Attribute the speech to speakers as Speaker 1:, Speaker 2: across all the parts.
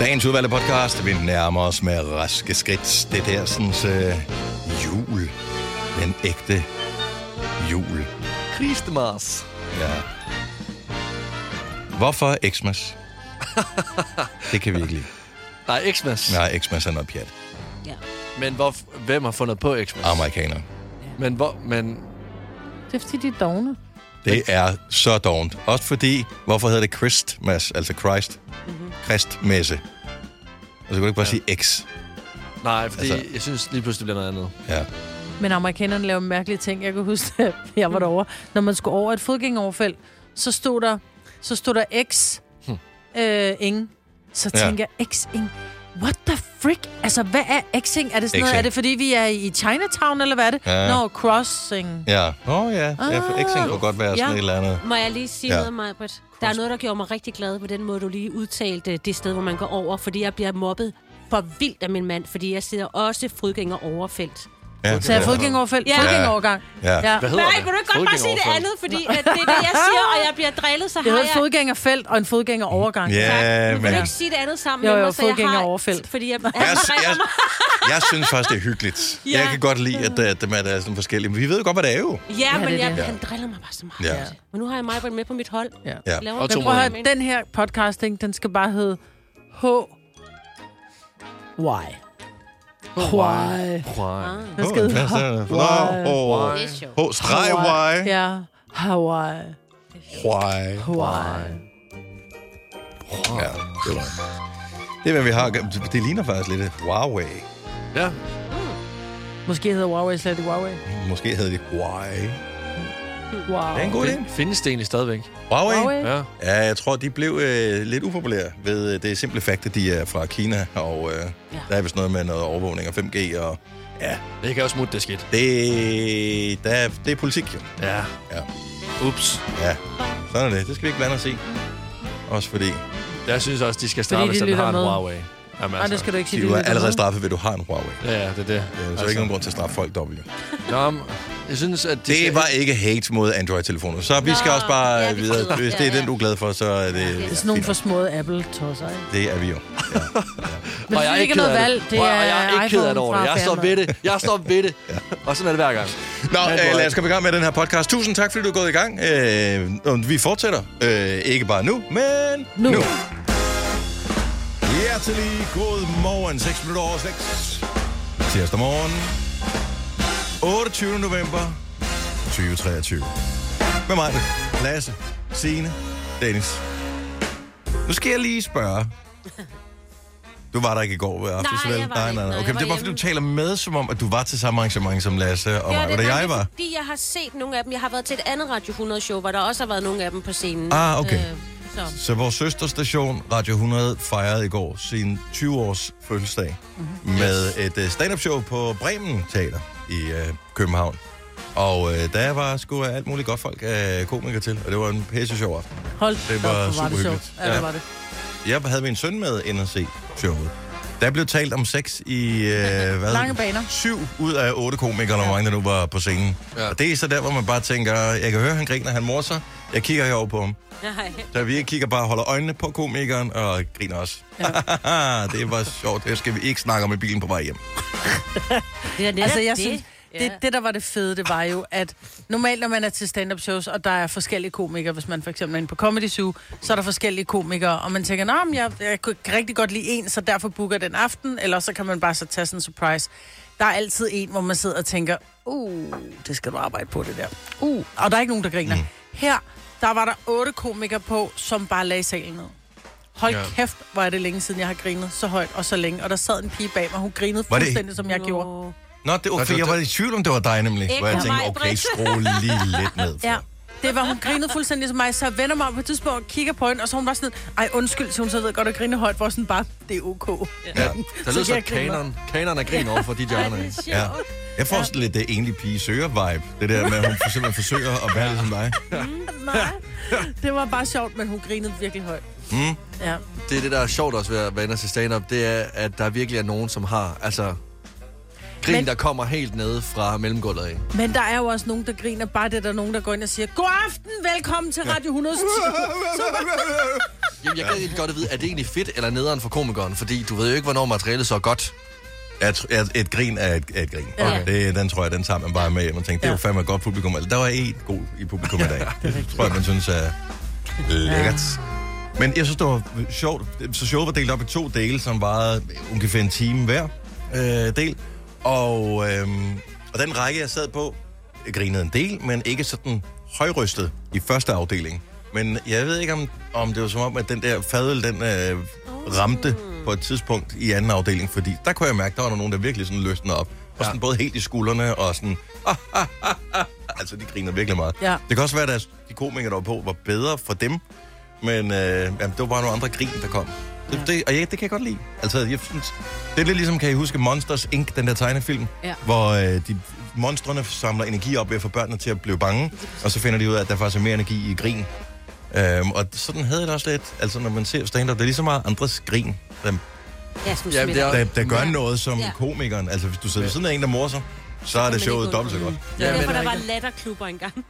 Speaker 1: Dagens udvalgte podcast. Vi nærmer os med raske skridt. Det der sådan, øh, jul. Den ægte jul.
Speaker 2: Christmas.
Speaker 1: Ja. Hvorfor Xmas? det kan vi ikke lide.
Speaker 2: Nej, Xmas.
Speaker 1: Nej, Xmas er noget pjat.
Speaker 3: Ja.
Speaker 2: Men hvor, hvem har fundet på Xmas?
Speaker 1: Amerikanere.
Speaker 2: Men hvor, men
Speaker 3: Det er fordi, de er dogne.
Speaker 1: Det er så dovent. Også fordi, hvorfor hedder det Christmas, altså Christ?
Speaker 4: Mhm.
Speaker 1: Mm-hmm. Christmesse. Og så kan du ikke bare ja. sige X.
Speaker 2: nej, fordi
Speaker 1: Altså-
Speaker 2: altså... jeg synes lige pludselig det bliver noget andet.
Speaker 1: Ja.
Speaker 3: Men amerikanerne laver mærkelige ting. Jeg kan huske, at jeg var derovre. Når man skulle over et fodgængeroverfald, så stod der, så stod der X øh, ing. Så
Speaker 1: Hm. Ja.
Speaker 3: tænker jeg, X ing. What the frick? Altså, hvad er Xing? Er det sådan noget?
Speaker 1: Xing.
Speaker 3: Er det, fordi vi er i Chinatown, eller hvad er det?
Speaker 1: Ja.
Speaker 3: Nå, crossing.
Speaker 1: Ja. Åh oh, ja, ah, ja for X'en kunne godt være sådan
Speaker 3: Ja.
Speaker 1: et eller andet.
Speaker 4: Må jeg lige sige
Speaker 1: Ja.
Speaker 4: ja. noget, Majbrit? Der er noget, der gjorde mig rigtig glad på den måde, du lige udtalte øh, det sted, hvor man går over, fordi jeg bliver mobbet for vildt af min mand, fordi jeg sidder også fodgænger overfelt.
Speaker 1: Ja,
Speaker 3: Så er fodgængeroverfald?
Speaker 4: Ja.
Speaker 3: Ja. Fodgængerovergang?
Speaker 1: Ja.
Speaker 3: ja.
Speaker 2: Hvad hedder
Speaker 4: Nej,
Speaker 2: det?
Speaker 4: kunne du ikke godt bare sige det
Speaker 2: Fodgængeroverfald.
Speaker 4: andet, fordi at det er det, jeg siger, og jeg bliver drillet, så
Speaker 3: Det
Speaker 4: har
Speaker 3: hedder et
Speaker 4: jeg...
Speaker 3: fodgængerfelt og en fodgængerovergang.
Speaker 1: Ja,
Speaker 4: Kan du
Speaker 1: men
Speaker 4: ikke sige det andet sammen
Speaker 3: Ah, Jo,
Speaker 4: med
Speaker 3: jo,
Speaker 4: mig, så jeg har...
Speaker 3: fodgængeroverfelt.
Speaker 4: Fordi jeg...
Speaker 1: jeg, jeg, jeg synes faktisk, det er hyggeligt.
Speaker 4: Ja.
Speaker 1: Jeg kan godt lide, at øh, dem er, der er sådan forskellige. Men vi ved jo godt, hvad det er jo.
Speaker 4: Ja, men
Speaker 3: det er
Speaker 4: jeg,
Speaker 3: det.
Speaker 4: han driller mig bare så meget.
Speaker 1: Ja.
Speaker 4: Ja. Men nu har jeg Majbrit med på mit hold.
Speaker 3: Ja.
Speaker 1: Ja.
Speaker 4: Laver
Speaker 2: Og
Speaker 4: den
Speaker 2: to
Speaker 3: Prøv
Speaker 4: måde,
Speaker 3: at
Speaker 4: men-
Speaker 3: høre, den her podcasting, den skal bare hedde H. Why? Why?
Speaker 2: Wow.
Speaker 3: Den skal hedde
Speaker 1: Why?
Speaker 4: Det er sjovt.
Speaker 1: H streg why?
Speaker 3: Ja, Hawaii.
Speaker 1: Why?
Speaker 3: Hawaii.
Speaker 1: Ja, det var det. Det er, hvad vi har. Det ligner faktisk lidt et Huawei.
Speaker 2: Ja,
Speaker 3: Måske hedder Huawei slet ikke Huawei.
Speaker 1: Måske hedder det Why.
Speaker 3: Wow.
Speaker 1: Det er en god idé.
Speaker 2: fin- findes det egentlig stadigvæk?
Speaker 1: Huawei.
Speaker 3: Huawei.
Speaker 2: Ja.
Speaker 1: Ja, jeg tror, de blev øh, lidt upopulære ved øh, det simple fakt, at de er fra Kina, og øh, der er vist noget med noget overvågning og 5G, og ja,
Speaker 2: Det kan også smutte det skidt.
Speaker 1: det, der, er- det er politik jo.
Speaker 2: Ja.
Speaker 1: Ja.
Speaker 2: Ups.
Speaker 1: Ja, sådan er det. Det skal vi ikke blande os i. Også fordi,
Speaker 2: Jeg synes også, de skal straffes,
Speaker 3: Fordi de
Speaker 2: at den har
Speaker 3: lytter
Speaker 2: en
Speaker 3: med.
Speaker 2: Huawei. Jamen, altså.
Speaker 3: Nej, det skal du ikke sige.
Speaker 1: de er jo
Speaker 3: det lyder
Speaker 1: allerede
Speaker 3: med.
Speaker 1: straffet ved, at du har en Huawei. Øh,
Speaker 2: Ja, ja, det er det.
Speaker 1: Så er der
Speaker 2: Altså.
Speaker 1: ikke nogen grund til at straffe folk dobbelt. jo.
Speaker 2: Nå, men jeg synes, at de
Speaker 1: Det
Speaker 2: skal-
Speaker 1: var ikke hate mod Android-telefoner. Så vi skal også bare
Speaker 4: ja, vi
Speaker 1: videre.
Speaker 4: strider.
Speaker 1: Hvis det er
Speaker 4: Ja, ja.
Speaker 1: den, du er glad for, så er det...
Speaker 3: Det er sådan nogle for små Apple-tosser, ikke?
Speaker 1: Det er vi jo.
Speaker 3: Men det er ikke
Speaker 2: ked af
Speaker 3: noget valg. Det
Speaker 2: Prøv at-
Speaker 3: er
Speaker 2: og jeg er ikke ked af det over det.
Speaker 3: iPhone
Speaker 2: Jeg
Speaker 3: fra
Speaker 2: står ved
Speaker 3: firmaet.
Speaker 2: det. Jeg står ved det. Og sådan er det hver gang.
Speaker 1: Nå,
Speaker 2: Android.
Speaker 1: øh, lad os komme i gang med den her podcast. Tusind tak, fordi du er gået i gang. Øh, og vi fortsætter. Øh, ikke bare nu, men nu.
Speaker 3: Nu.
Speaker 1: nu. Hjertelig god morgen. 6 minutter over 6. Tirsdag morgen. 28. november 2023. Med mig, Lasse, Signe, Dennis. Nu skal jeg lige spørge. Du var der ikke i går ved aftes,
Speaker 4: Nej,
Speaker 1: vel?
Speaker 4: jeg var
Speaker 1: nej, nej,
Speaker 4: der ikke.
Speaker 1: nej.
Speaker 4: Nej,
Speaker 1: Okay,
Speaker 4: jeg
Speaker 1: men
Speaker 4: var
Speaker 1: det var, fordi du taler
Speaker 4: hjemme.
Speaker 1: med, som om, at du var til samme arrangement som Lasse og mig, hvor det jeg
Speaker 4: faktisk,
Speaker 1: var.
Speaker 4: Fordi jeg har set nogle af dem. Jeg har været til et andet Radio 100 show, hvor der også har været nogle af dem på scenen. Øh,
Speaker 1: Ah, okay.
Speaker 4: så.
Speaker 1: Så vores søsterstation, Radio 100, fejrede i går sin 20-års fødselsdag
Speaker 3: Mhm.
Speaker 1: mm-hmm. med et øh, stand-up show på Bremen Teater i øh, København. Og øh, der var sgu alt muligt godt folk øh, komikere til, og det var en pisse sjov aften.
Speaker 3: Hold
Speaker 1: Det
Speaker 3: det
Speaker 1: var
Speaker 3: var, op, hvor var det
Speaker 1: superhyggeligt.
Speaker 3: sjovt. Ja,
Speaker 1: Ja.
Speaker 3: det var det.
Speaker 1: Jeg havde min søn med ind og se showet. Der blev talt om sex i øh, hvad
Speaker 3: Lange baner.
Speaker 1: syv ud af otte komikere, eller hvor mange der nu var på scenen. Ja.
Speaker 2: Ja.
Speaker 1: Og det er så der, hvor man bare tænker, jeg kan høre, han griner, han morser. Jeg kigger herover på ham.
Speaker 4: Nej.
Speaker 1: Så vi ikke kigger bare og holder øjnene på komikeren og griner også. Ja. det var sjovt. Det skal vi ikke snakke om i bilen på vej hjem.
Speaker 4: Det er netop
Speaker 3: Altså, jeg
Speaker 4: det.
Speaker 3: synes, det, det, der var det fede, det var jo, at normalt, når man er til stand-up shows, og der er forskellige komikere, hvis man for eksempel er inde på Comedy Zoo, så er der forskellige komikere, og man tænker, at jeg, jeg kunne rigtig godt lide en, så derfor booker jeg den aften, eller så kan man bare så tage sådan en surprise. Der er altid en, hvor man sidder og tænker, uh, det skal du arbejde på, det der. Uh, og der er ikke nogen, der griner. Mm. Her, der var der otte komikere på, som bare lagde salen ned. Hold ja.
Speaker 2: Ja.
Speaker 3: kæft, hvor er det længe siden, jeg har grinet så højt og så længe. Og der sad en pige bag mig, hun grinede
Speaker 1: Var det-
Speaker 3: fuldstændig, som jeg gjorde.
Speaker 1: Nå, det var,
Speaker 2: Nå,
Speaker 1: for
Speaker 2: det-
Speaker 1: jeg var i tvivl om, det var dig nemlig.
Speaker 4: Ikke
Speaker 1: Hvor jeg
Speaker 4: mig,
Speaker 1: tænkte, okay,
Speaker 4: Britt.
Speaker 1: skru lige lidt ned.
Speaker 3: Ja. Det var, hun grinede fuldstændig som mig, så jeg vender mig op på et tidspunkt og kigger på hende, og så hun var sådan, ej undskyld, så hun så ved jeg godt at grine højt, hvor sådan bare, det er okay.
Speaker 2: Ja, der lyder
Speaker 3: Så
Speaker 2: så
Speaker 3: jeg griner.
Speaker 2: kanon. Kanon er grin over for de hjørner. ikke?
Speaker 1: Ja. Jeg får sådan lidt det enlige pige søger vibe. Det der med, at hun simpelthen forsøger at være lidt som dig.
Speaker 3: Nej, det var bare sjovt, men hun grinede virkelig højt. Mm. Ja.
Speaker 2: Det er det, der er sjovt også ved at være inde og se stand-up, det er, at der virkelig er nogen, som har, altså... Grin,
Speaker 3: Men-
Speaker 2: der kommer helt nede fra mellemgulvet af.
Speaker 3: Men der er jo også nogen, der griner. Bare det, der er nogen, der går ind og siger, God aften, velkommen til Radio 100.
Speaker 2: Jamen, jeg gad egentlig godt at vide, er det egentlig fedt eller nederen for komikeren? Fordi du ved jo ikke, hvornår materialet så er godt.
Speaker 1: Jeg tr- jeg- et grin er et, er et grin.
Speaker 4: Ja.
Speaker 1: Okay. Det, den tror jeg, den tager man bare med hjem og tænker, det er jo fandme et godt publikum. Eller, der var en god i publikum i dag. det tror jeg, man synes er lækkert. Men jeg synes, det var sjovt. Så showet var delt op i to dele, som varede ungefær en time hver øh, del. Og, øh, og den række, jeg sad på, jeg grinede en del, men ikke sådan højrystet i første afdeling. Men jeg ved ikke, om, om det var som om, at den der fadøl, den øh, ramte på et tidspunkt i anden afdeling, fordi der kunne jeg mærke, der var der nogen, der virkelig sådan løsnede op. Og sådan både helt i skuldrene og sådan... Ah, ah, ah, ah. Altså, de griner virkelig meget.
Speaker 3: Ja.
Speaker 1: Det kan også være, at de komikere, der var på, var bedre for dem, men øh, jamen, det var bare nogle andre grin, der kom. Det, det, og ja, det kan jeg godt lide. Altså, jeg synes, det er lidt ligesom, kan I huske Monsters Inc., den der tegnefilm,
Speaker 4: Ja.
Speaker 1: hvor øh, de monstrene samler energi op ved at få børnene til at blive bange, og så finder de ud af, at der faktisk er mere energi i grin. Øhm, og sådan havde jeg det også lidt. Altså, når man ser stand-up, det er lige så meget andres grin, der,
Speaker 4: Ja, som
Speaker 2: Jamen, det
Speaker 4: smitter.
Speaker 2: er-
Speaker 1: der, der gør
Speaker 4: Ja.
Speaker 1: noget som
Speaker 4: Ja.
Speaker 1: komikeren. Altså, hvis du sidder ved siden af en, der morser, så er det showet dobbelt så godt.
Speaker 4: Ja,
Speaker 2: Ja,
Speaker 4: derfor,
Speaker 2: men-
Speaker 4: der var latterklubber engang.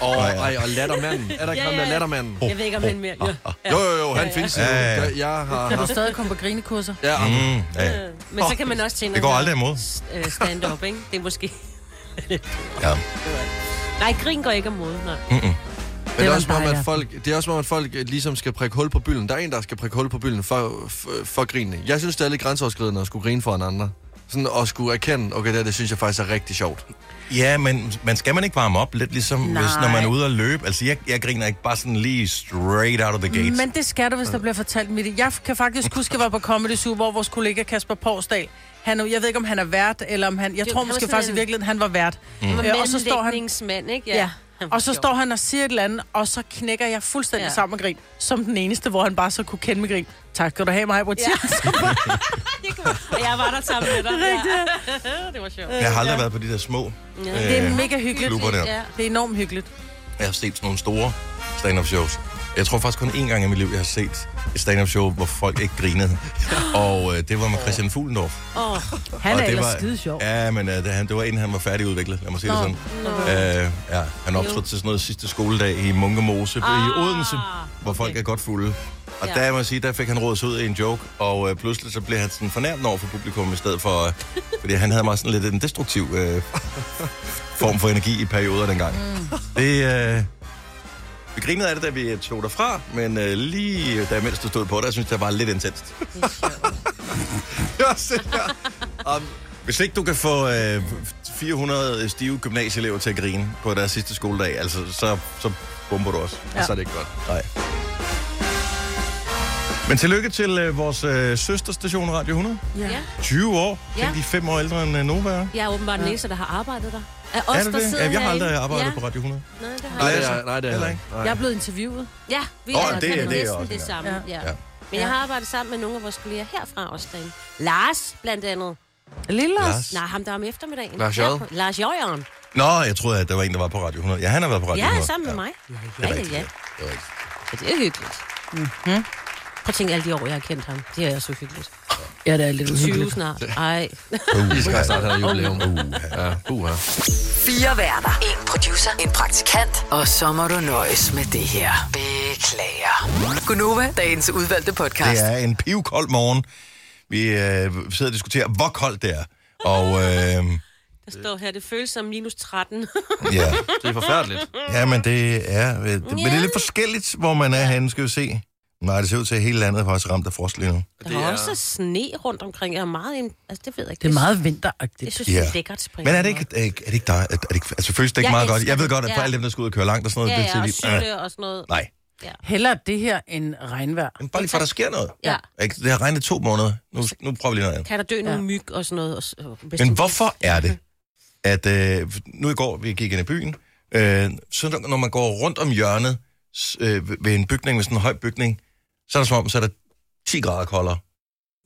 Speaker 2: Og,
Speaker 1: Nå, ja.
Speaker 2: ej, og lattermanden. Er der ikke
Speaker 4: Ja,
Speaker 2: ham der
Speaker 4: ja.
Speaker 2: lattermanden?
Speaker 4: Jeg ved ikke, om han mere... Ja.
Speaker 2: ah. Jo, jo, jo, han findes jo.
Speaker 1: Ja, ja.
Speaker 2: Jeg, jeg har
Speaker 3: Kan du
Speaker 2: haft...
Speaker 3: stadig komme på grinekurser?
Speaker 2: Ja,
Speaker 1: Mm, ja.
Speaker 4: Øh, Men så kan man også tænke...
Speaker 1: Det går aldrig imod.
Speaker 4: øh, Stand-up, ikke? Det er måske...
Speaker 1: Ja.
Speaker 4: Nej, grin går ikke imod, nej.
Speaker 2: Men det
Speaker 3: var
Speaker 2: er, også
Speaker 3: en
Speaker 2: som om,
Speaker 3: bajer.
Speaker 2: at folk, det er også som om, at folk øh, ligesom skal prikke hul på bylden. Der er en, der skal prikke hul på bylden for, for, for grinene. Jeg synes, det er lidt grænseoverskridende at skulle grine for en anden. Sådan at skulle erkende, okay, det, her, det synes jeg faktisk er rigtig sjovt.
Speaker 1: Ja, men man skal man ikke varme op lidt, ligesom Nej. hvis, når man er ude at løbe? Altså, jeg, jeg griner ikke bare sådan lige straight out of the gate.
Speaker 3: Men det skal du, hvis der bliver fortalt mit. Jeg kan faktisk huske, at jeg var på Comedy Zoo, hvor vores kollega Kasper Porsdal, han, er- jeg ved ikke, om han er vært, eller om han... Jeg
Speaker 4: Det-
Speaker 3: tror
Speaker 4: han var
Speaker 3: måske
Speaker 4: sådan
Speaker 3: faktisk
Speaker 4: en-
Speaker 3: i virkeligheden, han var vært. Mm.
Speaker 4: Han var
Speaker 3: Øh, og så står han-
Speaker 4: mellemlægningsmand, ikke?
Speaker 3: Ja.
Speaker 4: Han var
Speaker 3: Og så
Speaker 4: sjov.
Speaker 3: står han og siger et eller andet, og så knækker jeg fuldstændig
Speaker 4: Ja.
Speaker 3: ja. sammen med grin, som den eneste, hvor han bare så kunne kende med grin. Tak skal du have mig, Britt.
Speaker 4: Ja.
Speaker 3: Ja.
Speaker 4: Det kunne- Og jeg var der sammen med dig. Ja. det var sjovt.
Speaker 1: Jeg har aldrig været på de der små.
Speaker 4: Ja.
Speaker 1: Øh,
Speaker 3: Det er mega hyggeligt.
Speaker 1: klubber der.
Speaker 4: Ja.
Speaker 3: Det er enormt hyggeligt.
Speaker 1: Jeg har set sådan nogle store stand-up shows. Jeg tror faktisk kun én gang i mit liv, jeg har set et stand-up show, hvor folk ikke grinede. Og øh, det var med Christian Fuglendorf.
Speaker 4: Åh,
Speaker 3: Han
Speaker 1: og
Speaker 3: er
Speaker 1: det
Speaker 3: ellers
Speaker 1: var,
Speaker 3: skide sjov.
Speaker 1: Ja, men øh, det, han, det var inden han var færdigudviklet, lad mig sige det sådan. Øh, ja, han optrådte til sådan noget sidste skoledag i Munke Mose ah, i
Speaker 4: Ah,
Speaker 1: Odense, hvor folk
Speaker 4: okay.
Speaker 1: er godt fulde. Og
Speaker 4: Ja.
Speaker 1: ja. der må jeg sige, der fik han rådet ud i en joke, og øh, pludselig så blev han sådan fornærmet over for publikum i stedet for, øh, fordi han havde meget sådan lidt en destruktiv øh, form for energi i perioder dengang. Mm. Det, øh, vi grinede af det, da vi tog derfra, men øh, lige da mens du stod på det, jeg synes det var lidt intenst. Ja, se her. Um, hvis ikke du kan få øh, 400 stive gymnasieelever til at grine på deres sidste skoledag, altså, så, så bomber du også. Altså,
Speaker 2: Ja. Så er det ikke godt.
Speaker 1: Nej. Men tillykke til øh, vores øh, søsterstation Radio 100.
Speaker 4: ja.
Speaker 1: 20 år.
Speaker 4: Ja.
Speaker 1: Ja. Tænk, de er fem år ældre end øh, Nova er.
Speaker 4: Jeg er åbenbart den eneste, der har arbejdet der. Af os,
Speaker 1: Er det
Speaker 4: der
Speaker 1: det?
Speaker 4: sidder
Speaker 1: Ja, jeg har
Speaker 4: herinde.
Speaker 1: aldrig arbejdet
Speaker 4: ja.
Speaker 1: ja. på Radio 100.
Speaker 4: Nej, det har
Speaker 2: Nej,
Speaker 4: jeg.
Speaker 2: det er, nej, det er
Speaker 1: Heller
Speaker 2: heller
Speaker 1: ikke.
Speaker 2: ikke.
Speaker 3: Jeg er blevet interviewet.
Speaker 4: Ja, vi
Speaker 1: Nå,
Speaker 4: har
Speaker 1: det er-
Speaker 4: det,
Speaker 1: det er
Speaker 4: næsten
Speaker 1: også
Speaker 4: det,
Speaker 1: en-
Speaker 4: samme. Ja.
Speaker 1: Ja.
Speaker 4: Ja. Men jeg har arbejdet sammen med nogle af vores kolleger herfra også derinde. Lars, blandt andet.
Speaker 3: Lille Lars.
Speaker 1: Lars.
Speaker 4: Nej, ham der er om eftermiddagen.
Speaker 2: Lars J.
Speaker 4: Ja, Lars Jøjeren.
Speaker 1: Nå, jeg troede, at der var en, der var på Radio 100. Ja, han har været på Radio 100.
Speaker 4: Ja, sammen med mig. Ja, ja,
Speaker 1: rigtigt,
Speaker 4: ja.
Speaker 1: Det var ikke.
Speaker 4: Ja, det er hyggeligt. Mm-hmm.
Speaker 3: Mhm.
Speaker 4: Prøv at tænke alle de år, jeg har kendt ham. Det er også hyggeligt.
Speaker 3: Ja, det er lidt
Speaker 4: 20 snart. Ej.
Speaker 2: I skal snart have jubilæum. Ja, uha.
Speaker 5: Fire værter. En producer. En praktikant. Og så må du nøjes med det her. Beklager. Gunova, dagens udvalgte podcast.
Speaker 1: Det er en pivkold morgen. Vi øh, sidder og diskuterer, hvor koldt det er. Og øh,
Speaker 4: Der står her, det føles som minus 13.
Speaker 1: ja,
Speaker 2: Det er forfærdeligt.
Speaker 1: ja men det er... Øh, det, men det er lidt forskelligt, hvor man er henne, skal vi se. Nej, det ser ud til, at hele landet er faktisk ramt af frost lige nu.
Speaker 4: Der er også sne rundt omkring. Jeg er meget... ind- Altså, det ved jeg ikke.
Speaker 3: Det er meget
Speaker 4: Jeg
Speaker 3: vinteragtigt.
Speaker 4: synes, det
Speaker 1: Ja.
Speaker 4: er lækkert spring.
Speaker 1: Men er det ikke, er, ikke- er det ikke dig? Er, er det ikke, altså, føles det ikke
Speaker 4: Jeg
Speaker 1: meget godt?
Speaker 4: elsker
Speaker 1: Jeg ved
Speaker 4: det,
Speaker 1: godt, at for
Speaker 4: ja.
Speaker 1: alle dem, der skal ud og køre langt og sådan noget,
Speaker 4: Ja,
Speaker 1: det
Speaker 4: ja,
Speaker 1: er
Speaker 4: og
Speaker 1: til lige... Øh,
Speaker 4: cykle og sådan noget.
Speaker 1: nej,
Speaker 3: Hellere det her end regnvejr.
Speaker 1: men bare lige for, at der sker noget.
Speaker 4: Ja.
Speaker 1: Ikke? Det har regnet to måneder. Nu, nu prøver vi lige noget andet.
Speaker 4: Kan der dø ja. nogle myg og sådan noget? Og, s- og
Speaker 1: Men hvorfor er det, at øh, nu i går, vi gik ind i byen, øh, så når- når man går rundt om hjørnet s- øh, ved- ved en bygning, ved sådan en høj bygning, så er der som om, så er der 10 grader koldere.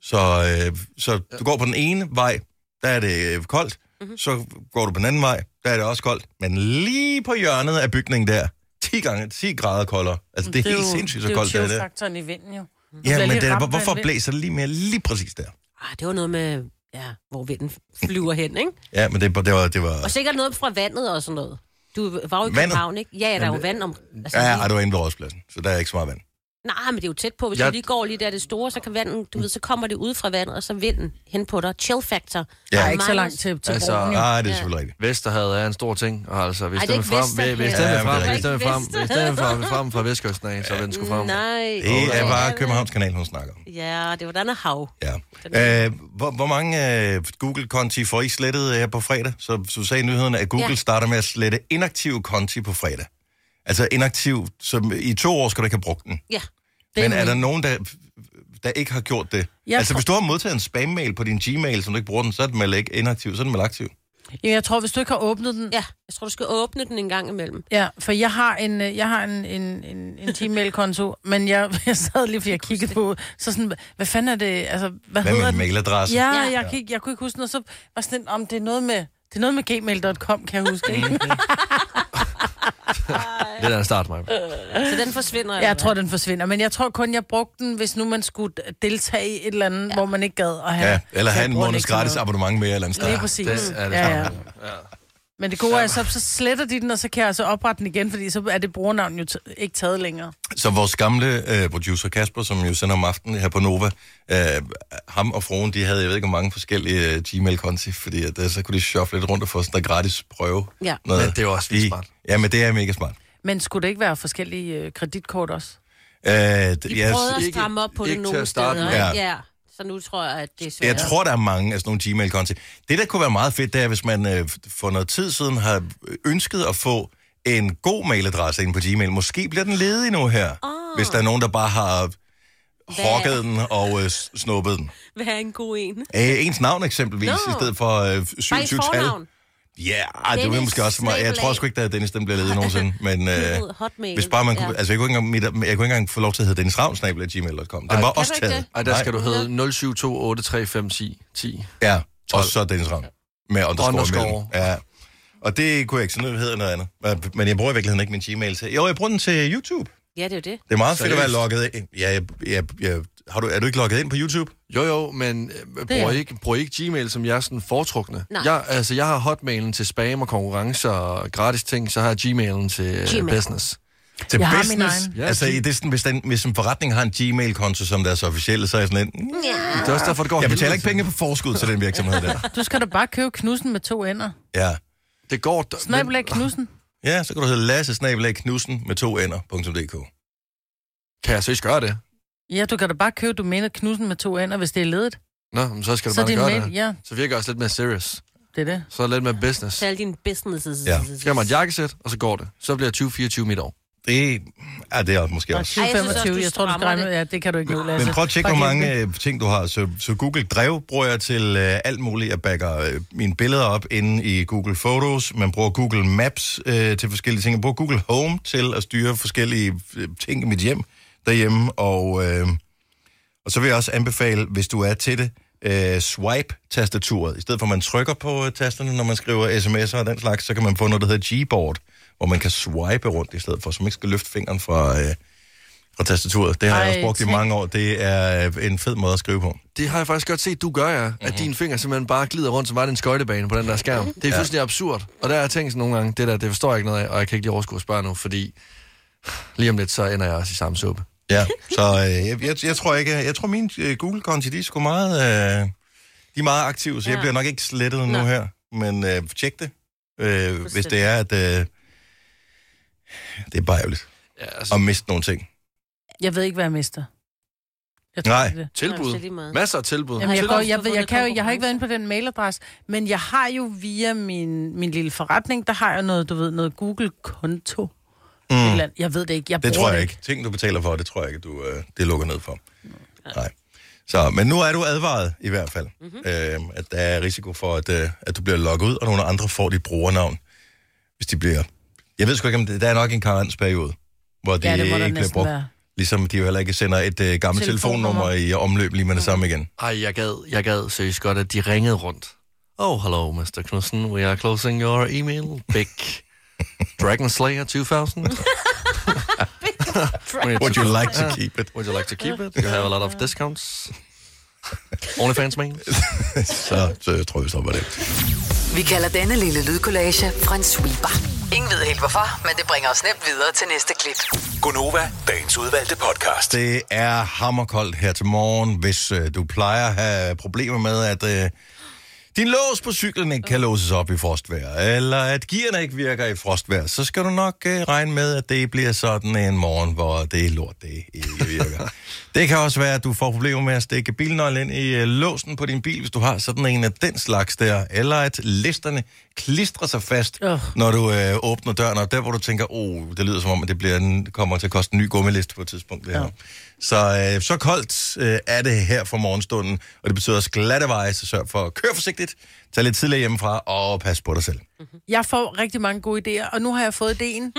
Speaker 1: Så, øh, så du går på den ene vej, der er det øh, koldt,
Speaker 3: Mhm.
Speaker 1: mm-hmm. så går du på den anden vej, der er det også koldt, men lige på hjørnet af bygningen der, 10, gange, 10 grader koldere. Altså, det er, det er helt sindssygt, så koldt
Speaker 3: det
Speaker 1: det
Speaker 3: er.
Speaker 1: er
Speaker 3: Det er jo
Speaker 1: der.
Speaker 3: faktoren i vinden jo. Du bliver
Speaker 1: Ja, men
Speaker 3: lige
Speaker 1: det er,
Speaker 3: ramt af
Speaker 1: hvorfor
Speaker 3: en vind.
Speaker 1: blæser det lige mere lige præcis der?
Speaker 4: Ah, det var noget med Ja, hvor vinden flyver hen, ikke?
Speaker 1: Ja, men det, det var... Det var
Speaker 4: Og sikkert noget fra vandet og sådan noget. Du var jo i
Speaker 1: Vandet?
Speaker 4: København, ikke? Ja, ja, der er jo vand om... Altså,
Speaker 1: ja,
Speaker 4: ja,
Speaker 1: ej, det var inde ved Rådspladsen, så der er ikke så meget vand.
Speaker 4: nej, men det er jo tæt på. Hvis
Speaker 2: Jeg-
Speaker 4: du lige går lige der det store, så kan vandet... Du ved, så kommer det ud fra vandet, og så vinden hen på dig. Chill factor.
Speaker 1: Ja.
Speaker 3: Der
Speaker 1: Der
Speaker 3: er ikke så langt til,
Speaker 2: Altså,
Speaker 3: til altså, broen, jo.
Speaker 1: Nej, det er selvfølgelig rigtigt.
Speaker 2: Vesterhavet er en stor ting, og altså, hvis
Speaker 4: Ej, det er
Speaker 2: den er
Speaker 4: ikke
Speaker 2: frem, hvis den
Speaker 4: Vesterhavet.
Speaker 2: er
Speaker 1: Ja, men det
Speaker 2: frem,
Speaker 1: er
Speaker 2: hvis den er frem,
Speaker 4: rigtigt.
Speaker 2: hvis den er frem, frem fra Vestkysten af, så er den skulle frem.
Speaker 4: Nej.
Speaker 1: Det er
Speaker 4: Ja,
Speaker 1: bare
Speaker 4: ja.
Speaker 1: Københavns Kanal, hun snakker om.
Speaker 4: Ja, det var den er hav.
Speaker 1: Ja. Øh, hvor, hvor mange øh, Google-konti får I slettet øh, her på fredag? Så, så sagde nyhederne, at Google ja.
Speaker 4: Ja.
Speaker 1: starter med at slette inaktive konti på fredag. Altså inaktiv, som i to år skal du ikke have brugt den.
Speaker 4: Ja.
Speaker 1: Men er der nogen, der, der ikke har gjort det?
Speaker 3: Jeg
Speaker 1: altså
Speaker 3: tror-
Speaker 1: hvis du har modtaget en spam-mail på din Gmail, som du ikke bruger den, så er den vel ikke inaktiv, så er den vel aktiv.
Speaker 3: Jamen, jeg tror, hvis du ikke har åbnet den...
Speaker 4: Ja, jeg tror, du skal åbne den en gang imellem.
Speaker 3: Ja, for jeg har en, øh, jeg har en, en, en, en Gmail-konto, men jeg, jeg sad lige, fordi jeg kiggede på, så sådan, hvad fanden er det, altså,
Speaker 1: Hvad
Speaker 3: hvad,
Speaker 1: med
Speaker 3: hedder
Speaker 1: en
Speaker 3: det?
Speaker 1: mailadresse?
Speaker 3: Ja,
Speaker 4: Ja.
Speaker 3: ja. Jeg, kan, ikke- jeg kunne ikke huske noget, så var sådan, lidt, om det er noget med, det er noget med gmail.com, kan jeg huske. Ikke?
Speaker 2: Det er en start, mig.
Speaker 4: Så den forsvinder.
Speaker 3: jeg tror, den forsvinder, men jeg tror kun, jeg brugte den, hvis nu man skulle deltage i et eller andet, ja. hvor man ikke gad at have.
Speaker 1: Ja, eller
Speaker 3: Så
Speaker 1: have
Speaker 3: jeg
Speaker 1: en
Speaker 3: bruger den
Speaker 1: måneds
Speaker 3: ikke til noget.
Speaker 1: gratis abonnement mere eller andet sted.
Speaker 3: Lige præcis.
Speaker 2: Det er det
Speaker 3: ja, ja.
Speaker 2: samme. Ja.
Speaker 3: Men det gode er, så, så sletter de den, og så kan jeg altså oprette den igen, fordi så er det brugernavn jo t- ikke taget længere.
Speaker 1: Så vores gamle øh, producer Kasper, som jo sender om aftenen her på Nova, øh, ham og fruen, de havde, jeg ved ikke, hvor mange forskellige øh, Gmail-konti, fordi at, øh, så kunne de shuffle lidt rundt og få sådan der gratis prøve.
Speaker 4: Ja.
Speaker 1: Noget.
Speaker 2: Men det er jo også vildt
Speaker 1: I-
Speaker 2: smart.
Speaker 1: Ja, men det er mega smart.
Speaker 3: Men skulle det ikke være forskellige øh, kreditkort også?
Speaker 1: Øh, d-
Speaker 4: De yes,
Speaker 1: jeg,
Speaker 4: prøvede at
Speaker 2: ikke-
Speaker 4: stramme op på
Speaker 2: ikke
Speaker 4: det
Speaker 2: til
Speaker 4: nogle
Speaker 2: at starte
Speaker 4: steder.
Speaker 1: med.
Speaker 4: Ja. ja. Så nu tror jeg, at det er svært.
Speaker 1: jeg tror, der er mange af sådan nogle Gmail-konti. Det, der kunne være meget fedt, det er, hvis man øh, for noget tid siden har ønsket at få en god mailadresse ind på Gmail. Måske bliver den ledig nu her,
Speaker 4: Ah.
Speaker 1: oh. hvis der er nogen, der bare har hokket den og øh, s- snuppet den.
Speaker 4: Hvad er en god en?
Speaker 1: Øh, ens navn eksempelvis, no.
Speaker 4: Nå.
Speaker 1: i stedet for øh,
Speaker 4: Bare i
Speaker 1: 27 tal.
Speaker 4: fornavn.
Speaker 1: Ja, ej, det er
Speaker 4: Dennis
Speaker 1: måske også for mig. Jeg tror
Speaker 4: snabelag.
Speaker 1: sgu ikke, at Dennis den bliver ledet nogensinde. Men øh,
Speaker 4: ved, Hotmail.
Speaker 1: hvis bare man kunne...
Speaker 4: Ja.
Speaker 1: Altså, jeg kunne, ikke engang, mit, jeg kunne ikke engang få lov til at hedde Dennis Ravnsnabel af gmail.com. Den var også
Speaker 4: du ikke
Speaker 1: taget.
Speaker 4: det?
Speaker 2: Ej, der skal du hedde 0728351010.
Speaker 1: Ja, og så Dennis Ravn. Med underscore,
Speaker 2: Underscore.
Speaker 1: imellem. Ja. Og det kunne jeg ikke, så nu hedder jeg noget andet. Men- Men jeg bruger i virkeligheden ikke min Gmail til... Jo, jeg bruger den til YouTube.
Speaker 4: Ja, det er jo det.
Speaker 1: Det er meget fedt at være
Speaker 2: Seriøst?
Speaker 1: logget ind. Ja, jeg, jeg, jeg, har du, er du ikke logget ind på YouTube?
Speaker 2: Jo, jo, men øh, bruger I ikke, bruger I ikke Gmail som jeres sådan foretrukne?
Speaker 4: Nej.
Speaker 2: Jeg, altså, jeg har hotmailen til spam og konkurrencer og gratis ting, så har jeg Gmailen til
Speaker 4: Gmail.
Speaker 2: Gmail. business.
Speaker 1: Øh, Til
Speaker 3: Jeg har min
Speaker 1: business?
Speaker 3: egen.
Speaker 2: Ja,
Speaker 1: altså,
Speaker 2: G-
Speaker 1: i det er sådan, hvis, den, hvis en forretning har en Gmail-konto, som deres officielle, så er jeg sådan lidt... "Mm,
Speaker 2: Det er også derfor, det går
Speaker 1: Jeg
Speaker 2: helvede
Speaker 1: betaler ikke
Speaker 2: til.
Speaker 1: penge på forskud til den virksomhed der.
Speaker 3: Du skal da bare købe knussen med to ender.
Speaker 1: Ja.
Speaker 2: Det går... d-
Speaker 3: Snabelag knussen.
Speaker 1: Ja, så kan du hedde Lasse Snabelag Knudsen med to ender.dk.
Speaker 2: Kan jeg seriøst gøre det?
Speaker 3: Ja, du kan da bare købe domænet knussen med to ender, hvis det er ledet.
Speaker 2: Nå, men så skal du
Speaker 3: Så
Speaker 2: bare
Speaker 3: din
Speaker 2: gøre
Speaker 3: mail,
Speaker 2: det.
Speaker 3: ja,
Speaker 2: Så virker jeg også lidt mere serious.
Speaker 3: det er det.
Speaker 2: Så er det lidt mere business.
Speaker 4: Til alle dine businesses.
Speaker 1: Ja.
Speaker 2: Så jeg mig et jakkesæt, og så går det. Så bliver jeg 2024 mit år.
Speaker 1: Det er det er måske også.
Speaker 3: 20,
Speaker 4: Ej, jeg synes også,
Speaker 3: 25,
Speaker 4: du
Speaker 3: jeg tror, du
Speaker 4: strammer
Speaker 3: skal regne
Speaker 4: det.
Speaker 3: ud. Ja, det kan du ikke nå, Lasse.
Speaker 1: Men prøv at tjekke, hvor
Speaker 3: Bare
Speaker 1: mange
Speaker 3: glem det.
Speaker 1: øh, ting du har. Så, så Google Drive bruger jeg til øh, alt muligt. Jeg backer øh, mine billeder op inde i Google Photos. Man bruger Google Maps øh, til forskellige ting. Jeg bruger Google Home til at styre forskellige øh, ting i mit hjem derhjemme. Og, øh, og så vil jeg også anbefale, hvis du er til det, øh, swipe-tastaturet. I stedet for, at man trykker på øh, tasterne, når man skriver sms'er og den slags, så kan man få noget, der hedder Gboard, hvor man kan swipe rundt i stedet for, så man ikke skal løfte fingeren fra... Øh, fra tastaturet. Det har Ej, jeg
Speaker 3: Ej,
Speaker 1: også brugt i
Speaker 3: tænk.
Speaker 1: mange år. Det er øh, en fed måde at skrive på.
Speaker 2: Det har jeg faktisk godt set, du gør, ja. At dine fingre simpelthen bare glider rundt, som var det en skøjtebane på den der skærm. Det er fuldstændig absurd. Og der har jeg tænkt sådan nogle gange, det der, det forstår jeg ikke noget af, og jeg kan ikke lige overskue at spørge nu, fordi lige om lidt, så ender jeg også i samme suppe.
Speaker 1: Ja, så øh, jeg, jeg, jeg tror ikke... Jeg tror, min øh, Google-konti, de er sgu meget... Øh, de er meget aktive, så ja. jeg
Speaker 4: Ja.
Speaker 1: bliver nok ikke slettet nu
Speaker 4: Nej.
Speaker 1: her. Men øh, tjek det, øh, hvis det er, at... Øh, det er bare ærgerligt
Speaker 2: Ja,
Speaker 1: at
Speaker 2: altså,
Speaker 1: miste nogle ting.
Speaker 3: Jeg ved ikke, hvad jeg mister. Jeg
Speaker 1: Nej.
Speaker 3: ikke, det.
Speaker 4: Nå, så
Speaker 2: tilbud.
Speaker 4: lige meget.
Speaker 2: Masser af tilbud.
Speaker 3: Jamen, jeg,
Speaker 4: Til-
Speaker 3: går, jeg, ved, jeg,
Speaker 4: Vundet
Speaker 3: kan jo, jeg har ikke været inde på den mailadresse, men jeg har jo via min, min lille forretning, der har jeg noget, du ved, noget Google-konto. Mm. Eller, andet. jeg ved det ikke. Jeg
Speaker 1: Det
Speaker 3: bruger
Speaker 1: tror jeg ikke. Ting, du betaler for, det tror jeg ikke, du øh, det lukker ned for. Nej. Så, men nu er du advaret i hvert fald,
Speaker 3: Mhm.
Speaker 1: mm-hmm. øh, at der er risiko for, at, øh, at du bliver logget ud, og nogle andre får dit brugernavn, hvis de bliver... Jeg ved sgu ikke, om det, der er nok en karantsperiode, hvor de
Speaker 3: Ja, det må der
Speaker 1: ikke bliver
Speaker 3: næsten
Speaker 1: brugt.
Speaker 3: være.
Speaker 1: Ligesom de jo heller ikke sender et øh, gammelt
Speaker 3: Telefonnummer. Mm.
Speaker 1: telefonnummer i omløb lige med det samme igen.
Speaker 2: Ej, jeg gad, jeg gad seriøst godt, at de ringede rundt. Oh, hello, Mr. Knudsen. We are closing your email. Big Dragon Slayer 2000.
Speaker 1: Would you like to keep it?
Speaker 2: Would you like to keep it? You have a lot of discounts. OnlyFans, man.
Speaker 1: så, så jeg tror, vi stopper det.
Speaker 5: Vi kalder denne lille lydkollage Frans sweeper. Ingen ved helt hvorfor, men det bringer os nemt videre til næste klip.
Speaker 6: Gunova, dagens udvalgte podcast.
Speaker 1: Det er hammerkoldt her til morgen, hvis øh, du plejer at have problemer med, at øh, din lås på cyklen ikke kan låses op i frostvejr, eller at gearne ikke virker i frostvejr, så skal du nok øh, regne med, at det bliver sådan en morgen, hvor det er lort, det ikke virker. det kan også være, at du får problemer med at stikke bilnøglen ind i øh, låsen på din bil, hvis du har sådan en af den slags der, eller at listerne klistrer sig fast,
Speaker 3: Åh.
Speaker 1: når du øh, åbner døren, og der hvor du tænker, oh, det lyder som om, at det bliver en, kommer til at koste en ny gummiliste på et tidspunkt. Det her. Så, øh, så koldt øh, er det her for morgenstunden, og det betyder også glatte veje, så sørg for at køre forsigtigt, tag lidt tidligere hjemmefra, og pas på dig selv.
Speaker 3: Jeg får rigtig mange gode idéer, og nu har jeg fået idéen, mm-hmm.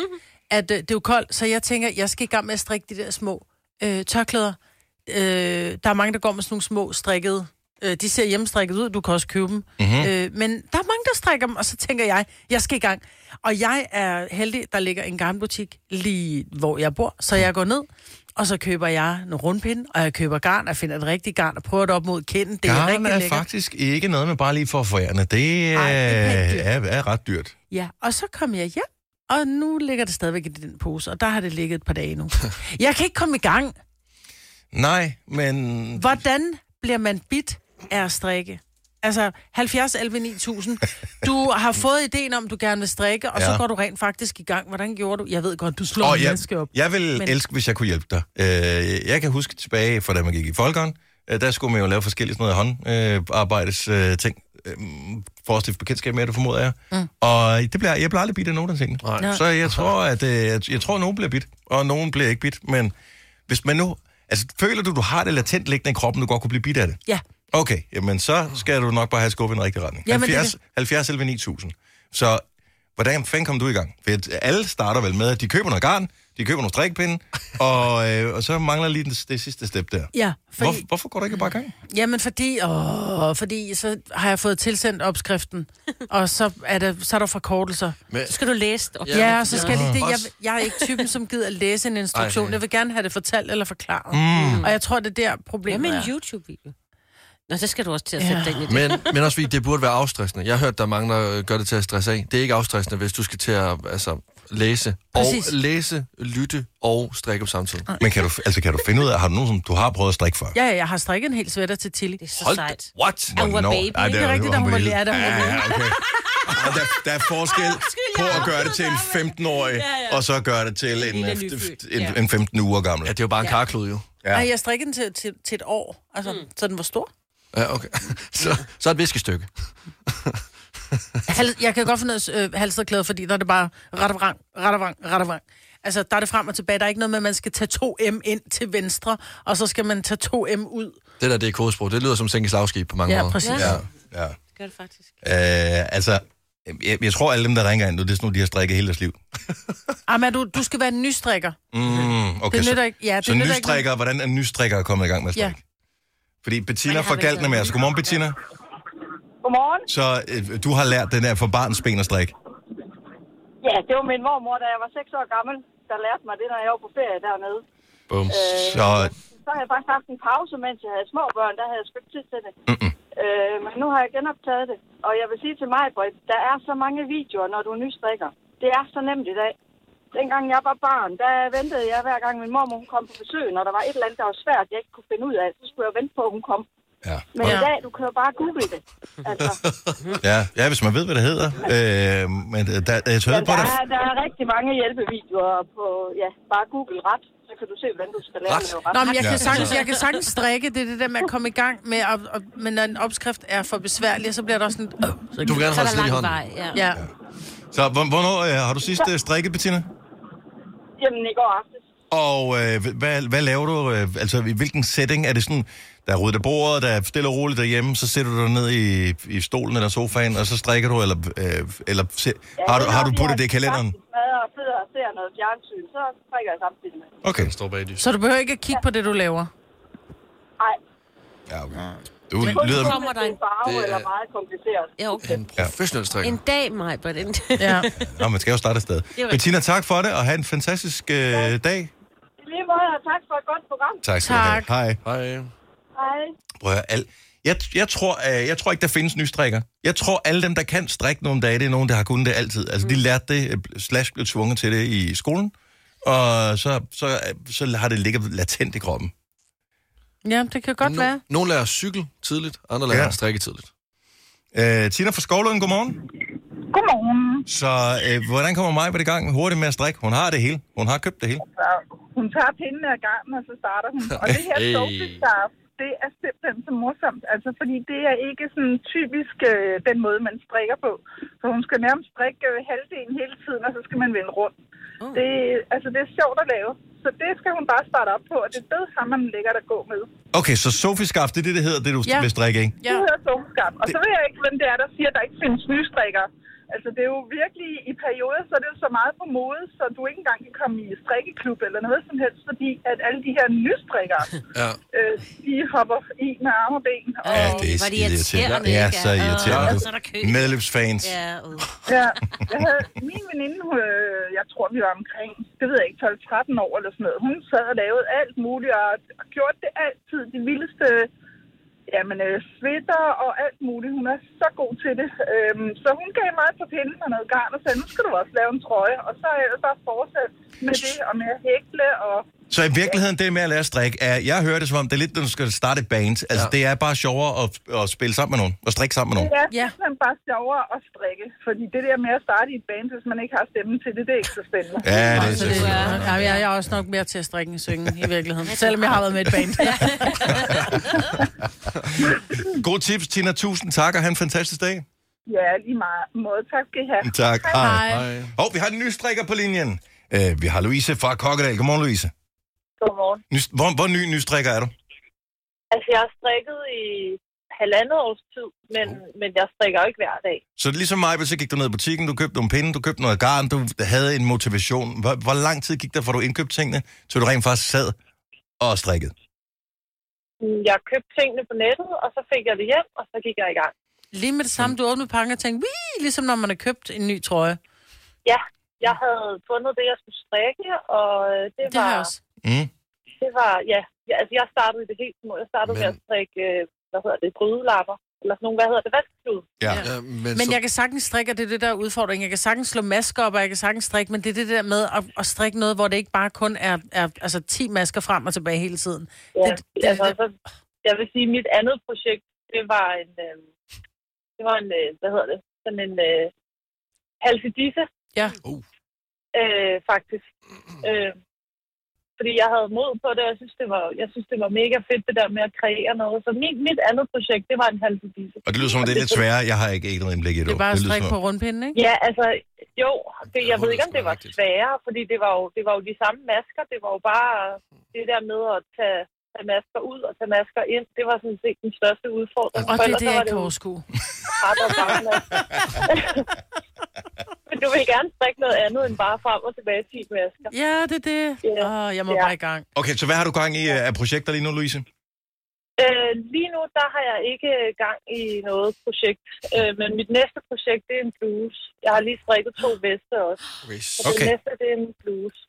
Speaker 3: at øh, det er jo koldt, så jeg tænker, jeg skal i gang med at strikke de der små øh, tørklæder. Øh, der er mange, der går med sådan nogle små strikkede. Øh, de ser hjemmestrikket ud, du kan også købe dem. Mm-hmm.
Speaker 1: Mhm.
Speaker 3: Øh, men der er mange, der strikker dem, og så tænker jeg, jeg skal i gang. Og jeg er heldig, der ligger en gammel butik lige hvor jeg bor, så jeg går ned, og så køber jeg nogle rundpinde, og jeg køber garn, og jeg finder et rigtigt garn, og prøver det op mod kinden. Det er
Speaker 1: Garn
Speaker 3: rigtig
Speaker 1: er
Speaker 3: lækkert.
Speaker 1: faktisk ikke noget med bare lige for forærende. Det,
Speaker 3: Ej, det er pænt
Speaker 1: øh,
Speaker 3: dyrt.
Speaker 1: er, er ret dyrt.
Speaker 3: Ja, og så kom jeg hjem, og nu ligger det stadigvæk i den pose, og der har det ligget et par dage nu. Jeg kan ikke komme i gang.
Speaker 1: Nej, men
Speaker 3: Hvordan bliver man bit af at strikke? Altså 70, 11, 9000. Du har fået ideen om, du gerne vil strikke, og ja.
Speaker 1: Ja.
Speaker 3: så går du rent faktisk i gang. Hvordan gjorde du? Jeg ved godt, du slår
Speaker 1: Åh,
Speaker 3: oh, en
Speaker 1: jeg,
Speaker 3: maske op.
Speaker 1: Jeg vil men...
Speaker 3: Men-
Speaker 1: elske, hvis jeg kunne hjælpe dig. Øh, jeg kan huske tilbage fra da man gik i folkeren, øh, der skulle man jo lave forskellige sådan noget håndarbejdes øh, ting. Øh, for at stifte bekendtskab med det, formoder jeg. Mm. Og det bliver, jeg bliver aldrig bidt af nogen af tingene.
Speaker 2: Nej.
Speaker 1: Så jeg tror, at øh, jeg, jeg tror, at nogen bliver bidt, og nogen bliver ikke bidt. Men hvis man nu... Altså, føler du, du har det latent liggende i kroppen, du godt kunne blive bidt af det?
Speaker 3: Ja.
Speaker 1: Okay, jamen så skal du nok bare have skubbet i den rigtige retning.
Speaker 3: Jamen, det er
Speaker 1: 70, 70 11 9000. Så hvordan fanden kom du i gang? For at alle starter vel med, at de køber noget garn, de køber nogle strikkepinde, og, øh, og så mangler lige det, det sidste step der.
Speaker 3: Ja,
Speaker 1: Hvor,
Speaker 3: fordi,
Speaker 1: hvorfor går du ikke bare i gang?
Speaker 3: jamen fordi, åh, fordi så har jeg fået tilsendt opskriften, og så er, det, så er der forkortelser.
Speaker 2: Men,
Speaker 4: Så skal du læse det.
Speaker 3: Ja, ja og så skal ja. det. det jeg,
Speaker 2: Også-
Speaker 3: jeg er ikke typen, som gider at læse en
Speaker 2: Ej,
Speaker 3: instruktion.
Speaker 2: nej.
Speaker 3: Jeg vil gerne have det fortalt eller forklaret. Mm. Og jeg tror, det er der
Speaker 4: Hvad med
Speaker 3: problemet
Speaker 4: en
Speaker 3: er.
Speaker 4: YouTube-video? Nå, så skal du også til at sætte
Speaker 3: Ja.
Speaker 4: dig ind i det.
Speaker 2: men, men også fordi, det burde være afstressende. Jeg har hørt, der er mange, der øh, gør det til at stresse af. Det er ikke afstressende, hvis du skal til at altså, læse.
Speaker 3: Præcis.
Speaker 2: Og læse, lytte og strikke på samtidig.
Speaker 1: Men kan du, altså, kan du finde ud af, har du nogen, som du har prøvet at strikke før?
Speaker 3: Ja, ja, jeg har strikket en hel svætter til Tilly.
Speaker 4: Det er så
Speaker 2: Hold da,
Speaker 4: sejt.
Speaker 2: what?
Speaker 4: hun var
Speaker 1: Hvornår?
Speaker 4: baby.
Speaker 1: Ej,
Speaker 3: Det er rigtigt, da hun var
Speaker 1: lille.
Speaker 3: lærer, da hun var
Speaker 1: Ja, ja, okay. Og der, der er forskel på at gøre det til en 15-årig, og så gøre det til en,
Speaker 4: Lille
Speaker 1: øh,
Speaker 4: nyfødt,
Speaker 1: en,
Speaker 4: ja.
Speaker 1: en 15 uger gammel.
Speaker 2: Ja, det er jo bare en karklud, jo.
Speaker 1: Ja.
Speaker 3: Ja. Nej, jeg strikkede den til, til, til et år, altså, mm. så den var stor.
Speaker 2: Ja, okay. Så, så et viskestykke.
Speaker 3: Hal- jeg kan godt finde ud af øh, halsterklæder, fordi der er det bare ret og vrang, ret og vrang, ret og vrang. Altså, der er det frem og tilbage. Der er ikke noget med, at man skal tage 2M ind til venstre, og så skal man tage 2M ud.
Speaker 2: Det der, det er kodesprog. Det lyder som sænke slagskib på mange
Speaker 3: Ja,
Speaker 2: måder.
Speaker 3: præcis.
Speaker 4: Ja.
Speaker 3: Ja.
Speaker 1: Ja, ja.
Speaker 4: Det gør det faktisk.
Speaker 1: Øh, altså, jeg, jeg tror, alle dem, der ringer ind nu, det er sådan nogle, de har strikket hele deres liv.
Speaker 3: Amma, Ah, du, du skal være en nystrikker.
Speaker 1: Mm, okay,
Speaker 3: Det nytter
Speaker 1: så,
Speaker 3: ikke. Ja, det
Speaker 1: så
Speaker 3: nytter ikke.
Speaker 1: nystrikker, hvordan er nystrikker kommet i gang med at
Speaker 3: Ja.
Speaker 1: strikke? Fordi Bettina
Speaker 4: Man har
Speaker 1: fra
Speaker 4: vel
Speaker 1: Galten er med os. Godmorgen, Bettina.
Speaker 7: Godmorgen.
Speaker 1: Så øh, du har lært den der for barns ben at strikke.
Speaker 7: Ja, det var min mormor, da jeg var 6 år gammel, der lærte mig det, når jeg var på ferie dernede.
Speaker 2: Bum.
Speaker 1: Så
Speaker 7: Så har jeg faktisk haft en pause, mens jeg havde små børn, der havde jeg sgu ikke tid til det. Øh, men nu har jeg genoptaget det, og jeg vil sige til mig, Britt, der er så mange videoer, når du er nystrikker. Det er så nemt i dag. Dengang jeg var barn, der ventede jeg hver gang min mormor hun kom på besøg, når der var et eller andet, der var svært, jeg ikke kunne finde ud af, så skulle jeg vente på, at hun kom.
Speaker 1: ja.
Speaker 7: Men
Speaker 3: Ja.
Speaker 7: i dag, du kan jo bare google det. Altså,
Speaker 1: ja. Ja, hvis man ved, hvad det hedder. Øh, men øh, der, jeg tørrede
Speaker 7: men
Speaker 1: på
Speaker 7: der,
Speaker 1: dig.
Speaker 7: er, der er rigtig mange hjælpevideoer på, ja, bare google ret, så kan du se, hvordan du skal lave
Speaker 2: Ret?
Speaker 7: noget ret.
Speaker 3: Nå, men jeg,
Speaker 1: Ja.
Speaker 3: ja. kan sagtens, jeg kan sagtens strikke. Det er det der med at komme i gang med, og, og, men når en opskrift er for besværlig, så bliver der også sådan... Øh, så
Speaker 2: Du vil gerne
Speaker 4: Så er
Speaker 2: holde slidt
Speaker 4: der
Speaker 2: i
Speaker 4: lang
Speaker 2: hånden.
Speaker 4: vej, ja.
Speaker 3: ja.
Speaker 1: Så hvor- hvornår øh, har du sidst øh, strikket, Bettina?
Speaker 7: Jamen, i går aftes.
Speaker 1: Og øh, hvad, hvad laver du? Øh, altså, i hvilken setting? Er det sådan, der er ryddet af bordet, der er stille og roligt derhjemme, så sætter du dig ned i, i stolen eller sofaen, og så strikker du, eller, øh, eller se, har, du, har du puttet det i kalenderen?
Speaker 7: Mad og sidder og ser noget fjernsyn, så strikker jeg samtidig med.
Speaker 1: Okay.
Speaker 2: Står bag dys.
Speaker 3: Så du behøver ikke at kigge på det, du laver.
Speaker 7: Nej,
Speaker 1: Ja, okay. Du
Speaker 7: kun
Speaker 1: lyder...
Speaker 7: kommer der en
Speaker 2: Det
Speaker 7: farve det
Speaker 2: er-
Speaker 7: er... eller meget kompliceret.
Speaker 4: Ja, okay.
Speaker 2: Professionel strikker.
Speaker 4: En dag, mig, på den.
Speaker 3: Ja.
Speaker 1: Nå, man skal jo starte et sted.
Speaker 4: rigtigt.
Speaker 1: Bettina, tak for det, og have en fantastisk øh, dag.
Speaker 7: I lige måde, og tak for et godt program.
Speaker 1: Tak skal du
Speaker 3: Tak.
Speaker 1: have. Hej.
Speaker 2: Hej.
Speaker 7: Hej.
Speaker 1: Prøv at høre, al... Jeg, jeg, tror, øh, jeg tror ikke, der findes nye strikker. Jeg tror, alle dem, der kan strikke nogle dage, det er nogen, der har kunnet det altid. Altså, mm. de lærte det, øh, slash blev tvunget til det i skolen, og så, så, øh, så har det ligget latent i kroppen.
Speaker 3: Ja, det kan godt være.
Speaker 2: Nogle lærer at cykle tidligt, andre lærer
Speaker 1: Ja.
Speaker 2: ja. at strikke tidligt.
Speaker 1: Øh, Tina fra Skovlund, godmorgen.
Speaker 8: Godmorgen.
Speaker 1: Så øh, hvordan kommer mig på det gang hurtigt med at strikke? Hun har det hele. Hun har købt det hele.
Speaker 8: Så hun tager pinden af gangen, og så starter hun. Og det her
Speaker 1: Hey.
Speaker 8: sovsestarf, det er simpelthen så morsomt. Altså, fordi det er ikke sådan typisk øh, den måde, man strikker på. Så hun skal nærmest strikke øh, halvdelen hele tiden, og så skal man vende rundt. Uh. Det, altså, det er sjovt at lave. Så det skal hun bare starte op på, og det ved ham, man lækkert at gå med.
Speaker 1: Okay, så Sofie-skaft, det er det, det hedder, det du
Speaker 8: Ja.
Speaker 1: ja. vil strikke, ikke?
Speaker 8: Ja. Det hedder sovskab. Og så ved jeg ikke, hvem det er, der siger, at der ikke findes nye strikker. Altså, det er jo virkelig, i perioder, så er det jo så meget på mode, så du ikke engang kan komme i strikkeklub eller noget som helst, fordi at alle de her nye strikkere,
Speaker 2: Ja.
Speaker 8: øh, de hopper i med arme og ben. Og...
Speaker 1: Ja, det er skide irriterende. Det er så irriterende.
Speaker 8: Ja.
Speaker 1: du. Medlemsfans.
Speaker 8: ja, jeg havde, min veninde, hun, øh, jeg tror, vi var omkring, det ved jeg ikke, 12-13 år eller sådan noget. Hun sad og lavede alt muligt, og, og gjorde det altid de vildeste jamen, øh, svitter og alt muligt. Hun er så god til det. Øhm, så hun gav mig på pinden og noget garn og sagde, nu skal du også lave en trøje. Og så er jeg ellers bare fortsat med det, og med at hækle og...
Speaker 1: Så i virkeligheden, det med at lære at strikke, er, jeg hører det som om, det er lidt, når du skal starte et band. Altså, ja. det er bare sjovere at, at spille sammen med nogen, og strikke sammen med nogen.
Speaker 8: Det er ja. simpelthen bare sjovere at strikke, fordi det der med at starte i et band, hvis man ikke har stemmen til det, det er ikke så spændende.
Speaker 1: Ja, det er
Speaker 3: Så det
Speaker 1: selvfølgelig.
Speaker 3: er, ja, jeg er også nok mere til at strikke end synge i virkeligheden. Selvom jeg har været med i et band.
Speaker 1: God tips, Tina. Tusind tak, og have en fantastisk dag.
Speaker 8: Ja, lige meget. Måde. Tak skal I have.
Speaker 1: Tak.
Speaker 8: Hej.
Speaker 1: Og vi har en ny strikker på linjen. Uh, vi har Louise fra Kokkedal. Godmorgen, Louise.
Speaker 9: Godmorgen.
Speaker 1: Ny, hvor, hvor ny ny strikker er du?
Speaker 9: Altså, jeg har strikket i halvandet års tid, men, men jeg strikker jo ikke hver dag.
Speaker 1: Så ligesom mig, så gik du ned i butikken, du købte nogle pinde, du købte noget garn, du havde en motivation. Hvor, hvor lang tid gik der, fra du indkøbte tingene, til du rent faktisk sad og strikkede?
Speaker 9: Mm, Jeg købte tingene på nettet, og så fik jeg det hjem, og så gik jeg i gang.
Speaker 3: Lige med det samme, du åbnede pakken og tænkte, Wii! ligesom når man har købt en ny trøje.
Speaker 9: Ja, jeg havde fundet det, jeg skulle strikke, og øh,
Speaker 3: Det
Speaker 9: det, var...
Speaker 3: har jeg også.
Speaker 1: Mm.
Speaker 9: Det var, ja, ja, altså jeg startede i det helt små. Jeg startede men... med at strikke, øh, hvad hedder det, brydelapper, eller sådan nogle, hvad hedder det, vaskeklud.
Speaker 1: Ja.
Speaker 2: ja men,
Speaker 3: Men jeg kan sagtens strikke, og det er det der er udfordring. Jeg kan sagtens slå masker op, og jeg kan sagtens strikke, men det er det der med at, at strikke noget, hvor det ikke bare kun er, er altså 10 masker frem og tilbage hele tiden.
Speaker 9: Ja,
Speaker 3: Det- det-
Speaker 9: altså,
Speaker 3: det-
Speaker 9: så, jeg vil sige, mit andet projekt, det var en, øh, det var en, øh, hvad hedder det, sådan en øh, halsedisse.
Speaker 3: Ja.
Speaker 2: Uh.
Speaker 9: Øh, faktisk. Øh, fordi jeg havde mod på det, og jeg synes, det var, jeg synes, det var mega fedt, det der med at kreere noget. Så mit, mit andet projekt, det var en halsedisse.
Speaker 1: Og det lyder som om, det er lidt sværere. Jeg har ikke ikke noget indblik i det.
Speaker 3: Det er bare at
Speaker 1: lyder
Speaker 3: strikke
Speaker 1: som
Speaker 3: på
Speaker 1: om-
Speaker 3: rundpinden, ikke?
Speaker 9: Ja, altså, jo, det, jeg ved ikke, om det var sværere, fordi det var, jo, det var jo de samme masker. Det var jo bare det der med at tage, tage masker ud og tage masker ind. Det var sådan set den største udfordring.
Speaker 3: Og
Speaker 9: For
Speaker 3: det er
Speaker 9: ellers
Speaker 3: det,
Speaker 9: så
Speaker 3: jeg
Speaker 9: var
Speaker 3: ikke kan
Speaker 9: jo
Speaker 3: overskue.
Speaker 9: ret og bagmasker. Men du vil gerne strikke noget andet end bare frem og tilbage 10 masker.
Speaker 3: Ja, det er det. Åh, jeg må
Speaker 9: Ja.
Speaker 3: bare i gang.
Speaker 1: Okay, så hvad har du gang i øh, af projekter lige nu, Louise?
Speaker 9: Øh, lige nu, der har jeg ikke øh, gang i noget projekt. Øh, men mit næste projekt, det er en bluse. Jeg har lige strikket to veste også.
Speaker 2: Okay.
Speaker 9: Og det
Speaker 1: Okay.
Speaker 9: næste, det er en bluse.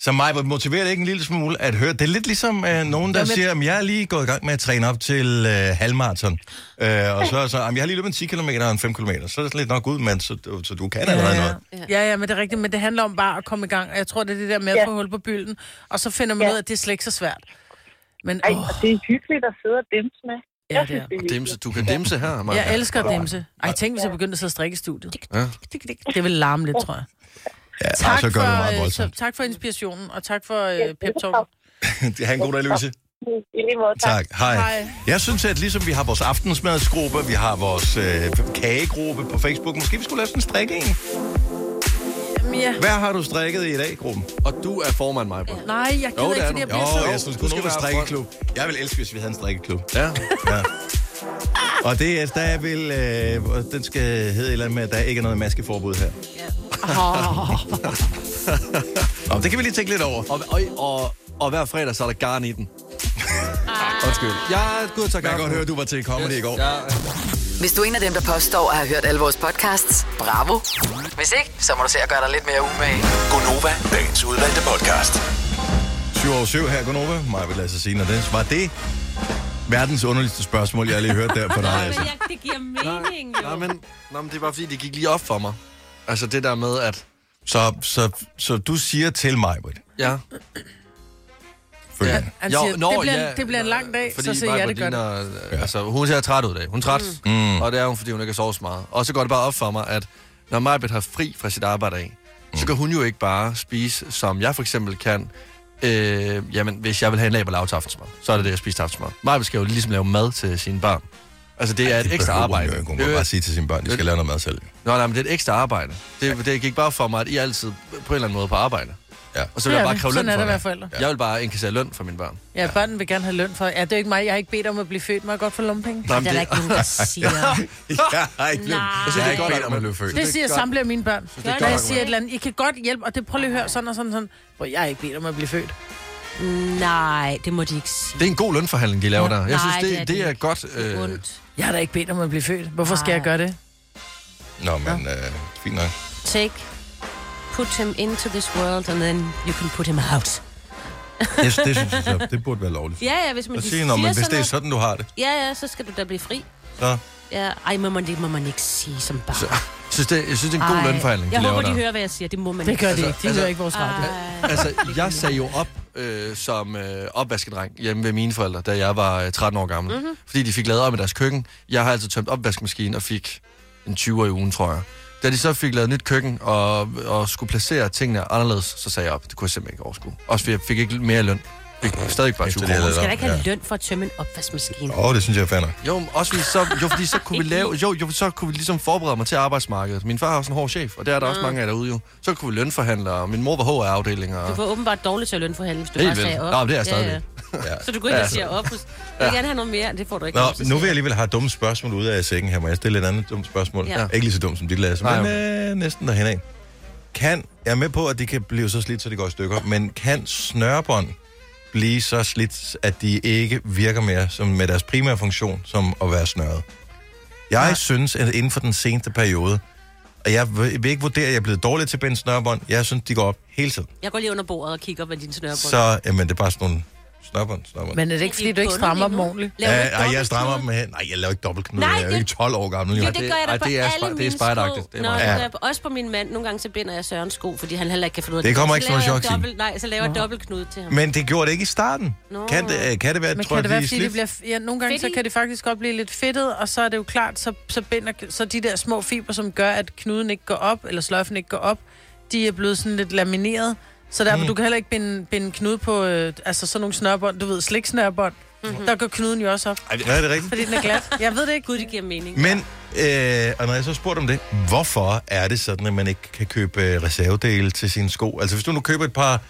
Speaker 1: Så mig motiverer det ikke en lille smule at høre. Det er lidt ligesom øh, nogen, der
Speaker 3: Jamen, jeg-
Speaker 1: siger, at jeg er lige gået i gang med at træne op til øh, halvmarathon. Øh, og så, så jamen, jeg har lige løbet en 10 km og en 5 km. Så er det lidt nok ud, men så, du- så du kan allerede noget.
Speaker 3: Ja, ja, men det er rigtigt, men det handler om bare at komme i gang. Og jeg tror, det er det der med at få hul på bylden, og så finder man ud af, at det er slet ikke så svært. Men
Speaker 9: Ej,
Speaker 3: åh,
Speaker 9: og det er hyggeligt at sidde og dimse med.
Speaker 3: Ja,
Speaker 9: jeg
Speaker 3: det
Speaker 9: synes,
Speaker 3: er.
Speaker 9: det er
Speaker 2: Dimse,
Speaker 9: hyggeligt.
Speaker 2: du kan dimse her, Maja.
Speaker 3: jeg elsker at dimse. Ej, tænk, hvis jeg begyndte at sidde og strikke i studiet.
Speaker 2: Ja.
Speaker 3: Det vil larme lidt, tror jeg.
Speaker 1: Ja, og
Speaker 3: Tak
Speaker 1: så gør
Speaker 3: for,
Speaker 1: du meget
Speaker 3: øh,
Speaker 1: voldsomt.
Speaker 3: så- tak for inspirationen, og tak for øh, pep talk.
Speaker 1: ha' en god dag, Louise.
Speaker 9: I lige måde, tak.
Speaker 1: Tak. Hej.
Speaker 3: Hej.
Speaker 1: Jeg synes, at ligesom vi har vores aftensmadsgruppe, vi har vores øh, kagegruppe på Facebook, måske vi skulle lave sådan en strikke en.
Speaker 3: Jamen, ja.
Speaker 1: Hvad har du strikket i dag, gruppen?
Speaker 2: Og du er formand, Maja.
Speaker 3: Nej, jeg
Speaker 2: Jo,
Speaker 3: gider
Speaker 2: det
Speaker 3: ikke,
Speaker 2: er
Speaker 3: fordi jeg
Speaker 2: du.
Speaker 3: bliver
Speaker 1: Åh,
Speaker 3: så...
Speaker 1: oh, jeg synes,
Speaker 2: du
Speaker 1: du
Speaker 2: skal
Speaker 1: skulle være
Speaker 2: være
Speaker 1: strikkeklub. Jeg vil elske, hvis vi havde en strikkeklub.
Speaker 2: Ja.
Speaker 1: Ja. Og det er, der vil, øh, og den skal hedde et eller andet med, at der ikke er noget maskeforbud her. Nå, det kan vi lige tænke lidt over.
Speaker 2: Og, og, og, og hver fredag, så er der garn i den.
Speaker 3: Ah.
Speaker 2: Undskyld. Jeg er gået til
Speaker 1: Jeg kan godt høre, at du var til comedy i går.
Speaker 2: Ja,
Speaker 5: Hvis du er en af dem, der påstår at have hørt alle vores podcasts, bravo. Hvis ikke, så må du se at gøre dig lidt mere umage.
Speaker 6: Gonova, dagens udvalgte podcast.
Speaker 1: altså 7 over 7 her, Gunova. Maja vil lade sig sige, når det var det. Verdens underligste spørgsmål, jeg har lige hørt der på dig. Altså.
Speaker 4: jeg, det giver mening,
Speaker 2: Nej, men, nej, men det er bare fordi, det gik lige op for mig. Altså det der med, at...
Speaker 1: Så, så, så du siger til mig, Britt.
Speaker 2: Ja.
Speaker 1: Følgende.
Speaker 3: Han siger, det, bliver, ja, det bliver en lang dag, så siger jeg det godt.
Speaker 2: godt. Altså, hun ser træt ud i dag. Hun er træt, mm. og det er hun, fordi hun ikke har sovet så meget. Og så går det bare op for mig, at når Majbet har fri fra sit arbejde af,
Speaker 1: Mm.
Speaker 2: så kan hun jo ikke bare spise, som jeg for eksempel kan. Øh, jamen, hvis jeg vil have en laberlav til aftensmad, så er det det, jeg spiser til aftensmad. Majbet skal jo ligesom lave mad til sine børn. Altså, det er et ekstra arbejde.
Speaker 1: Hun, hun må bare sige til sine børn, de skal lave noget mad selv.
Speaker 2: Nå, nej, men det er et ekstra arbejde. Det, det gik bare op for mig, at I er altid på en eller anden måde på arbejde.
Speaker 1: Ja.
Speaker 2: Og så vil jeg
Speaker 3: Ja,
Speaker 2: bare kræve løn
Speaker 3: sådan er det
Speaker 2: for
Speaker 3: at være forældre.
Speaker 2: Jeg vil bare inkassere løn for mine børn.
Speaker 3: Ja, børnene vil gerne have løn for. Ja, det er jo ikke mig. Jeg har ikke bedt om at blive født. Må jeg godt få lompenge?
Speaker 2: Nej, men
Speaker 3: det er der ikke nogen, der siger.
Speaker 1: jeg har ikke
Speaker 3: Nej.
Speaker 1: Jeg synes, det er godt, at man blev født.
Speaker 3: Det siger samtlige af mine børn.
Speaker 1: det er et
Speaker 3: Når
Speaker 1: godt
Speaker 3: jeg
Speaker 1: argument.
Speaker 3: siger et eller andet, I kan godt hjælpe, og det prøver lige at høre sådan og sådan, sådan. Bro, jeg har ikke bedt om at blive født.
Speaker 4: Nej, det må de ikke sige.
Speaker 2: Det er en god lønforhandling, de laver der. Jeg
Speaker 3: Nej,
Speaker 2: synes, det,
Speaker 3: det
Speaker 2: det,
Speaker 3: er
Speaker 2: er,
Speaker 3: det
Speaker 2: det er godt... Øh,
Speaker 3: Jeg har da ikke bedt om at blive født. Hvorfor skal jeg gøre det?
Speaker 1: Nå, men øh, fint nok.
Speaker 4: Take, put him into this world, and then you can put him out.
Speaker 1: Det, det synes jeg, så- det burde være lovligt.
Speaker 4: Ja, ja, hvis man
Speaker 1: Så
Speaker 4: de
Speaker 1: siger, når, men hvis det er
Speaker 4: noget-
Speaker 1: sådan, du har det,
Speaker 4: Ja, ja, så skal du da blive fri.
Speaker 1: så...
Speaker 4: Ja, ej, må man, det må man ikke sige som barn.
Speaker 2: Så, jeg synes, det, jeg synes, det er en god
Speaker 4: Ej,
Speaker 2: lønforhandling, de
Speaker 4: Jeg
Speaker 2: laver
Speaker 4: håber, de
Speaker 2: der.
Speaker 4: hører, hvad jeg siger. Det må man
Speaker 3: Det gør de
Speaker 4: sige.
Speaker 3: ikke. De Altså, hører ikke vores radio.
Speaker 4: Ej.
Speaker 2: Altså, jeg sagde jo op øh, som øh, opvaskedreng hjemme ved mine forældre, da jeg var øh, 13 år gammel.
Speaker 4: Mhm.
Speaker 2: Mm-hmm. Fordi de fik lavet op i deres køkken. Jeg har altid tømt opvaskemaskinen og fik en 20'er i ugen, tror jeg. Da de så fik lavet nyt køkken og, og skulle placere tingene anderledes, så sagde jeg op. Det kunne jeg simpelthen ikke overskue. Også fordi jeg fik ikke mere løn. Fik stadig bare 20
Speaker 1: det, jeg
Speaker 2: kroner.
Speaker 4: Du skal da ikke have løn for at tømme en opvaskemaskine.
Speaker 1: Åh, oh, det synes jeg er fair nok.
Speaker 2: Jo, men også fordi så, jo, fordi så kunne vi lave, jo, jo, så kunne vi ligesom forberede mig til arbejdsmarkedet. Min far har også en hård chef, og det er der også
Speaker 4: Mm.
Speaker 2: mange af derude jo. Så kunne vi lønforhandle, og min mor var HR-afdeling,
Speaker 4: Du
Speaker 2: og...
Speaker 4: var åbenbart dårlig til at lønforhandle, hvis du
Speaker 2: Helt
Speaker 4: bare
Speaker 2: vildt.
Speaker 4: sagde op.
Speaker 2: Nå, men det er jeg
Speaker 4: Ja,
Speaker 2: stadigvæk.
Speaker 4: ja.
Speaker 1: Ja.
Speaker 4: Så du går ind og
Speaker 1: Ja.
Speaker 4: siger op. hos- Jeg vil gerne have noget mere, det får du ikke.
Speaker 1: Nå, nu vil jeg alligevel have dumme spørgsmål ud af sækken her. Må jeg stille et andet dumt spørgsmål?
Speaker 4: Ja.
Speaker 1: Ja. Ikke lige så dumt som dit, Lasse,
Speaker 2: Nej,
Speaker 1: men øh, næsten derhen af. Kan, jeg er med på, at de kan blive så slidt, så de går i stykker, men kan snørebånd blive så slidt, at de ikke virker mere som med deres primære funktion, som at være snøret? Jeg ja. synes, at inden for den seneste periode, og jeg vil vil ikke vurdere, at jeg er blevet dårlig til at binde snørebånd, jeg synes, de går op hele tiden.
Speaker 4: Jeg går lige under bordet og kigger, hvad din snørbånd
Speaker 1: Så, jamen, det er bare sådan nogle snørebånd, snørebånd.
Speaker 4: øh,
Speaker 3: Men er det ikke, fordi du ikke strammer dem ordentligt?
Speaker 1: Ja, ej, jeg strammer dem her. Nej, jeg laver ikke dobbeltknude.
Speaker 4: Nej,
Speaker 1: Jeg er jo
Speaker 4: det-
Speaker 1: ikke 12 år gammel.
Speaker 4: Jo,
Speaker 1: jo.
Speaker 4: det, det gør jeg da
Speaker 2: ej,
Speaker 4: på
Speaker 2: det er
Speaker 4: alle
Speaker 2: spe- det er
Speaker 4: mine
Speaker 2: spejderagtigt.
Speaker 4: sko.
Speaker 2: Det er
Speaker 4: Nå,
Speaker 2: meget-
Speaker 4: det
Speaker 1: Ja.
Speaker 4: gør jeg på- også på min mand. Nogle gange så binder jeg Sørens sko, fordi han heller ikke kan finde ud af
Speaker 1: Det kommer ikke som
Speaker 4: laver
Speaker 1: en
Speaker 4: jeg
Speaker 1: chok, Signe.
Speaker 4: dobbelt- Nej, så laver jeg dobbeltknude til ham.
Speaker 1: Men det gjorde det ikke i starten.
Speaker 4: Nå.
Speaker 1: Kan det, øh, kan det være,
Speaker 3: Men
Speaker 1: tror
Speaker 3: kan
Speaker 1: jeg,
Speaker 3: det være,
Speaker 1: de er
Speaker 3: fordi de
Speaker 1: slidt?
Speaker 3: bliver, ja, nogle gange så
Speaker 4: Fedtige?
Speaker 3: kan de faktisk godt blive lidt fedtet, og så er det jo klart, så, så binder så de der små fiber, som gør, at knuden ikke går op, eller sløjfen ikke går op, de er blevet sådan lidt lamineret. Så derfor,
Speaker 1: Mm.
Speaker 3: mm. du kan heller ikke binde, binde knude på øh, altså sådan nogle snørbånd, du ved, sliksnørbånd. Mm-hmm. Der går knuden jo også op,
Speaker 1: Ej, det- Ja, det er rigtigt.
Speaker 3: fordi den er glat. Jeg ved det ikke.
Speaker 4: Gud, det giver mening.
Speaker 1: Men, øh, og når jeg så spurgte om det, hvorfor er det sådan, at man ikke kan købe øh, reservedele til sine sko? Altså, hvis du nu køber et par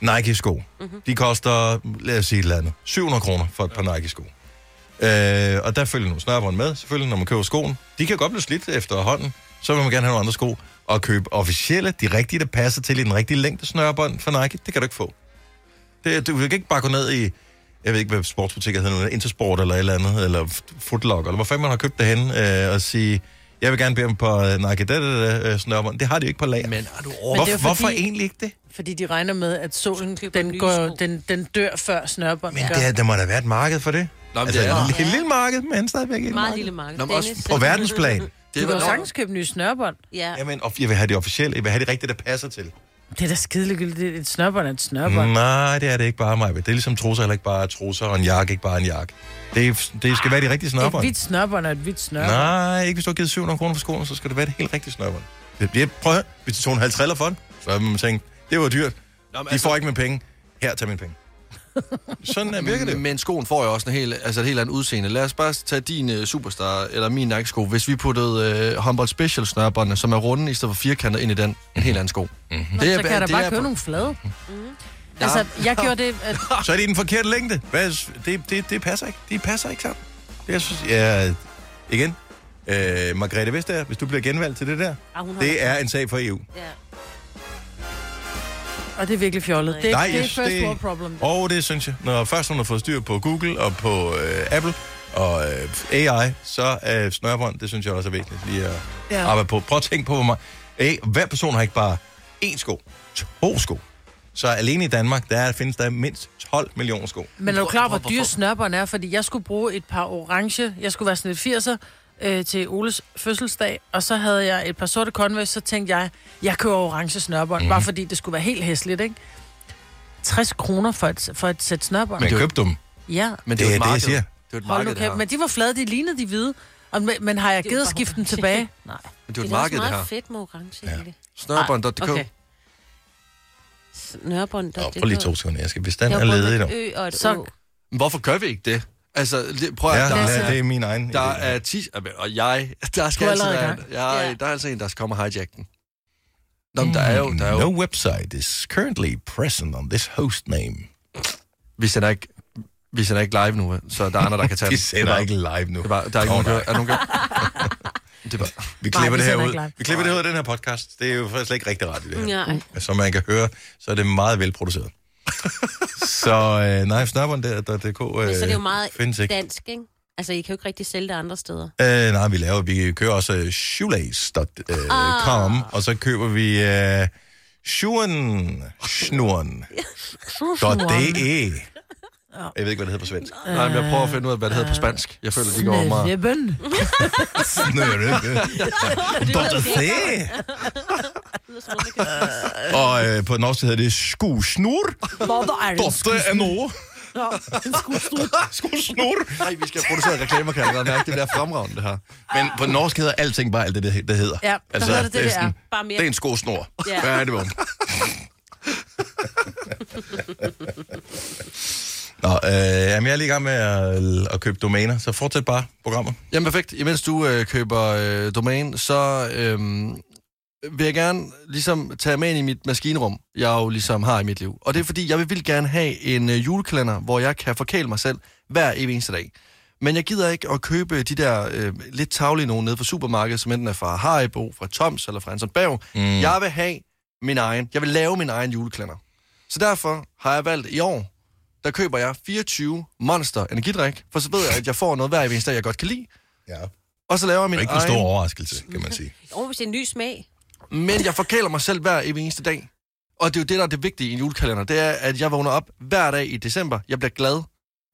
Speaker 1: Nike-sko,
Speaker 3: Mhm.
Speaker 1: mm-hmm. de koster, lad os sige et eller andet, 700 kroner for et par Nike-sko. Øh, og der følger nogle snørbånd med, selvfølgelig, når man køber skoen. De kan godt blive slidt efterhånden, så vil man gerne have nogle andre sko. Og købe officielle, de rigtige, der passer til i den rigtige længde snørbånd for Nike, det kan du ikke få. Det, du kan ikke bare gå ned i, jeg ved ikke, hvad sportsbutikker hedder, nu, Intersport eller et eller andet, eller F- Footlocker, eller hvor fanden man har købt det hen, øh, og sige, jeg vil gerne bede om på Nike, da, da, da, øh, snørbånd. Det har de jo ikke på lager.
Speaker 2: Men er du
Speaker 3: Men
Speaker 2: over...
Speaker 3: det er
Speaker 1: Hvor,
Speaker 3: jo
Speaker 1: fordi... Hvorfor egentlig ikke det?
Speaker 3: Fordi de regner med, at solen, den, går, den, den dør før snørbåndet
Speaker 1: Men
Speaker 3: gør.
Speaker 1: det er, der må da være et marked for det.
Speaker 2: Nå, men
Speaker 1: altså,
Speaker 2: det er
Speaker 1: et
Speaker 2: der.
Speaker 1: lille, lille marked, men stadigvæk et
Speaker 4: Meget
Speaker 1: marked.
Speaker 4: lille marked.
Speaker 2: Nå, men også
Speaker 4: Dennis.
Speaker 1: På verdensplan.
Speaker 2: Det
Speaker 3: Du kan jo
Speaker 2: var-
Speaker 3: sagtens købe nye snørbånd.
Speaker 4: Ja.
Speaker 1: Jamen, og jeg vil have det officielle, jeg vil have det rigtige, der passer til.
Speaker 3: Det er da skideligegyldigt. Et snørbånd er et snørbånd.
Speaker 1: Nej, det er det ikke bare mig. Det er ligesom trusser heller ikke bare trusser, og en jakke ikke bare en jakke. Det, er- det skal være de rigtige
Speaker 3: Et
Speaker 1: snørbånd.
Speaker 3: hvidt snørbånd er et hvidt snørbånd.
Speaker 1: Nej, ikke hvis du har givet 700 kroner for skoen, så skal det være det helt rigtige snørbånd. Det, det, prøv at høre. hvis de tog en halv triller for den, så havde man tænkt, det var dyrt.
Speaker 2: Nå, men
Speaker 1: De
Speaker 2: altså-
Speaker 1: får ikke mine penge. Her, tag mine penge. Sådan er, virker det. jo.
Speaker 2: Men skoen får jo også en helt, altså et helt andet udseende. Lad os bare tage din uh, Superstar eller min Nike-sko. Hvis vi puttede uh, Humboldt Special snørbåndene, som er runde i stedet for firkantet, ind i den. En helt anden sko.
Speaker 1: Mhm.
Speaker 2: Mm-hmm.
Speaker 3: Nå, så kan jeg da bare købe nogle flade. Altså, jeg gjorde det... At,
Speaker 1: Så er det i den forkerte længde. Hvad, det, det, det passer ikke. Det passer ikke sammen. Det, jeg synes, ja, igen. Øh, Margrethe Vestager, hvis du bliver genvalgt til det der,
Speaker 4: Ah, hun holder
Speaker 1: det er en sag for E EU.
Speaker 4: Ja.
Speaker 3: og det er virkelig fjollet. Det, er-
Speaker 1: Nej,
Speaker 3: det er
Speaker 1: yes,
Speaker 3: first
Speaker 1: det-
Speaker 3: world problem.
Speaker 1: Og det synes jeg. Når først hun har fået styr på Google og på øh, Apple og øh, AI, så er øh, snørbånd, det synes jeg også er væsentligt lige at
Speaker 3: Ja.
Speaker 1: arbejde på. Prøv at tænke på, hvor meget... Hey, hver person har ikke bare én sko, to sko. Så alene i Danmark, der findes der mindst 12 millioner sko.
Speaker 3: Men er du klar, over, hvor dyre snørbånd er? Fordi jeg skulle bruge et par orange, jeg skulle være sådan et 80'er, øh, til Oles fødselsdag, og så havde jeg et par sorte Converse, så tænkte jeg, jeg køber orange
Speaker 1: Mhm.
Speaker 3: snørbånd, mm. bare fordi det skulle være helt hæsligt, ikke? 60 kroner for et, for et sæt snørbånd.
Speaker 1: Men køb dem.
Speaker 3: Ja.
Speaker 1: Men det er jo et marked. Det
Speaker 2: er et
Speaker 3: Hold nu
Speaker 2: marked, det
Speaker 3: kæft,
Speaker 2: her.
Speaker 3: men de var flade, de lignede de hvide. Og, men, men har jeg givet skiften tilbage? Nej.
Speaker 2: Men det er jo et marked, det
Speaker 4: Det er
Speaker 2: her.
Speaker 4: også meget fedt med orange ja. i det.
Speaker 2: Snørbånd.dk.
Speaker 4: Okay. Snørbånd.
Speaker 1: Og prøv lige to sekunder, jeg skal bestemme
Speaker 4: Jeg
Speaker 1: at
Speaker 4: har
Speaker 1: lede i
Speaker 4: både
Speaker 1: dag.
Speaker 4: et ø og et å.
Speaker 2: Men Hvorfor gør vi ikke det? Altså, det, prøv at
Speaker 1: Ja,
Speaker 2: der
Speaker 1: ja, det er min egen
Speaker 2: Der
Speaker 1: idé.
Speaker 2: er tis, og jeg, der skal
Speaker 1: Du er
Speaker 2: altid
Speaker 1: allerede i
Speaker 2: være,
Speaker 1: gang.
Speaker 2: jeg, der er altid en, der skal komme og hijack den. Nå, men der er jo, der er jo,
Speaker 1: No website is currently present on this host name.
Speaker 2: vi sender ikke, vi sender ikke live nu, så der er andre, der kan tage
Speaker 1: Vi
Speaker 2: den.
Speaker 1: sender ikke live nu.
Speaker 2: Det er bare, der er ikke
Speaker 1: Åh,
Speaker 2: oh, nogen, der,
Speaker 1: nej.
Speaker 2: er nogen, der, det er bare,
Speaker 1: Vi klipper
Speaker 2: vi
Speaker 1: det her
Speaker 2: sender ikke
Speaker 1: ud.
Speaker 2: live.
Speaker 1: Vi klipper det her ud af den her podcast. Det er jo faktisk slet ikke rigtig radio, det her.
Speaker 4: Nej.
Speaker 1: Men Som man kan høre, så er det meget velproduceret. så øh, nej, snørbånd der, der DK øh,
Speaker 4: Så det er jo meget
Speaker 1: findes ikke.
Speaker 4: dansk, ikke? Altså, I kan jo ikke rigtig sælge det andre steder.
Speaker 1: Øh, nej, vi laver, vi kører også øh, shoelace.com,
Speaker 4: Ah.
Speaker 1: uh. og så køber vi øh, shuen, schnuren, .de. e. Jeg ved ikke, hvad det hedder på svensk.
Speaker 2: nej, men jeg prøver at finde ud af, hvad det hedder på spansk. Jeg føler, det går over meget.
Speaker 3: Snøbøn.
Speaker 1: Snørebøn. e. .de. Og øh, på norsk hedder det skusnur. Dotte NO. Skusnur.
Speaker 2: Nej, vi skal producere reklamer, kan jeg godt mærke. Det bliver fremragende, det her.
Speaker 1: Men på norsk hedder alting bare alt det, det, det hedder.
Speaker 3: Ja, der hedder det det, det er.
Speaker 1: sådan,
Speaker 4: Bare mere.
Speaker 1: altså, det er en skosnor.
Speaker 4: Ja.
Speaker 1: Ja. Hvad er det, om? Nå, øh, jamen, jeg er lige i gang med at, at købe domæner, så fortsæt bare programmet.
Speaker 2: Jamen perfekt. Imens du øh, køber øh, domæn, så øh, vil jeg gerne ligesom tage med ind i mit maskinrum, jeg jo ligesom har i mit liv. Og det er fordi, jeg vil vildt gerne have en øh, julekalender, hvor jeg kan forkæle mig selv hver evig eneste dag. Men jeg gider ikke at købe de der øh, lidt tavlige nogen nede fra supermarkedet, som enten er fra Haribo, fra Toms eller fra Anson Bav. Mm. Jeg vil have min egen. Jeg vil lave min egen julekalender. Så derfor har jeg valgt i år, der køber jeg 24 Monster energidrik, for så ved jeg, at jeg får noget hver evig eneste dag, jeg godt kan lide.
Speaker 1: Ja.
Speaker 2: Og så laver jeg
Speaker 1: Det
Speaker 2: min
Speaker 1: er ikke en
Speaker 2: egen...
Speaker 1: stor overraskelse, kan man sige.
Speaker 4: Og hvis det er en ny smag.
Speaker 2: Men jeg forkæler mig selv hver evig eneste dag. Og det er jo det, der er det vigtige i en julekalender. Det er, at jeg vågner op hver dag i december. Jeg bliver glad,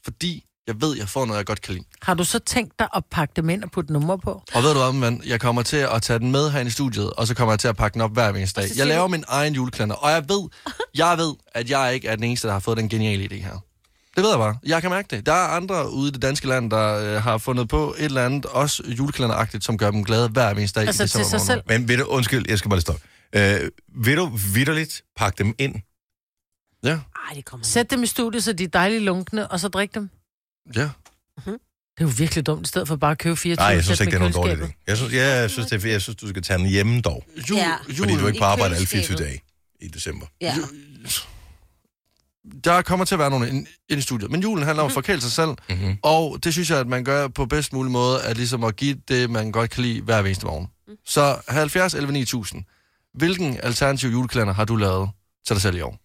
Speaker 2: fordi jeg ved, jeg får noget, jeg godt kan lide.
Speaker 3: Har du så tænkt dig at pakke dem ind og putte nummer på?
Speaker 2: Og ved du hvad, mand? Jeg kommer til at tage den med herinde i studiet, og så kommer jeg til at pakke den op hver eneste dag.
Speaker 4: siger
Speaker 2: Jeg laver
Speaker 4: du-
Speaker 2: min egen julekalender, og jeg ved, jeg ved, at jeg ikke er den eneste, der har fået den geniale idé her. Det ved jeg bare. Jeg kan mærke det. Der er andre ude i det danske land, der øh, har fundet på et eller andet, også julekalenderagtigt, som gør dem glade hver eneste dag. i
Speaker 3: Altså til
Speaker 2: december
Speaker 3: sig
Speaker 2: måned.
Speaker 3: selv.
Speaker 1: Men ved du, undskyld, jeg skal bare lige stoppe. Øh, vil du vidderligt pakke dem ind?
Speaker 2: Ja,
Speaker 4: Ej, det kommer
Speaker 3: Sæt dem i studiet, så de er dejligt lunkne, og så drik dem.
Speaker 2: ja.
Speaker 4: Mhm.
Speaker 3: Det er jo virkelig dumt, i stedet for bare at købe 24
Speaker 1: Nej, jeg synes
Speaker 3: sæt
Speaker 1: ikke, det er
Speaker 3: med
Speaker 1: nogen dårlig
Speaker 3: køleskabet.
Speaker 1: idé. Jeg synes, ja, jeg synes, det er, jeg synes, du skal tage den hjemme dog.
Speaker 2: Jul,
Speaker 4: Ja.
Speaker 1: Fordi du ikke
Speaker 4: I
Speaker 1: bare arbejder alle 24
Speaker 4: køleskabet.
Speaker 1: dage i december.
Speaker 4: Ja.
Speaker 2: der kommer til at være nogle ind, ind i studiet. Men julen
Speaker 4: Mhm.
Speaker 2: handler om at forkæle sig selv,
Speaker 1: Mhm.
Speaker 2: mm-hmm. og det synes jeg, at man gør på bedst mulig måde, at ligesom at give det, man godt kan lide hver eneste morgen.
Speaker 4: Mhm.
Speaker 2: Mm. Så 70 11 9000. Hvilken alternativ julekalender har du lavet til dig selv i år?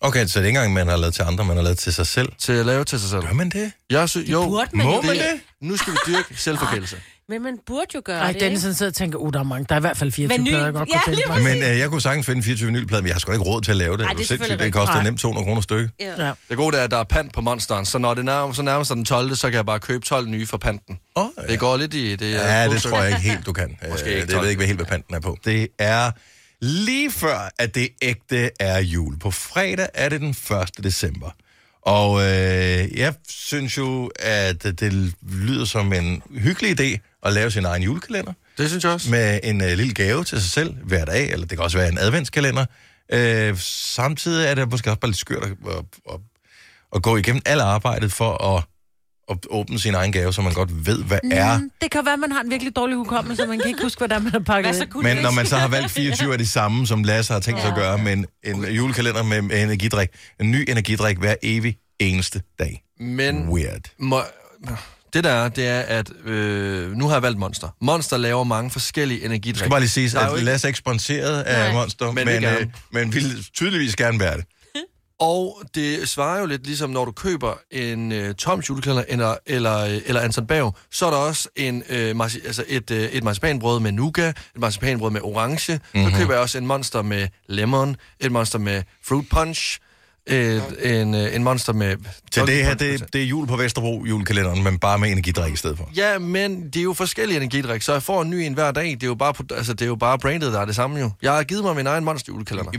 Speaker 1: Okay, så det er ikke engang, man har lavet til andre, man har lavet til sig selv.
Speaker 2: Til at lave til sig selv?
Speaker 1: Gør man det?
Speaker 2: Jeg sy- jo,
Speaker 4: burde man
Speaker 1: Må jo man ikke.
Speaker 2: Nu skal vi dyrke selvforkælelse.
Speaker 4: Men man burde jo gøre
Speaker 3: Ej,
Speaker 4: det,
Speaker 3: Dennis han sidder og tænker, oh, der er mange. Der er i hvert fald 24
Speaker 4: Men ny-
Speaker 3: plader, jeg godt
Speaker 4: Ja,
Speaker 3: kunne tænke
Speaker 4: lige
Speaker 3: mig.
Speaker 1: Men øh, jeg kunne sagtens finde 24 vinylplader, men jeg har sgu da ikke råd til at lave det.
Speaker 4: Ej,
Speaker 1: Ej,
Speaker 4: det
Speaker 1: det,
Speaker 4: er
Speaker 1: sindssygt,
Speaker 4: selvfølgelig
Speaker 1: det koster
Speaker 3: rigtigt.
Speaker 1: nemt 200 kroner stykke.
Speaker 4: Ja.
Speaker 3: Ja.
Speaker 2: Det gode er, at der er pant på monsteren, så når det nærmer, så nærmer sig den 12., så kan jeg bare købe 12 nye for panten.
Speaker 1: Åh, ja.
Speaker 2: Det går lidt i... Det,
Speaker 1: Ja, det tror jeg ikke helt, du kan. Måske
Speaker 2: ikke
Speaker 1: det jeg ved ikke hvad helt, hvad panten er på. Det er lige før, at det ægte er jul. På fredag er det den 1. december. Og øh, jeg synes jo, at det lyder som en hyggelig idé at lave sin egen julekalender.
Speaker 2: Det synes jeg også.
Speaker 1: med en øh, lille gave til sig selv hver dag, eller det kan også være en adventskalender. Øh, samtidig er det måske også bare lidt skørt at, at, at, at gå igennem alt arbejdet for at, at åbne sin egen gave, så man godt ved, hvad er.
Speaker 3: Mm, Det kan være, man har en virkelig dårlig hukommelse, man kan ikke huske, hvordan man har
Speaker 4: Hvad
Speaker 3: pakket
Speaker 4: så
Speaker 3: ind.
Speaker 4: kunne
Speaker 1: Men
Speaker 4: du
Speaker 1: når
Speaker 4: ikke?
Speaker 1: man så har valgt 24 af de samme, som Lasse har tænkt sig at gøre, men en julekalender med med energidrik, en ny energidrik hver evig eneste dag.
Speaker 2: Men
Speaker 1: Weird.
Speaker 2: Må, det der er, det er, at øh, nu har jeg valgt Monster. Monster laver mange forskellige energidrik.
Speaker 1: Det skal bare lige siges,
Speaker 2: Der er jo
Speaker 1: at
Speaker 2: ikke-
Speaker 1: Lasse er ikke sponsoreret af
Speaker 4: Nej.
Speaker 1: Monster,
Speaker 2: Men
Speaker 1: men, øh,
Speaker 2: vil
Speaker 1: men,
Speaker 2: gerne.
Speaker 1: øh, men vil tydeligvis gerne være det.
Speaker 2: Og det svarer jo lidt ligesom, når du køber en øh, Toms julekalender eller, eller, øh, eller Anton Bav, så er der også en, øh, marci, altså et, øh, et marcipanbrød med nougat, et marcipanbrød med orange. Mm-hmm.
Speaker 1: Mhm.
Speaker 2: Så køber jeg også en monster med lemon, et monster med fruit punch, et, en, øh, en monster med...
Speaker 1: Så det her, det, det er jul på Vesterbro, julekalenderen, men bare med energidrik i stedet for.
Speaker 2: Ja, men det er jo forskellige energidrik, så jeg får en ny en hver dag. Det er jo bare, pro- altså, det er jo bare brandet, der er det samme jo. Jeg har givet mig min egen monster julekalender.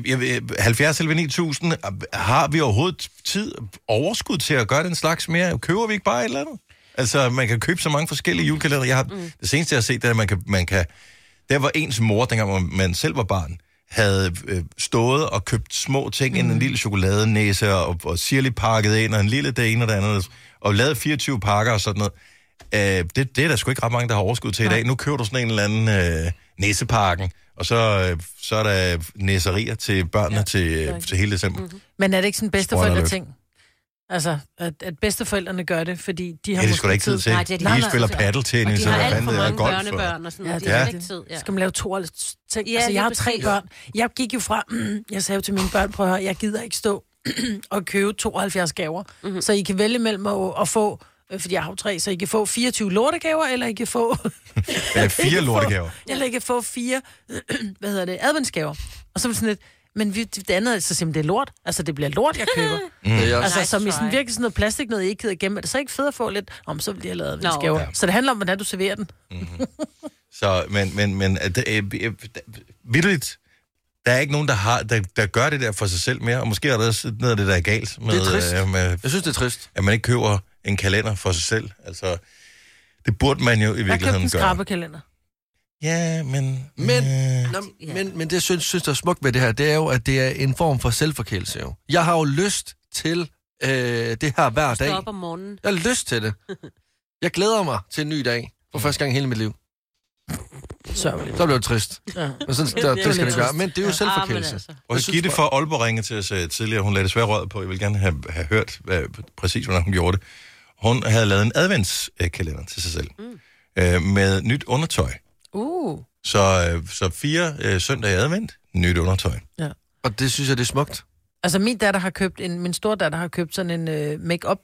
Speaker 1: 70 11 9000, har vi overhovedet tid, overskud til at gøre den slags mere? Køber vi ikke bare et eller andet? Altså, man kan købe så mange forskellige julekalender. Jeg har, mm. Det seneste, jeg har set, det er, at man kan, man kan... Der var ens mor, dengang man- man selv var barn, havde øh, stået og købt små ting, mm. en lille chokoladenæse, og, og sirlig pakket ind, og en lille det ene og det andet, og lavet 24 pakker og sådan noget. Øh, det, det er der sgu ikke ret mange, der har overskud til i dag. Nu køber du sådan en eller anden øh, næsepakken, og så, øh, så er der næserier til børnene ja, til, øh, til hele december.
Speaker 2: Mhm.
Speaker 1: Mm-hmm.
Speaker 3: Men er det ikke sådan bedsteforældre
Speaker 1: Spoiler
Speaker 3: ting? Altså, at, at bedsteforældrene gør det, fordi de har
Speaker 1: Ja, det er
Speaker 3: måske
Speaker 1: sgu da ikke tid til.
Speaker 3: Nej,
Speaker 1: De spiller paddeltennis,
Speaker 3: og
Speaker 1: og hvad
Speaker 3: de har alt
Speaker 1: fanden
Speaker 3: for
Speaker 1: ved jeg,
Speaker 3: mange
Speaker 1: golf og-
Speaker 3: børnebørn og sådan noget.
Speaker 1: Ja,
Speaker 3: de har
Speaker 1: det-
Speaker 3: ikke
Speaker 4: tid, ja.
Speaker 3: Skal man lave 52 ting?
Speaker 4: Ja,
Speaker 3: Ja, altså,
Speaker 4: lige
Speaker 3: jeg har tre
Speaker 4: præcis.
Speaker 3: børn. Jeg gik jo fra, jeg sagde jo til mine børn, prøv at høre, jeg gider ikke stå og købe 72 gaver.
Speaker 4: Mhm.
Speaker 3: Mm-hmm. Så I kan vælge mellem at, at få, øh, fordi jeg har jo tre, så I kan få 24 lortegaver, eller I kan få...
Speaker 1: Eller
Speaker 3: I
Speaker 1: øh, fire
Speaker 3: kan få-
Speaker 1: lortegaver.
Speaker 3: Eller I kan få fire, hvad hedder det, adventsgaver. Og så var det sådan lidt, men vi, det andet, så simpelthen det er lort. Altså, det bliver lort, jeg køber.
Speaker 2: Mm. Det er også-
Speaker 3: Altså, som i sådan
Speaker 4: Nej.
Speaker 3: virkelig sådan noget plastik, noget I ikke gider gemme. Er det så ikke fedt at få lidt? Om så vil jeg lave
Speaker 4: Nå.
Speaker 3: adventsgaver.
Speaker 1: Ja.
Speaker 3: Så det handler om, hvordan du serverer den.
Speaker 1: Så, men, men, men at det, øh, øh, vildt, der er ikke nogen, der, har, der, der gør det der for sig selv mere, og måske er der også noget af det, der er galt. Med,
Speaker 2: Det er trist.
Speaker 1: øh, med,
Speaker 2: Jeg synes, det er trist.
Speaker 1: At man ikke køber en kalender for sig selv. Altså, det burde man jo i
Speaker 3: Jeg købte en
Speaker 1: virkeligheden gøre.
Speaker 3: skrabekalender.
Speaker 1: Ja, men...
Speaker 2: Men, nå, men, men det, jeg synes, synes der er smukt ved det her, det er jo, at det er en form for selvforkælelse. Jo. Jeg har jo lyst til øh, det her hver dag.
Speaker 4: Stå op om morgenen.
Speaker 2: Jeg har lyst til det. Jeg glæder mig til en ny dag. For første gang i hele mit liv.
Speaker 3: Sørgeligt.
Speaker 2: Så blev det trist.
Speaker 3: Ja.
Speaker 2: Men sådan, der, det skal det gøre. Ah, Men altså. det er jo selvforkælelse.
Speaker 1: Og
Speaker 2: Jeg synes
Speaker 1: Gitte
Speaker 2: bare-
Speaker 1: fra Aalborg ringede til os øh, tidligere. Hun lagde desværre røret på. Jeg vil gerne have, have hørt hvad, præcis, hvordan hun gjorde det. Hun havde lavet en adventskalender til sig selv. Mm. Øh, med nyt undertøj.
Speaker 3: Uh.
Speaker 1: Så, øh, så fire øh, søndage i advent, nyt undertøj.
Speaker 3: Ja.
Speaker 2: Og det synes jeg, det er smukt.
Speaker 3: Altså, min datter har købt en, min store datter har købt sådan en øh, make-up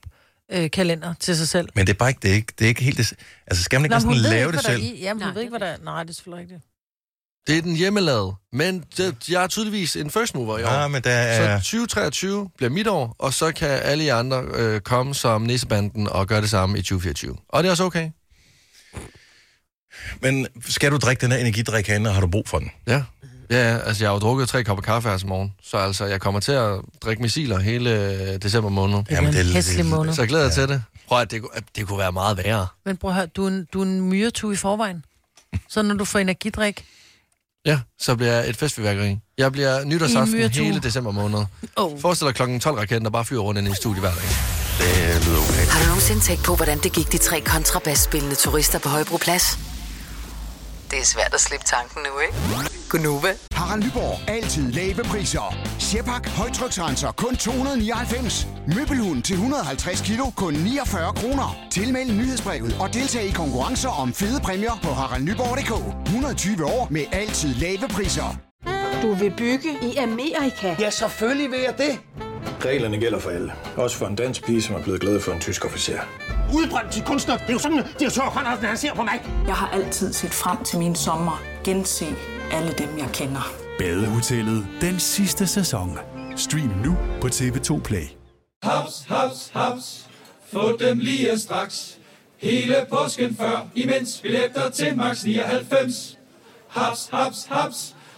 Speaker 3: øh, kalender til sig selv.
Speaker 1: Men det er bare ikke, det er ikke, det er ikke helt det... s- Altså, skal man ikke
Speaker 3: Nå, men
Speaker 1: sådan
Speaker 3: hun ved
Speaker 1: lave
Speaker 3: ikke,
Speaker 1: det
Speaker 3: hvad der
Speaker 1: selv?
Speaker 3: er i. Jamen, hun ved ikke, hvad der er. Nej, det er selvfølgelig rigtigt.
Speaker 2: Det er den hjemmelavede. Men det, jeg er tydeligvis en first mover i år.
Speaker 1: Ja, men der er...
Speaker 2: Så 2023 bliver mit år, og så kan alle jer andre øh, komme som næsebanden og gøre det samme i 2024. Og det er også okay.
Speaker 1: Men skal du drikke den her energidrik herinde, og har du brug for den?
Speaker 2: Ja. Ja, altså jeg har jo drukket tre kopper kaffe her til morgen, så altså jeg kommer til at drikke missiler hele øh, december måned.
Speaker 1: Jamen, det er en det- hæslig det- måned.
Speaker 2: Så jeg glæder ja. til det. Prøv at det, kunne- at det kunne være meget værre.
Speaker 3: Men prøv at høre, du er en, du er en myretu i forvejen. Så når du får energidrik,
Speaker 2: Ja, så bliver jeg et festfyrværkeri. Jeg bliver nytårsaften
Speaker 3: I en myretue.
Speaker 2: hele december måned.
Speaker 3: Oh.
Speaker 2: Forestil dig klokken 12 raketten, der bare flyver rundt ind i studiet hver dag.
Speaker 1: Det lyder okay.
Speaker 5: Har du nogensinde tænkt på, hvordan det gik de tre kontrabasspillende turister på Højbroplads? Det er svært at slippe tanken nu, ikke? Gunova.
Speaker 10: Harald Nyborg. Altid lave priser. Sjehpak. Højtryksrenser. Kun 299. Møbelhund til 150 kilo. Kun 49 kroner. Tilmeld nyhedsbrevet og deltag i konkurrencer om fede præmier på haraldnyborg.dk. 120 år med altid lave priser.
Speaker 11: Du vil bygge i Amerika? Ja, selvfølgelig vil jeg det.
Speaker 12: Reglerne gælder for alle. Også for en dansk pige, som er blevet glad for en tysk officer.
Speaker 13: Udbrøndt til kunstner. Det er jo sådan, at de har tørt, han ser på mig. Jeg har altid set frem til min sommer. Gense alle dem, jeg kender.
Speaker 14: Badehotellet den sidste sæson. Stream nu på TV2 Play.
Speaker 15: Haps, haps, haps. Få dem lige straks. Hele påsken før, imens vi læfter til max 99. Haps, haps, haps.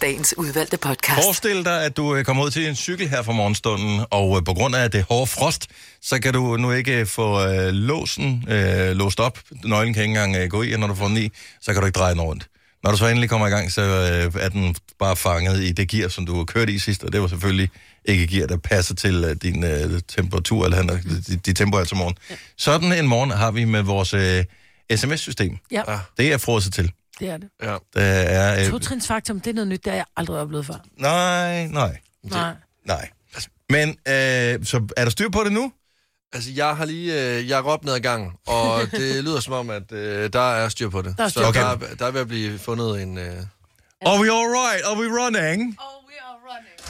Speaker 5: Dagens udvalgte podcast.
Speaker 1: Forestil dig, at du øh, kommer ud til en cykel her fra morgenstunden, og øh, på grund af det hårde frost, så kan du nu ikke øh, få øh, låsen øh, låst op. Nøglen kan ikke engang øh, gå i, og når du får den i, så kan du ikke dreje den rundt. Når du så endelig kommer i gang, så øh, er den bare fanget i det gear, som du har kørt i sidst, og det var selvfølgelig ikke et gear, der passer til øh, din øh, temperatur, eller han, de, de tempoer til morgen. Ja. Sådan en morgen har vi med vores øh, sms-system.
Speaker 3: Ja.
Speaker 1: Det er frosset til.
Speaker 3: Det er det.
Speaker 1: Ja. Der er, øh,
Speaker 3: Totrinsfaktum, det er noget nyt, det har jeg aldrig oplevet før.
Speaker 1: nej, nej,
Speaker 3: Nej.
Speaker 1: nej. Men, øh, så er der styr på det nu?
Speaker 2: Altså, jeg har lige... Øh, jeg er op ned ad gangen, og det lyder som om, at øh, der er styr på det.
Speaker 1: Der er styr
Speaker 2: Så
Speaker 1: på
Speaker 2: der,
Speaker 1: det.
Speaker 2: er- der er ved at blive fundet en... Øh,
Speaker 1: Are we all right? Are we running?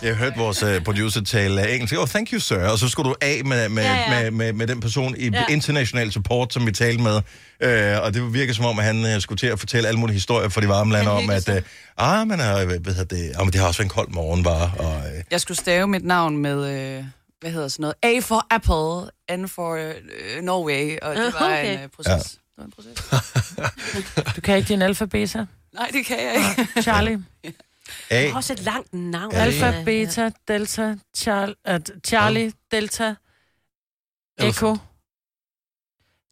Speaker 1: Jeg hørte vores øh, producer tale øh, engelsk. Oh, thank you, sir. Og så skulle du af med, med,
Speaker 16: Ja,
Speaker 1: ja,
Speaker 16: ja.
Speaker 1: ja. med, med, med den person i
Speaker 16: Ja.
Speaker 1: ja. international support, som vi talte med. Øh, og det virker som om, at han øh, skulle til at fortælle alle mulige historier fra de varme lande om, at øh, ah, man har, hvad hedder det, ah, men det har også været en kold morgen bare. Og, øh,
Speaker 17: Jeg skulle stave mit navn med, øh, hvad hedder sådan noget, A for Apple, N for øh, Norway, og det
Speaker 3: Ah,
Speaker 17: var
Speaker 3: okay.
Speaker 17: en øh, proces.
Speaker 1: Ja.
Speaker 17: Ja. Det var en proces.
Speaker 3: Du kan ikke din alfabeter.
Speaker 17: Nej, det kan jeg ikke.
Speaker 3: Charlie.
Speaker 1: A.
Speaker 4: Også et langt navn.
Speaker 3: Alfa, beta, delta, Charl, at Charlie, delta, Echo,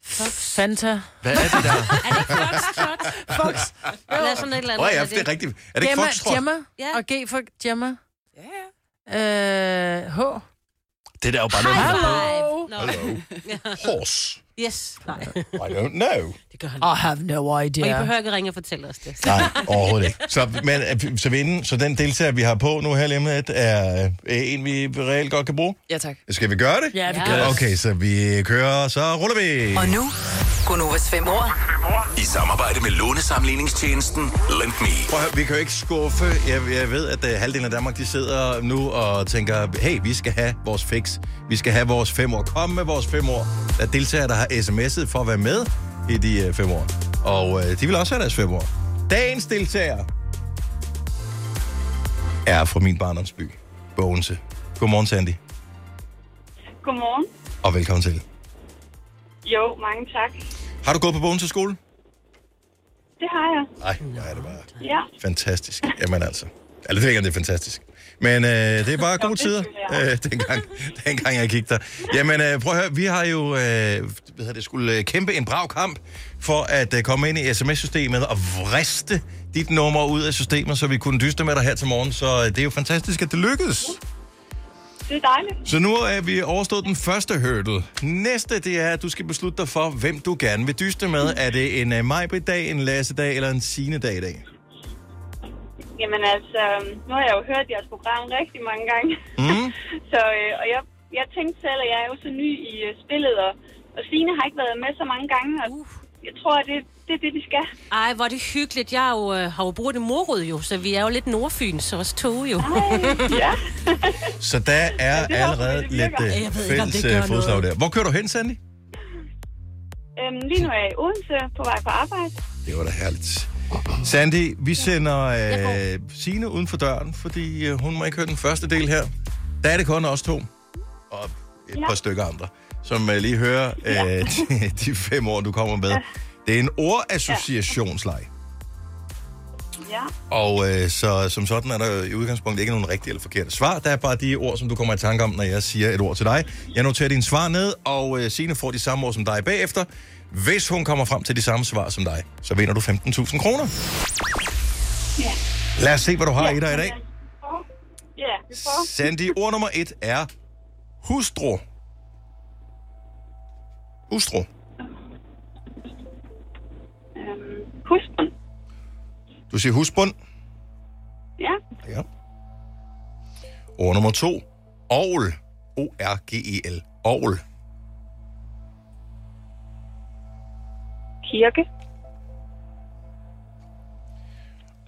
Speaker 3: Fanta.
Speaker 1: Hvad er det der?
Speaker 3: Fox.
Speaker 4: Eller sådan et eller andet.
Speaker 1: Åh, ja, det er rigtigt. Er det ikke
Speaker 3: Gemma,
Speaker 1: Foxtrot?
Speaker 3: Gemma og G for Gemma. Ja. Øh, H.
Speaker 2: det der er jo bare
Speaker 3: High
Speaker 2: noget...
Speaker 3: five. Nå.
Speaker 1: Hello. Horse.
Speaker 4: Yes. Nej.
Speaker 1: I don't know.
Speaker 3: I have no idea.
Speaker 4: Og I behøver ikke ringe og fortælle os det.
Speaker 1: Nej, overhovedet ikke. Så, men, øh, så, vinden, så den deltager, vi har på nu her lige om lidt, er øh, en, vi reelt godt kan bruge?
Speaker 17: Ja, tak.
Speaker 1: Skal vi gøre det?
Speaker 17: Ja, vi gør det.
Speaker 1: Okay, så vi kører, så ruller vi.
Speaker 5: Og nu, Gunovas fem år.
Speaker 6: I samarbejde med lånesamligningstjenesten Lend Me.
Speaker 1: Prøv at høre, vi kan jo ikke skuffe. Jeg, jeg ved, at øh, halvdelen af Danmark, de sidder nu og tænker, hey, vi skal have vores fix. Vi skal have vores fem år. Kom med vores fem år. Der er deltagere, der har sms'et for at være med i de øh, fem år. Og øh, de vil også have deres fem år. Dagens deltager er fra min barndomsby, Bogense. Godmorgen, Sandy,
Speaker 8: Godmorgen.
Speaker 1: og velkommen til.
Speaker 8: Jo, mange tak.
Speaker 1: Har du gået på Bogense skole?
Speaker 8: Det har jeg.
Speaker 1: Nej, nej, det var
Speaker 8: Ja.
Speaker 1: fantastisk. Jamen altså. Eller det ved jeg ikke, om det er fantastisk. Men øh, det er bare gode tider, øh, dengang, dengang jeg gik der. Jamen, øh, prøv at høre, vi har jo øh, hvad hedder det, skulle øh, kæmpe en brav kamp for at øh, komme ind i sms-systemet og vriste dit nummer ud af systemet, så vi kunne dyste med dig her til morgen. Så øh, det er jo fantastisk, at det lykkedes.
Speaker 8: Det er dejligt.
Speaker 1: Så nu er vi overstået den første hurdle. Næste, det er, at du skal beslutte dig for, hvem du gerne vil dyste med. Er det en uh, majbrit-dag, en Lasse-dag eller en Signe-dag i dag?
Speaker 8: Jamen altså, nu har jeg jo hørt jeres program rigtig mange gange.
Speaker 1: Mm.
Speaker 8: Så, øh, og jeg, jeg tænkte selv, at jeg er jo så ny i øh, spillet, og, og Signe har ikke været med så mange gange, og jeg tror, at det, det er det, vi skal.
Speaker 4: Ej, hvor er det hyggeligt. Jeg er jo, øh, har jo boet i Morud jo, så vi er jo lidt nordfyn, så også tog jo.
Speaker 8: ja.
Speaker 1: Så der er
Speaker 8: det er også,
Speaker 1: allerede
Speaker 8: det
Speaker 1: lidt
Speaker 8: virker. Ja, jeg
Speaker 1: uh,
Speaker 8: ved ikke, om
Speaker 1: fælles
Speaker 8: det gør
Speaker 1: øh, fodslag
Speaker 8: noget.
Speaker 1: der. Hvor kører du hen, Sandy?
Speaker 8: Øhm, lige nu er jeg i Odense på vej på arbejde.
Speaker 1: Det var da herligt. Sandy, vi sender øh, Signe uden for døren, fordi øh, hun må ikke høre den første del her. Der er det kun os to, og et par stykker andre, som øh, lige hører øh, de, de fem år, du kommer med. Det er en ordassociationsleg.
Speaker 8: Ja.
Speaker 1: Og øh, så som sådan er der jo i udgangspunktet ikke nogen rigtige eller forkerte svar. Der er bare de ord, som du kommer i tanke om, når jeg siger et ord til dig. Jeg noterer dine svar ned, og øh, Signe får de samme ord som dig bagefter. Hvis hun kommer frem til de samme svar som dig, så vinder du 15.000 kroner.
Speaker 8: Ja.
Speaker 1: Lad os se, hvad du har i dig i dag.
Speaker 8: Ja, vi får.
Speaker 1: Sandy, ord nummer et er hustru. Hustru.
Speaker 8: Øhm, husbund.
Speaker 1: Du siger husbund.
Speaker 8: Ja.
Speaker 1: Ja. Ord nummer to. Orgel. O-R-G-E-L. E Orgel.
Speaker 8: Kirke.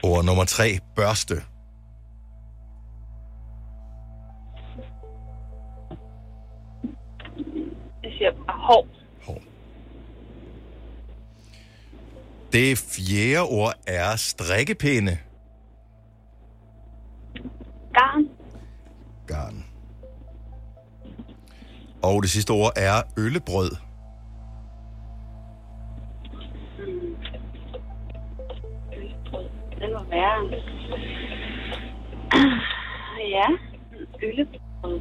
Speaker 1: Ord nummer tre. Børste.
Speaker 8: Jeg siger bare hår.
Speaker 1: Det fjerde ord er strikkepinde.
Speaker 8: Garn.
Speaker 1: Garn. Og det sidste ord er øllebrød.
Speaker 8: Den var værre. Ja. Øllebrød.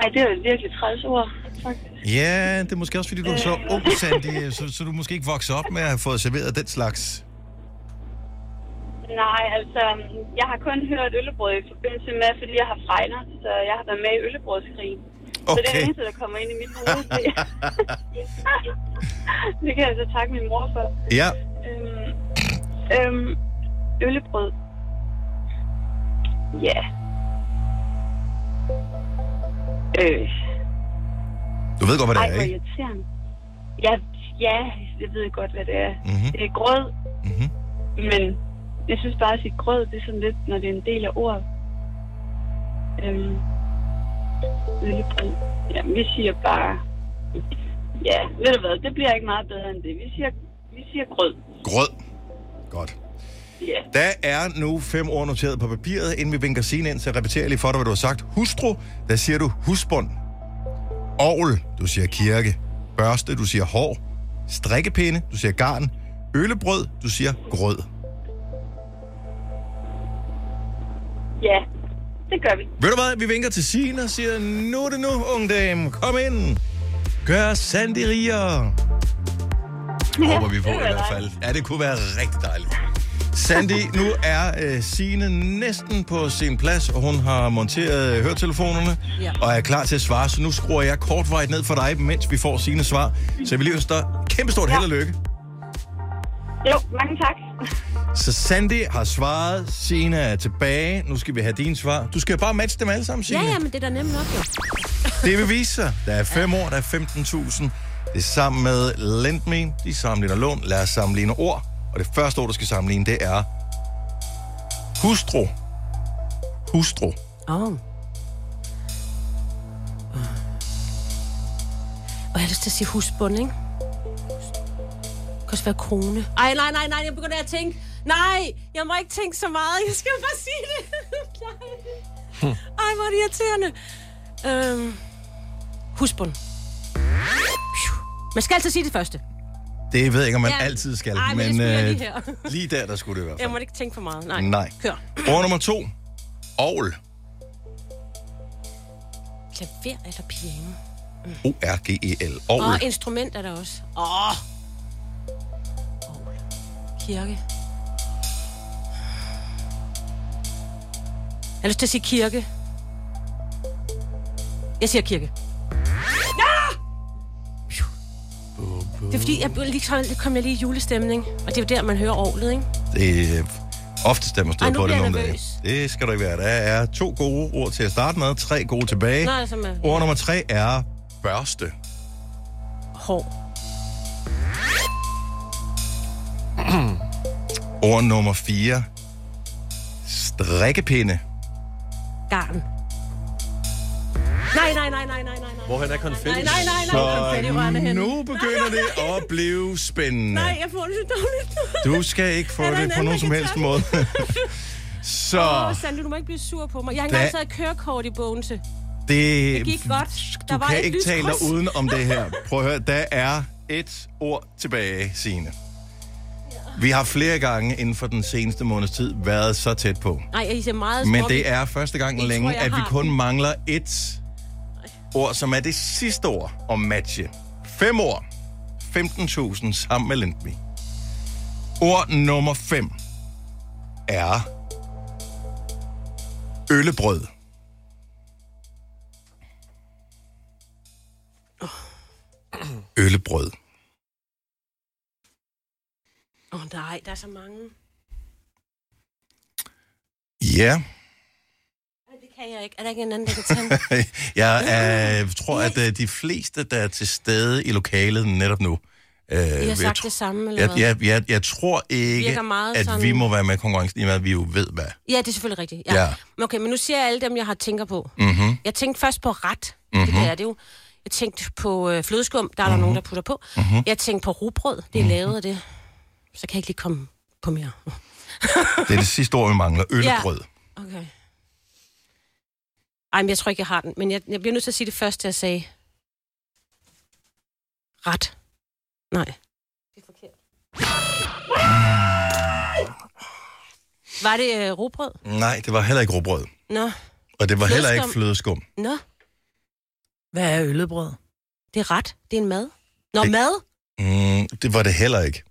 Speaker 8: Ej, det er jo et virkelig træls ord. faktisk.
Speaker 1: Ja, det er måske også, fordi du er så ung, Sandy, så, så du måske ikke vokset op med at have fået serveret den slags.
Speaker 7: Nej, altså, jeg har kun hørt øllebrød i forbindelse med, fordi jeg har fejner, så jeg har været med i øllebrødskrigen. Så det er det
Speaker 1: Okay.
Speaker 7: eneste, der kommer ind i mit hoved. Det, det kan jeg så takke min mor for.
Speaker 1: Ja.
Speaker 7: Øhm, øhm, øllebrød. Ja. Øh.
Speaker 1: Du ved godt, hvad det
Speaker 7: Ej,
Speaker 1: er,
Speaker 7: hvor
Speaker 1: ikke?
Speaker 7: irriterende. Ja, ja, jeg ved godt, hvad det er. Mm-hmm. Det er grød. Mm-hmm. Men jeg synes bare, at sige grød, det er sådan lidt, når det er en del af ordet. Øhm, øllebrød. Ja, vi siger bare... Ja, ved du hvad, det bliver ikke meget bedre end det. Vi siger, vi siger grød.
Speaker 1: Grød. Godt. Der er nu fem ord noteret på papiret, inden vi vinker sine ind, så jeg repeterer lige for dig, hvad du har sagt. Hustru, der siger du husbund. Orgel, du siger kirke. Børste, du siger hår. Strikkepinde, du siger garn. Ølebrød, du siger grød.
Speaker 7: Ja, det gør vi.
Speaker 1: Ved du hvad, vi vinker til Signe og siger, nu er det nu, ungdame, kom ind. Gør Sandy rigere. Håber vi på i hvert fald. Ja, det kunne være rigtig dejligt. Sandy, nu er øh, Signe næsten på sin plads, og hun har monteret øh, høretelefonerne
Speaker 15: Ja.
Speaker 1: og er klar til at svare, så nu skruer jeg kortvejt ned for dig, mens vi får Signes svar. Så jeg vil lige ønske dig kæmpestort held og lykke.
Speaker 7: Jo, mange tak.
Speaker 1: Så Sandy har svaret, Signe er tilbage, nu skal vi have dine svar. Du skal jo bare matche dem alle sammen, Signe.
Speaker 4: Ja, ja, men det er da nemt nok, jo.
Speaker 1: Det vil vise sig. Der er fem år, der er 15.000. Det er sammen med LendMe. De sammenligner lån. Lad os sammenligne ord. Og det første ord, du skal sammenligne, det er hustru. Hustru.
Speaker 4: Åh. Oh. Og jeg har lyst til at sige husbund, ikke? Det kan også være kone. Ej, nej, nej, nej, jeg begynder at tænke. Nej, jeg må ikke tænke så meget. Jeg skal bare sige det. Nej. Ej, hvor er det irriterende. Øhm, husbund. Phew. Man skal altid sige det første.
Speaker 1: Det ved jeg ikke, om man
Speaker 4: Ja.
Speaker 1: altid skal.
Speaker 4: Ej, men det skulle jeg lige
Speaker 1: øh,
Speaker 4: her.
Speaker 1: lige der, der skulle det i hvert
Speaker 4: Jeg
Speaker 1: fald.
Speaker 4: må ikke tænke for meget. Nej.
Speaker 1: Nej.
Speaker 4: Kør.
Speaker 1: Ord nummer to. Ovl.
Speaker 4: Klaver eller piano?
Speaker 1: O-R-G-E-L.
Speaker 4: Og
Speaker 1: E Ovl.
Speaker 4: oh, instrument er der også. Åh! Oh. Kirke. Jeg har lyst til at sige kirke. Jeg siger kirke. Det er fordi, jeg blev lige kom, kom jeg lige i julestemning. Og det er jo der, man hører orglet, ikke?
Speaker 1: Det er ofte stemmer
Speaker 4: Ej,
Speaker 1: stået
Speaker 4: nu
Speaker 1: på det
Speaker 4: bliver jeg
Speaker 1: nogle dage.
Speaker 4: nervøs.
Speaker 1: Det skal du ikke være. Der er to gode ord til at starte med, tre gode tilbage.
Speaker 4: Nej, som er-
Speaker 1: Ord nummer tre er børste.
Speaker 4: Hår.
Speaker 1: Ord nummer 4. Strikkepinde.
Speaker 4: Garn. Nej, nej, nej, nej, nej, nej.
Speaker 2: Hvorhen er konfetti?
Speaker 4: Nej, nej, nej, nej, konfettirørene
Speaker 1: Så
Speaker 4: henne.
Speaker 1: nu begynder det at blive spændende.
Speaker 4: Nej, jeg får det så dårligt.
Speaker 1: Du skal ikke få
Speaker 4: Er der en
Speaker 1: det på
Speaker 4: anden,
Speaker 1: nogen
Speaker 4: der
Speaker 1: som
Speaker 4: kan
Speaker 1: helst
Speaker 4: tage den?
Speaker 1: måde.
Speaker 4: Åh,
Speaker 1: Så
Speaker 4: oh, Sandy, du må ikke blive sur på mig. Jeg har engang
Speaker 1: Da-
Speaker 4: taget kørekort i Bogense.
Speaker 1: det,
Speaker 4: Det gik godt.
Speaker 1: du kan
Speaker 4: et
Speaker 1: ikke tale dig
Speaker 4: lyskryds.
Speaker 1: uden om det her. Prøv at høre, der er et ord tilbage, Signe. Vi har flere gange inden for den seneste måneds tid været så tæt på.
Speaker 4: Nej, jeg ser meget
Speaker 1: Men
Speaker 4: småt.
Speaker 1: det er første gang
Speaker 4: Jeg tror,
Speaker 1: længe,
Speaker 4: jeg
Speaker 1: at vi
Speaker 4: har
Speaker 1: kun
Speaker 4: den.
Speaker 1: mangler et ord, som er det sidste ord om matche. Fem ord. 15.000 sammen med Lindby. Ord nummer 5 er øllebrød.
Speaker 4: Oh.
Speaker 1: Øllebrød.
Speaker 4: Åh, oh, nej, der er så mange.
Speaker 1: Ja,
Speaker 4: Ej, Det kan jeg ikke. Er der ikke en anden, der kan tage den?
Speaker 1: jeg øh, tror, at øh, de fleste, der er til stede i lokalet netop nu... Øh,
Speaker 4: Vi har
Speaker 1: jeg
Speaker 4: sagt
Speaker 1: tr-
Speaker 4: det samme, eller
Speaker 1: Jeg,
Speaker 4: hvad?
Speaker 1: jeg, jeg, jeg tror ikke,
Speaker 4: Virker meget
Speaker 1: at
Speaker 4: sådan-
Speaker 1: vi må være med i konkurrencen, i og med at vi jo ved hvad.
Speaker 4: Ja, det er selvfølgelig rigtigt. Ja.
Speaker 1: Ja.
Speaker 4: ja. Men okay, men nu siger jeg alle dem, jeg har tænker på.
Speaker 1: Mhm.
Speaker 4: Jeg tænkte først på ret.
Speaker 1: Mhm.
Speaker 4: Mm-hmm. Det er det jo. Jeg tænkte på øh, flødeskum. Der er mm-hmm. der nogen, der putter på.
Speaker 1: Mhm.
Speaker 4: Mm-hmm. Jeg tænkte på rugbrød. Det er lavet af det. Så kan jeg ikke lige komme på mere.
Speaker 1: Det er det sidste ord, vi mangler. Ølbrød.
Speaker 4: Okay. Ej, men jeg tror ikke, jeg har den. Men jeg, jeg bliver nødt til at sige det første, jeg sagde. Ret. Nej. Det er forkert. Var det øh, rugbrød?
Speaker 1: Nej, det var heller ikke råbrød.
Speaker 4: Nå.
Speaker 1: Og det var heller ikke
Speaker 4: Flødeskum.
Speaker 1: flødeskum.
Speaker 4: Nå.
Speaker 3: Hvad er øllebrød?
Speaker 4: Det er ret. Det er en mad. Nå, det... mad?
Speaker 1: Mm, det var det heller ikke.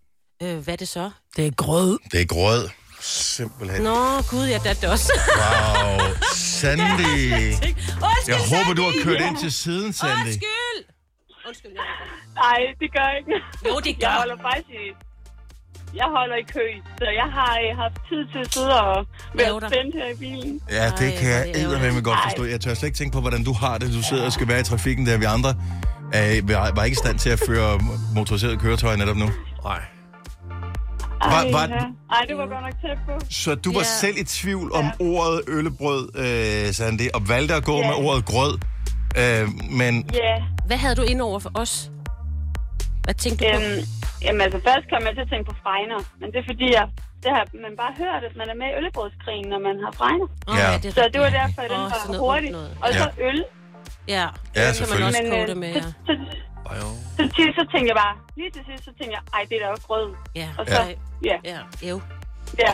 Speaker 4: Øh, hvad er det så?
Speaker 3: Det er grød.
Speaker 1: Det er grød. Simpelthen.
Speaker 4: Nå, gud, ja, det er det også.
Speaker 1: Wow, Sandy.
Speaker 4: Undskyld,
Speaker 1: Jeg håber, du har
Speaker 4: Sandy.
Speaker 1: kørt ind til siden, Sandy.
Speaker 4: Undskyld. Undskyld.
Speaker 7: Nej, det gør jeg ikke.
Speaker 4: Jo, det gør.
Speaker 7: Jeg holder faktisk i, jeg holder i kø, så jeg har øh, haft tid til at sidde og være
Speaker 4: Lave dig.
Speaker 7: spændt her i bilen.
Speaker 1: Ja, det kan jeg eddermame godt forstå. Jeg tør slet ikke tænke på, hvordan du har det. Du sidder og skal være i trafikken, der vi andre øh, var var ikke i stand til at føre motoriseret køretøj netop nu. Nej. Var,
Speaker 7: Ej, ja.
Speaker 1: var,
Speaker 7: Ej, det var godt nok tæt på.
Speaker 1: så du var selv i tvivl om ordet øllebrød, øh, Sandy, og valgte at gå
Speaker 4: Ja.
Speaker 1: med ordet grød. Øh, men
Speaker 7: Ja.
Speaker 4: Hvad havde du ind over for os? Hvad tænkte du
Speaker 7: Øhm, jamen altså, først kom jeg til at tænke på fregner, men det er fordi, jeg, det har man bare hørt, at man er med i øllebrødskrigen, når man har fregner.
Speaker 4: Åh, ja, det er
Speaker 7: så det var
Speaker 4: rigtigt.
Speaker 7: derfor, at den
Speaker 4: Åh, sådan
Speaker 7: var
Speaker 4: noget
Speaker 7: hurtig.
Speaker 4: ondt noget.
Speaker 7: Og så
Speaker 4: Ja.
Speaker 7: øl.
Speaker 4: Ja,
Speaker 7: Ja,
Speaker 4: det kan man
Speaker 7: selvfølgelig.
Speaker 4: også
Speaker 7: Men,
Speaker 4: koge
Speaker 7: øh,
Speaker 4: det med.
Speaker 7: så-
Speaker 4: ja.
Speaker 7: Så, til, så tænkte jeg bare, lige til sidst, så tænkte jeg, ej, det er da også grød.
Speaker 4: Ja.
Speaker 7: Og så,
Speaker 4: Ja.
Speaker 7: ja.
Speaker 4: Ja, jo.
Speaker 7: Ja.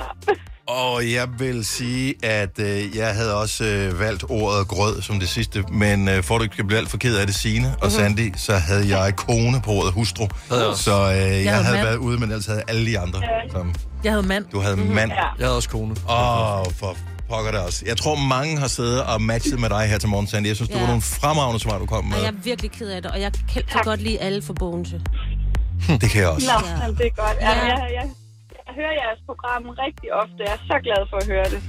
Speaker 1: Og jeg vil sige, at øh, jeg havde også øh, valgt ordet grød som det sidste, men øh, for at du ikke skal blive alt for ked af det, Signe og Sandy, så havde jeg kone på ordet hustru.
Speaker 2: Havde jeg også.
Speaker 1: Så øh, jeg,
Speaker 3: havde
Speaker 1: jeg havde
Speaker 3: mand.
Speaker 1: været ude, men ellers havde alle de andre. Som,
Speaker 3: Jeg havde mand. Mhm.
Speaker 1: du havde mand.
Speaker 2: Jeg havde også kone.
Speaker 1: Åh, oh, for pokker det også. Jeg tror, mange har siddet og matchet med dig her til morgen, Sandy. Jeg synes, du
Speaker 4: Ja.
Speaker 1: var nogle fremragende svar, du kom med.
Speaker 4: Og jeg er virkelig ked af det, og jeg kan så godt lide alle for Bogense.
Speaker 1: Det kan jeg også.
Speaker 7: Nå, jamen, det er godt. Ja.
Speaker 4: Ja.
Speaker 7: Jeg, jeg, jeg hører jeres program rigtig ofte. Jeg er så glad for at høre det.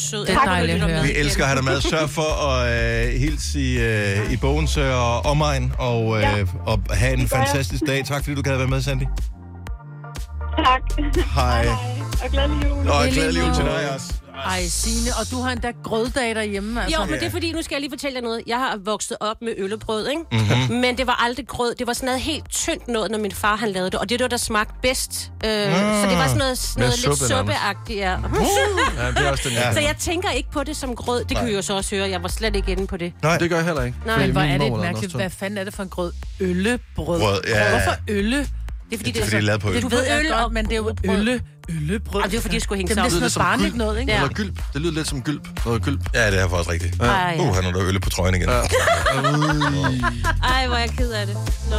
Speaker 7: Så,
Speaker 4: Det er dejligt at høre.
Speaker 1: Vi elsker at have dig med. Sørg for at øh, hilse i, øh, i Bogens og omegn, og, øh,
Speaker 7: Ja.
Speaker 1: og have en
Speaker 7: Det gør jeg.
Speaker 1: fantastisk dag. Tak fordi du gad være med, Sandy.
Speaker 7: Tak.
Speaker 1: Hej.
Speaker 7: Og glædelig jul.
Speaker 1: Og
Speaker 3: I lige
Speaker 1: glædelig jul til
Speaker 3: måde.
Speaker 1: dig også.
Speaker 3: Ej, Signe, og du har endda grøddag derhjemme, altså.
Speaker 4: Jo, men det er fordi, nu skal jeg lige fortælle jer noget. Jeg har vokset op med øllebrød, ikke?
Speaker 1: Mhm.
Speaker 2: Mm.
Speaker 4: Mm-hmm. Men det var aldrig grød. Det var sådan noget helt tyndt noget, når min far han lavede det. Og det var det, der smagte bedst. Øh, så det var sådan noget,
Speaker 2: Mere
Speaker 4: noget lidt
Speaker 2: suppe end andet.
Speaker 4: suppeagtigt. Ja.
Speaker 2: Ja, det er også den.
Speaker 4: Så jeg tænker ikke på det som grød. Det
Speaker 2: Nej.
Speaker 4: kunne I jo så også høre. Jeg var slet ikke inde på det.
Speaker 1: Nej.
Speaker 2: Det gør jeg heller ikke.
Speaker 4: Nej,
Speaker 2: fordi
Speaker 4: hvor
Speaker 2: min
Speaker 4: er det et
Speaker 2: mormor lavede den også
Speaker 4: mærkeligt
Speaker 2: tung.
Speaker 3: Hvad fanden er det for en grød? Øllebrød.
Speaker 1: Brød, ja.
Speaker 3: Hvorfor ølle? Det er
Speaker 1: fordi, det er fordi, det er lavet på øl.
Speaker 3: Du ved øl, godt, men det er jo ølle.
Speaker 2: Øllebrød.
Speaker 3: Jamen, det er fordi, det skulle hænge sammen.
Speaker 2: lyder
Speaker 3: Det er
Speaker 2: lidt som
Speaker 3: sådan noget barnligt
Speaker 2: gylp.
Speaker 3: noget, ikke?
Speaker 2: Eller gylp. Det lyder lidt som gylp. Noget gylp.
Speaker 1: Ja, det er faktisk rigtigt.
Speaker 2: Ja.
Speaker 4: Ej.
Speaker 1: Uh, han er der øl på trøjen igen.
Speaker 4: Ej, hvor er jeg ked af det. Nå.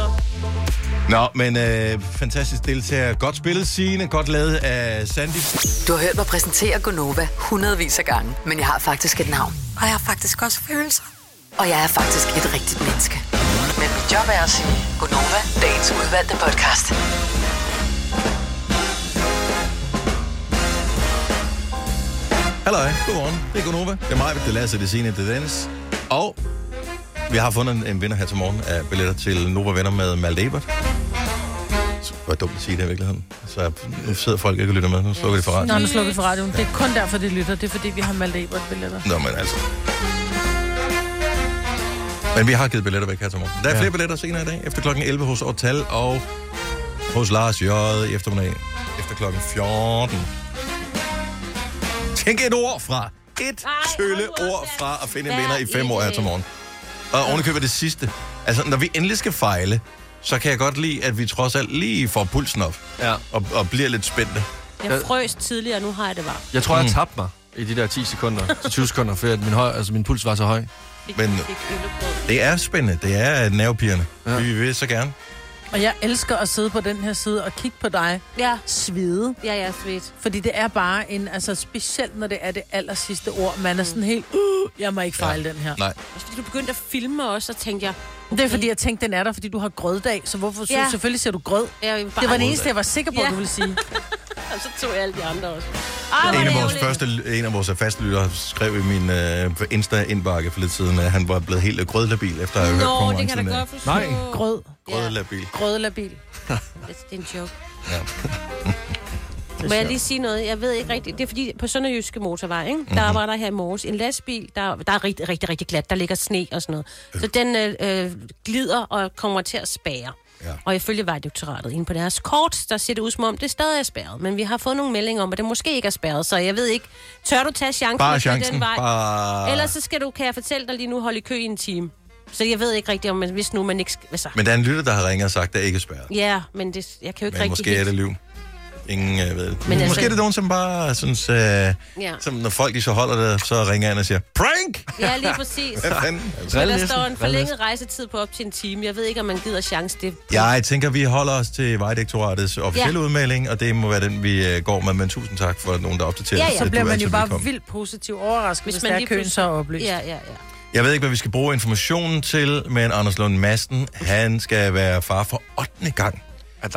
Speaker 1: Nå, men øh, fantastisk deltager. Godt spillet, Signe. Godt lavet af Sandy.
Speaker 5: Du har hørt mig præsentere Gonova hundredvis af gange, men jeg har faktisk et navn. Og jeg har faktisk også følelser. Og jeg er faktisk et rigtigt menneske. Men mit job er at sige Gonova, dagens udvalgte podcast.
Speaker 1: Halløj, godmorgen. Det er Gunova. Det er mig, det er Lasse, det er Signe, det er Dennis. Og vi har fundet en, en vinder her til morgen af billetter til Nova Venner med Malte Ebert. Så var dumt at sige det i virkeligheden. Så nu sidder folk ikke og lytter med. Nu slukker de for
Speaker 3: Nå, nu
Speaker 1: radioen.
Speaker 3: slukker vi for radioen. Det er kun derfor, det lytter. Det er fordi, vi har Malte Ebert-billetter.
Speaker 1: Nå, men altså. Men vi har givet billetter væk her til morgen. Der er ja. flere billetter senere i dag, efter klokken 11 hos Ortal og hos Lars J. i eftermiddag, efter klokken 14. Tænk et ord fra. Et tølle ord fra at finde en vinder i fem år her til morgen. Og ovenikøbet det sidste. Altså, når vi endelig skal fejle, så kan jeg godt lide, at vi trods alt lige får pulsen op. Ja. Og, og bliver lidt spændte. Mm.
Speaker 4: Jeg frøs tidligere, og nu har jeg det varmt.
Speaker 2: Jeg tror, jeg tabte mig i de der 10 sekunder til 20 sekunder, fordi at min, høj, altså min puls var så høj.
Speaker 1: Men det er spændende. Det er nervepirrende. Ja. Vi vil så gerne.
Speaker 3: Og jeg elsker at sidde på den her side og kigge på dig.
Speaker 4: Ja.
Speaker 3: Svide.
Speaker 4: Ja, ja, svedt.
Speaker 3: Fordi det er bare en, altså specielt når det er det aller sidste ord, man er sådan helt, uh, jeg må ikke fejle ja. den her.
Speaker 1: Nej.
Speaker 4: Også fordi du begyndte at filme også, så tænkte jeg...
Speaker 3: Det er fordi, jeg tænkte, den er der, fordi du har grøddag, så hvorfor
Speaker 4: Ja.
Speaker 3: ja. selvfølgelig ser du grød?
Speaker 4: Ja, jeg vil bare-
Speaker 3: det var det eneste, jeg var sikker på,
Speaker 4: Ja.
Speaker 3: ja. du ville sige.
Speaker 4: Og så tog jeg alle de andre også.
Speaker 1: En af vores første, en af vores fastlyttere skrev i min øh, Insta-indbakke for lidt siden, at han var blevet helt grødlabil, efter at have hørt øh,
Speaker 4: Nå, det
Speaker 1: konkurrencen.
Speaker 4: kan jeg da
Speaker 1: der.
Speaker 4: godt forstå.
Speaker 3: Grød.
Speaker 1: Grødlabil.
Speaker 3: Grødlabil.
Speaker 4: Det det er en joke.
Speaker 1: Ja.
Speaker 4: Må jeg lige sige noget? Jeg ved ikke rigtigt. Det er fordi, på Sønderjyske Motorvej, ikke?
Speaker 1: Mhm.
Speaker 4: der var der her i morges en lastbil, der, der er rigtig, rigtig, rigtig glat. Der ligger sne og sådan noget. Så den øh, øh, glider og kommer til at spære. Ja. Og ifølge Vejdirektoratet inde på deres kort, der ser det ud som om, det stadig er spærret. Men vi har fået nogle meldinger om, at det måske ikke er spærret, så jeg ved ikke, tør du tage chancen?
Speaker 1: Bare
Speaker 4: og køre
Speaker 1: chancen.
Speaker 4: Den vej?
Speaker 1: Bare-
Speaker 4: Ellers så skal du, kan jeg fortælle dig lige nu, holde i kø i en time. Så jeg ved ikke rigtigt, om man, hvis nu man ikke... skal- Hvad så?
Speaker 1: Men der er en lytter, der har ringet og sagt, at det er ikke er spærret.
Speaker 4: Ja, men det, jeg kan jo ikke
Speaker 1: Men
Speaker 4: rigtig...
Speaker 1: måske er det liv. Ingen øh, ved det.
Speaker 16: Men
Speaker 1: Men
Speaker 16: altså-
Speaker 1: Måske er det nogen, som bare synes, øh, ja. som, når folk de så holder det, så ringer han og siger, prank!
Speaker 4: Ja, lige præcis.
Speaker 1: Hvad fanden? Altså.
Speaker 4: Så der
Speaker 1: Valglisten.
Speaker 4: står en
Speaker 1: Valglisten.
Speaker 4: forlænget rejsetid på op til en time. Jeg ved ikke, om man gider chance det.
Speaker 1: Jeg tænker, vi holder os til Vejdirektoratets officielle
Speaker 4: Ja.
Speaker 1: ja. udmelding, og det må være den, vi øh, går med. Men tusind tak for, at nogen, der opdaterer os.
Speaker 3: Så
Speaker 1: Du
Speaker 3: bliver
Speaker 1: er
Speaker 3: man jo
Speaker 1: altid
Speaker 3: bare
Speaker 1: velkommen.
Speaker 3: vildt positivt overrasket, hvis, hvis
Speaker 4: man
Speaker 3: der er
Speaker 4: lige
Speaker 3: køen så
Speaker 4: pludselig-
Speaker 3: opløst.
Speaker 4: Ja, ja, ja.
Speaker 1: Jeg ved ikke, hvad vi skal bruge informationen til, men Anders Lund Madsen, han skal være far for 8. gang.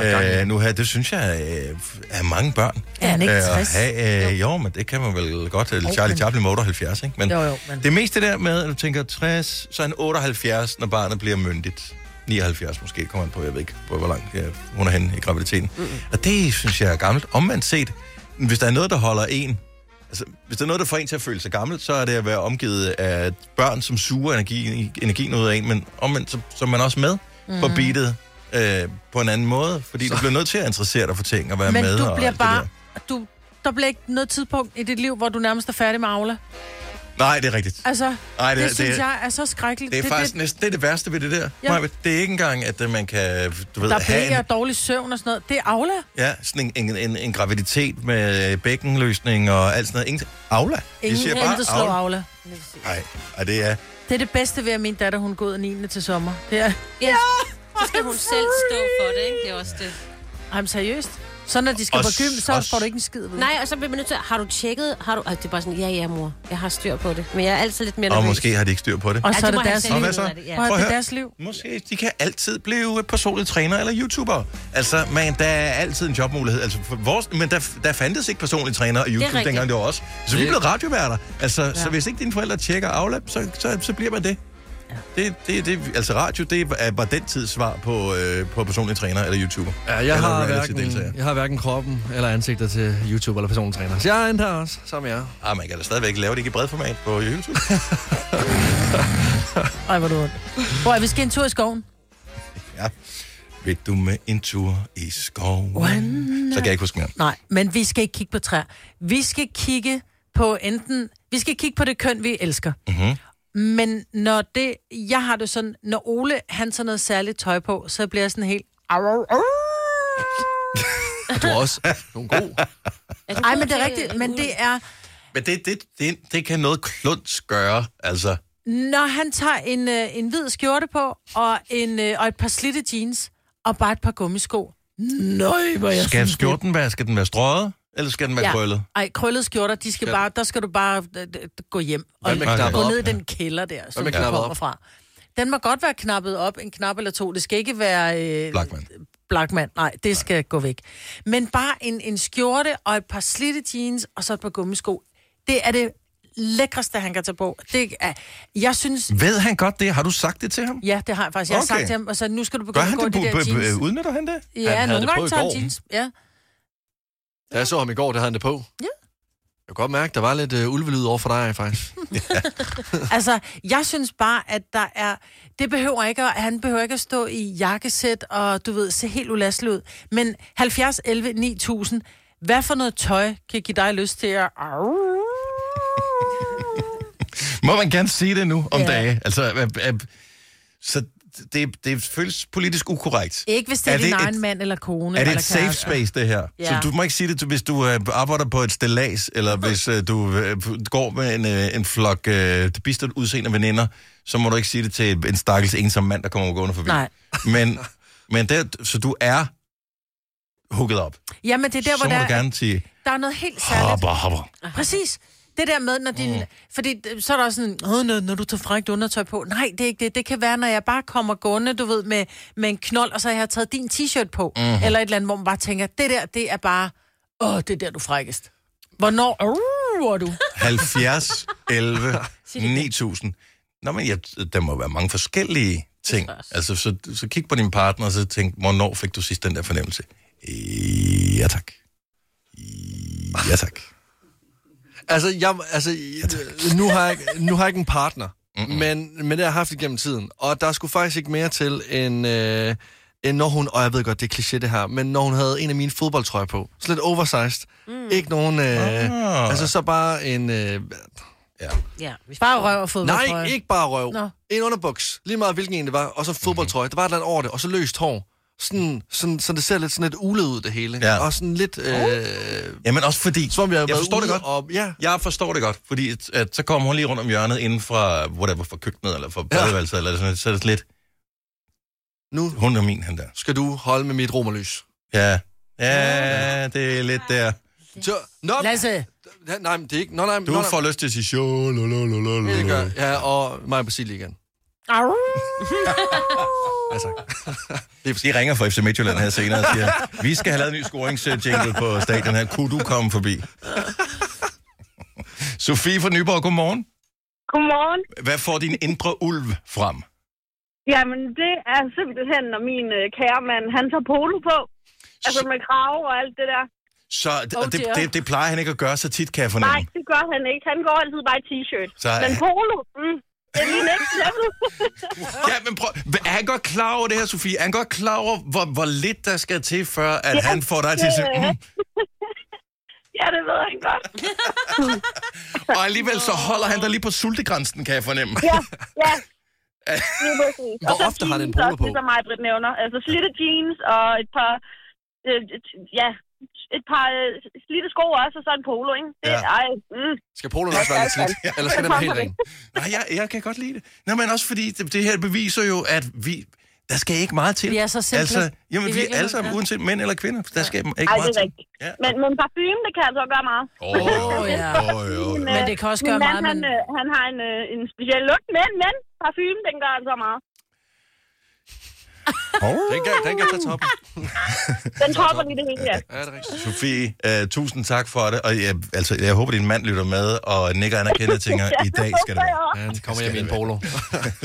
Speaker 1: Øh, nu her, det synes jeg øh, er mange børn.
Speaker 3: Er han ikke
Speaker 1: Øh, at
Speaker 3: 60?
Speaker 1: have, øh, jo. jo, men det kan man vel godt. Eller
Speaker 3: Jo,
Speaker 1: Charlie
Speaker 3: men-
Speaker 1: Chaplin var 78, ikke? Men,
Speaker 3: Jo, jo, men-
Speaker 1: Det er mest det der med, at du tænker 60, så er han 78, når barnet bliver myndigt. 79 måske, kommer han på, jeg ved ikke, på, hvor langt øh, hun er henne i graviditeten. Mm-hmm. Og det synes jeg er gammelt. Omvendt set, hvis der er noget, der holder en Altså, hvis der er noget, der får en til at føle sig gammel, så er det at være omgivet af børn, som suger energi, energien ud af en, men omvendt, så, så er man også med mm. på
Speaker 3: Mhm.
Speaker 1: beatet øh, på en anden måde, fordi så. du bliver nødt til at interessere dig for ting og være
Speaker 3: Men
Speaker 1: med.
Speaker 3: du
Speaker 1: og
Speaker 3: bliver
Speaker 1: alt det
Speaker 3: bare...
Speaker 1: der.
Speaker 3: Du, der bliver ikke noget tidspunkt i dit liv, hvor du nærmest er færdig med Aula.
Speaker 1: Nej, det er rigtigt.
Speaker 3: Altså,
Speaker 1: Ej,
Speaker 3: Ej,
Speaker 1: det-
Speaker 3: det, det, synes
Speaker 1: det-
Speaker 3: jeg er så skrækkeligt.
Speaker 1: Det er faktisk næsten det, er det værste ved det der.
Speaker 3: Altså, Ja.
Speaker 1: Ja. Det er ikke engang, at øh, man kan du ved,
Speaker 3: der
Speaker 1: have
Speaker 3: bliver
Speaker 1: en,
Speaker 3: dårlig søvn og sådan noget. Det er Aula.
Speaker 1: ja, sådan en, en, en, en graviditet med øh, bækkenløsning og alt sådan noget. Ingen, Aula. De
Speaker 3: Ingen
Speaker 1: siger
Speaker 3: hente slår
Speaker 1: Aula.
Speaker 3: Aula.
Speaker 1: Nej, ej, det er...
Speaker 3: Det er det bedste ved, at min datter, hun går ud 9. til sommer. Det er...
Speaker 4: Ja, så skal hun selv stå for det, ikke? Det er også det.
Speaker 3: Jamen seriøst. Så når de skal
Speaker 4: Og
Speaker 3: på
Speaker 4: s-
Speaker 3: gym, så
Speaker 4: og s-
Speaker 3: får du ikke en skid ved.
Speaker 4: Nej, og så bliver man nødt til, har du tjekket? Har du... Ej, det er bare sådan, ja, ja, mor, jeg har styr på det. Men jeg er altid lidt mere
Speaker 1: Og
Speaker 4: nervøs.
Speaker 1: måske har de ikke styr på det.
Speaker 4: Og så Ja, er det det må han deres selv
Speaker 1: Og hvad
Speaker 4: finde
Speaker 1: så?
Speaker 4: ud af det, ja.
Speaker 1: Prøv at
Speaker 4: Og det er
Speaker 1: høre.
Speaker 4: deres liv.
Speaker 1: Måske de kan altid blive personlige træner eller YouTuber. Altså, man, der er altid en jobmulighed. Altså, for vores, men der, der fandtes ikke personlige træner og YouTube det
Speaker 4: rigtigt.
Speaker 1: dengang det var os. Så vi
Speaker 4: Det-
Speaker 1: blev radioværter. Altså, ja.
Speaker 4: Ja.
Speaker 1: så hvis ikke dine forældre tjekker aflap, så, så, så bliver man det. Det, det, det, altså radio, det var- var den tids svar på, øh, på personlige træner eller YouTuber.
Speaker 2: Ja,
Speaker 1: Eller
Speaker 2: jeg, har
Speaker 1: reality-deltager.
Speaker 2: hverken, jeg har hverken kroppen eller ansigter til YouTube eller persontræner. Så jeg er endda også, som jeg.
Speaker 1: Ah, man kan da stadigvæk lave det ikke i bredformat på YouTube.
Speaker 3: Ej, hvor er du ondt. Prøv at, vi skal en tur i skoven.
Speaker 1: ja. Vil du med en tur i skoven? Så kan jeg ikke huske mere.
Speaker 3: Nej, men vi skal ikke kigge på træer. Vi skal kigge på enten... Vi skal kigge på det køn, vi elsker.
Speaker 1: Mm-hmm.
Speaker 3: Men når det... Jeg har det sådan, når Ole, han tager noget særligt tøj på, så bliver jeg sådan helt... Au, au, au.
Speaker 2: Du er også nogle gode.
Speaker 3: Ej, men det er rigtigt, men det er...
Speaker 1: Men det, det, det, det kan noget klunds gøre, altså.
Speaker 3: Når han tager en, øh, en hvid skjorte på, og, en, øh, og et par slidte jeans, og bare et par gummisko. Nøj, hvor er jeg
Speaker 1: Skal
Speaker 3: sådan
Speaker 1: skjorten være, skal den være strøget, eller skal den være ja. krøllet?
Speaker 3: Ej, krøllede skjorter, de skal
Speaker 1: Ja.
Speaker 3: bare, der skal du bare øh, øh, gå hjem og
Speaker 1: Hvad med knappet
Speaker 3: gå
Speaker 1: op?
Speaker 3: ned i den kælder der, som
Speaker 1: med
Speaker 3: du
Speaker 1: knappet
Speaker 3: kommer
Speaker 1: op?
Speaker 3: fra. Den må godt være knappet op, en knap eller to. Det skal ikke være... Øh, Blackman. Blackman, nej, det skal gå væk. Men bare en, en skjorte og et par slitte jeans og så et par gummisko. Det er det lækreste, han kan tage på. Det er, jeg synes...
Speaker 1: Ved han godt det? Har du sagt det til ham?
Speaker 3: Ja, det har jeg faktisk. Jeg har
Speaker 1: Okay.
Speaker 3: sagt til ham, og så nu skal du
Speaker 1: Gør
Speaker 3: begynde
Speaker 1: han
Speaker 3: at gå i
Speaker 1: det?
Speaker 3: de
Speaker 1: På,
Speaker 3: der
Speaker 1: på,
Speaker 3: jeans.
Speaker 1: på, udnytter han det?
Speaker 3: Ja,
Speaker 2: Han havde
Speaker 3: nogle
Speaker 2: det på
Speaker 3: gange
Speaker 2: i
Speaker 3: tager han
Speaker 2: går.
Speaker 3: jeans. Ja.
Speaker 2: Da jeg så ham i går, der havde han det på.
Speaker 3: Ja.
Speaker 2: Jeg kunne godt mærke, der var lidt øh, ulvelyd over for dig, faktisk.
Speaker 3: Altså, jeg synes bare, at der er... Det behøver ikke at, han behøver ikke at stå i jakkesæt og, du ved, se helt ulastelig ud. Men 70, 11, 9000, hvad for noget tøj kan give dig lyst til at... Au.
Speaker 1: Må man gerne sige det nu om
Speaker 3: Ja.
Speaker 1: ja. dage? Altså, øh, øh, så det, det føles politisk ukorrekt.
Speaker 3: Ikke hvis det er, er
Speaker 1: er
Speaker 3: din
Speaker 1: det
Speaker 3: egen
Speaker 1: et,
Speaker 3: mand eller kone.
Speaker 1: Er det
Speaker 3: eller
Speaker 1: et safe
Speaker 3: kæreste.
Speaker 1: space, det her?
Speaker 3: Ja.
Speaker 1: Ja. Så du må ikke sige det, til- hvis du øh, arbejder på et stelads, eller hvis øh, du øh, går med en, øh, en flok øh, bistert udseende veninder, så må du ikke sige det til en stakkels ensom mand, der kommer gående forbi.
Speaker 3: Nej.
Speaker 1: Men, men det, så du er hooket op.
Speaker 3: Jamen, det er der,
Speaker 1: så
Speaker 3: hvor
Speaker 1: må
Speaker 3: der,
Speaker 1: du gerne sige,
Speaker 3: der er noget helt særligt.
Speaker 1: hopper, hopper.
Speaker 3: Præcis. Det der med, når din... Mm. Fordi øh, så er der også sådan, Åh, når, når du tager frækt undertøj på. Nej, det er ikke det. Det kan være, når jeg bare kommer gående, du ved, med, med en knold, og så har jeg taget din t-shirt på. Mm.
Speaker 2: Mhm.
Speaker 3: Eller et eller andet, hvor man bare tænker, det der, det er bare... Åh, det er der, du er frækkest. Hvornår uh, er du?
Speaker 1: 70, 11, 9000. Nå, men jeg, der må være mange forskellige ting. Altså, så, så kig på din partner, og så tænk, hvornår fik du sidst den der fornemmelse? Øh, Ja, tak. Øh, Ja, tak.
Speaker 2: Altså, jeg, altså nu, har jeg, ikke- nu har jeg ikke en partner, men, men det har jeg haft igennem tiden. Og der skulle faktisk ikke mere til, end, øh, end når hun, og jeg ved godt, det er kliché det her, men når hun havde en af mine fodboldtrøjer på. Så lidt oversized. Mm. Ikke nogen... Øh,
Speaker 1: Ah.
Speaker 2: Altså, så bare en... Øh,
Speaker 3: Ja. Bare røv og fodbold,
Speaker 2: Nej,
Speaker 1: Mm-hmm.
Speaker 2: ikke bare røv. Nå. En underbuks. Lige meget hvilken en det var. Og så fodboldtrøje. Der var et eller andet over det. Og så løst hår. sådan, sådan, så det ser lidt sådan lidt ulet ud, det hele. Ja. Og sådan lidt... Øh,
Speaker 1: Jamen også fordi... Som jeg,
Speaker 2: været
Speaker 1: forstår det
Speaker 2: ude
Speaker 1: godt.
Speaker 2: og- ja.
Speaker 1: Jeg forstår det godt, fordi at, at, så kommer hun lige rundt om hjørnet inden fra, whatever, fra køkkenet eller fra badeværelset, ja. eller sådan noget, så er det lidt...
Speaker 2: Nu.
Speaker 1: Hun er min, han der.
Speaker 2: Skal du holde med mit romerlys?
Speaker 1: Ja. Ja, det er lidt der.
Speaker 2: Så, nå,
Speaker 3: Lasse!
Speaker 2: Nej, men det er ikke... Nå, nej,
Speaker 1: Du
Speaker 2: nå, nej.
Speaker 1: får lyst til at sige, sjov, lo, lo, lo, lo,
Speaker 2: Det
Speaker 1: lo.
Speaker 2: gør jeg. Ja, og mig og Basili igen.
Speaker 3: Au.
Speaker 1: De ringer fra FC Midtjylland her senere og siger, vi skal have lavet en ny scoringsjingle på stadion her. Kunne du komme forbi? Sofie fra Nyborg, godmorgen.
Speaker 16: Godmorgen.
Speaker 1: Hvad får din indre ulv frem?
Speaker 16: Jamen, det er simpelthen, når min øh, kære mand, han tager polo på. Altså med krave og alt det der.
Speaker 1: Så det,
Speaker 16: Oh
Speaker 1: oh, det,
Speaker 16: dear.
Speaker 1: det, det plejer han ikke at gøre så tit, kan jeg fornemme.
Speaker 16: Nej, det gør han ikke. Han går altid bare i t-shirt.
Speaker 1: Så,
Speaker 16: Men
Speaker 1: øh,
Speaker 16: polo, mm, det er lige next level.
Speaker 1: Ja, men prøv, hva- er han godt klar over det her, Sofie? Er han godt klar over, hvor, hvor lidt der skal til, før at
Speaker 16: Ja,
Speaker 1: han får dig til at sige,
Speaker 16: det-
Speaker 1: mm.
Speaker 16: ja, det ved han godt.
Speaker 1: Og alligevel så holder han dig lige på sultegrænsen, kan jeg fornemme.
Speaker 16: ja, ja. Lige præcis.
Speaker 1: Hvor
Speaker 16: Og så
Speaker 1: ofte har den
Speaker 16: jeans
Speaker 1: polo
Speaker 16: også,
Speaker 1: på?
Speaker 16: Det som mig, Britt nævner. Altså slitte jeans og et par... Øh, et- ja, et par øh, slitte sko også, og så en polo, ikke? Det,
Speaker 1: Ja.
Speaker 16: Ej, mm.
Speaker 2: Skal poloen også være lidt slidt? Eller skal den være helt ren?
Speaker 1: Nej, jeg, jeg kan godt lide det. Nå, men også fordi det, det her beviser jo, at vi... Der skal ikke meget til.
Speaker 16: Vi er så simple.
Speaker 1: Altså,
Speaker 16: I
Speaker 1: jamen, vi er
Speaker 16: virkeligheden,
Speaker 1: alle sammen,
Speaker 16: ja.
Speaker 1: uanset mænd eller kvinder, der skal ikke
Speaker 16: Ej,
Speaker 1: meget
Speaker 16: det er
Speaker 1: til.
Speaker 16: rigtigt. Ja. Men, men parfume, det kan altså gøre meget.
Speaker 1: Åh, oh,
Speaker 16: ja.
Speaker 1: oh,
Speaker 16: Men,
Speaker 3: Men
Speaker 16: øh,
Speaker 3: det kan også
Speaker 16: min
Speaker 3: gøre
Speaker 16: mand,
Speaker 3: meget,
Speaker 16: Han,
Speaker 3: men-
Speaker 16: øh, han har en, øh, en speciel lugt, men, men parfume, den gør altså meget.
Speaker 2: Den kan, den kan tage toppen.
Speaker 16: Den topper lige det hele, ja.
Speaker 2: Ja, det er rigtigt.
Speaker 1: Sofie, uh, tusind tak for det. Og jeg, altså, jeg håber, din mand lytter med og nikker anerkender og tænker, i dag skal det være.
Speaker 2: Ja, det kommer jeg med en
Speaker 1: polo.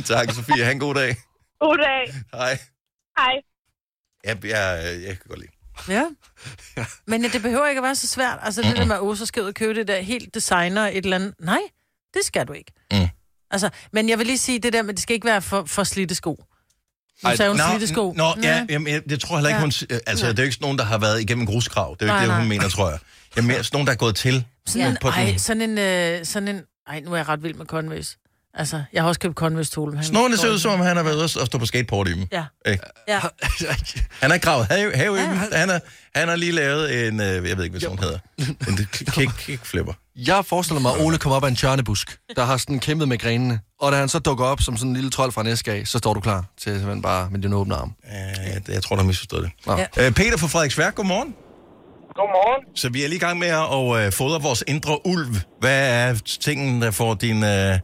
Speaker 1: tak, Sofie. Ha' en god dag.
Speaker 16: God dag.
Speaker 1: Hej.
Speaker 16: Hej.
Speaker 1: Jeg, jeg, jeg kan godt lide.
Speaker 3: Ja. Men det behøver ikke at være så svært. Altså det der med, åh, så skal jeg ud og købe det der helt designer et eller andet. Nej, det skal du ikke. Mm. Altså, men jeg vil lige sige det der med, det skal ikke være for, for slidte sko. Nu sagde hun
Speaker 1: nå,
Speaker 3: slidte sko. Mm.
Speaker 1: Nå, ja,
Speaker 3: Nej.
Speaker 1: jamen, jeg, jeg tror heller ikke, ja.
Speaker 3: Ja.
Speaker 1: hun... øh, Altså,
Speaker 3: Nej.
Speaker 1: det er jo ikke sådan nogen, der har været igennem en gruskrav. Det er jo
Speaker 3: Nej,
Speaker 1: ikke det, hun
Speaker 3: nej.
Speaker 1: mener, tror jeg. Jeg er mere sådan nogen, der er gået til
Speaker 3: Sådan en,
Speaker 1: på den.
Speaker 3: ej, sådan en, øh, sådan en, ej, nu er jeg ret vild med Converse. Altså, jeg har også købt Converse-tolen.
Speaker 1: Snoren, det ser ud som om, han har været ude og stå på skateboard i dem.
Speaker 3: Ja.
Speaker 1: Ikke?
Speaker 3: Ja.
Speaker 1: Han har gravet have, have ja. han, har, han har lige lavet en, øh, jeg ved ikke, hvad sådan hedder, en kick, kickflipper.
Speaker 2: Jeg forestiller mig, at Ole kommer op af en tjørnebusk, der har sådan kæmpet med grenene. Og da han så dukker op som sådan en lille trold fra næske af, så står du klar til simpelthen bare med din åbne arm.
Speaker 1: Øh, jeg tror, du har misforstået det.
Speaker 2: Nå.
Speaker 1: Ja. Øh, Peter fra Frederiksværk, godmorgen. Godmorgen. Så vi er lige i gang med at øh, fodre vores indre ulv. Hvad er tingen, der får din... Øh,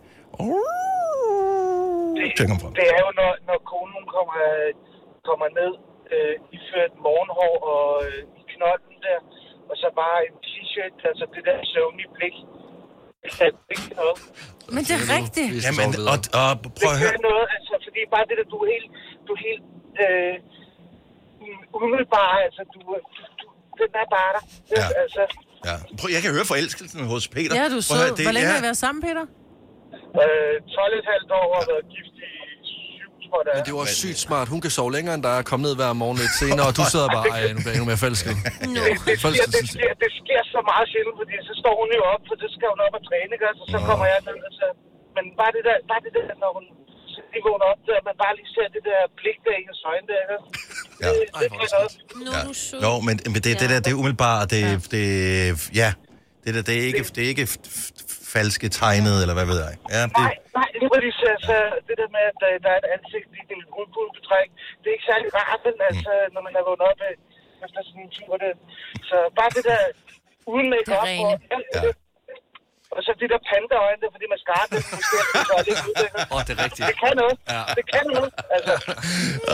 Speaker 1: det, frem?
Speaker 18: Det er jo, når, når konen kommer, kommer ned øh, i ført morgenhår og øh, i knolden der, og så bare en t-shirt, altså det der søvnige blik. Det kan ikke noget.
Speaker 3: Men det er rigtigt.
Speaker 1: Jamen, og, og
Speaker 18: Det
Speaker 1: prøv at høre.
Speaker 18: gør noget, altså, fordi bare det der, du er helt, du er helt øh, um- umiddelbar, altså, du, du, du den er bare der.
Speaker 1: Ja.
Speaker 18: Altså,
Speaker 1: Ja. Prøv, jeg kan høre forelskelsen hos Peter.
Speaker 3: Ja, du er
Speaker 1: Prøv at høre,
Speaker 3: sød. Hvor længe har I været sammen, Peter?
Speaker 18: øh, 12,5 år har været gift i syv, tror jeg, det
Speaker 2: Men det var også sygt smart. Hun kan sove længere end dig, komme ned hver morgen lidt senere, og du sidder bare, ej, nu bliver jeg endnu mere forelsket.
Speaker 18: Det, det, sker, det, sker, det sker så meget sjældent, fordi så står hun jo op, for så skal hun op og træne, ikke? også? og så kommer jeg ned. Altså. Men bare det, der, bare det der, når hun så lige vågner op, der, man bare lige ser det der blik der i hendes øjne, der, ikke? Ja. Det, det, det er noget.
Speaker 1: Ja. Nå, men, men det, det der, det er umiddelbart, det, ja. det, ja, det der, det er ikke, det er ikke f- f- falske tegnet, eller hvad ved jeg. Ja, det,
Speaker 18: Nej, nej, lige præcis. Altså, det der med, at der, der er et ansigt i din hovedbudbetræk, det er ikke særlig rart, men altså, når man er vågnet op øh, efter sådan en tur. Det. Så bare det der uden make op og alt det der. Og så de der pandaøjne, der, fordi man skarper dem, måske så er det ikke Åh,
Speaker 2: det er rigtigt.
Speaker 18: Det kan noget. Det kan noget. Altså,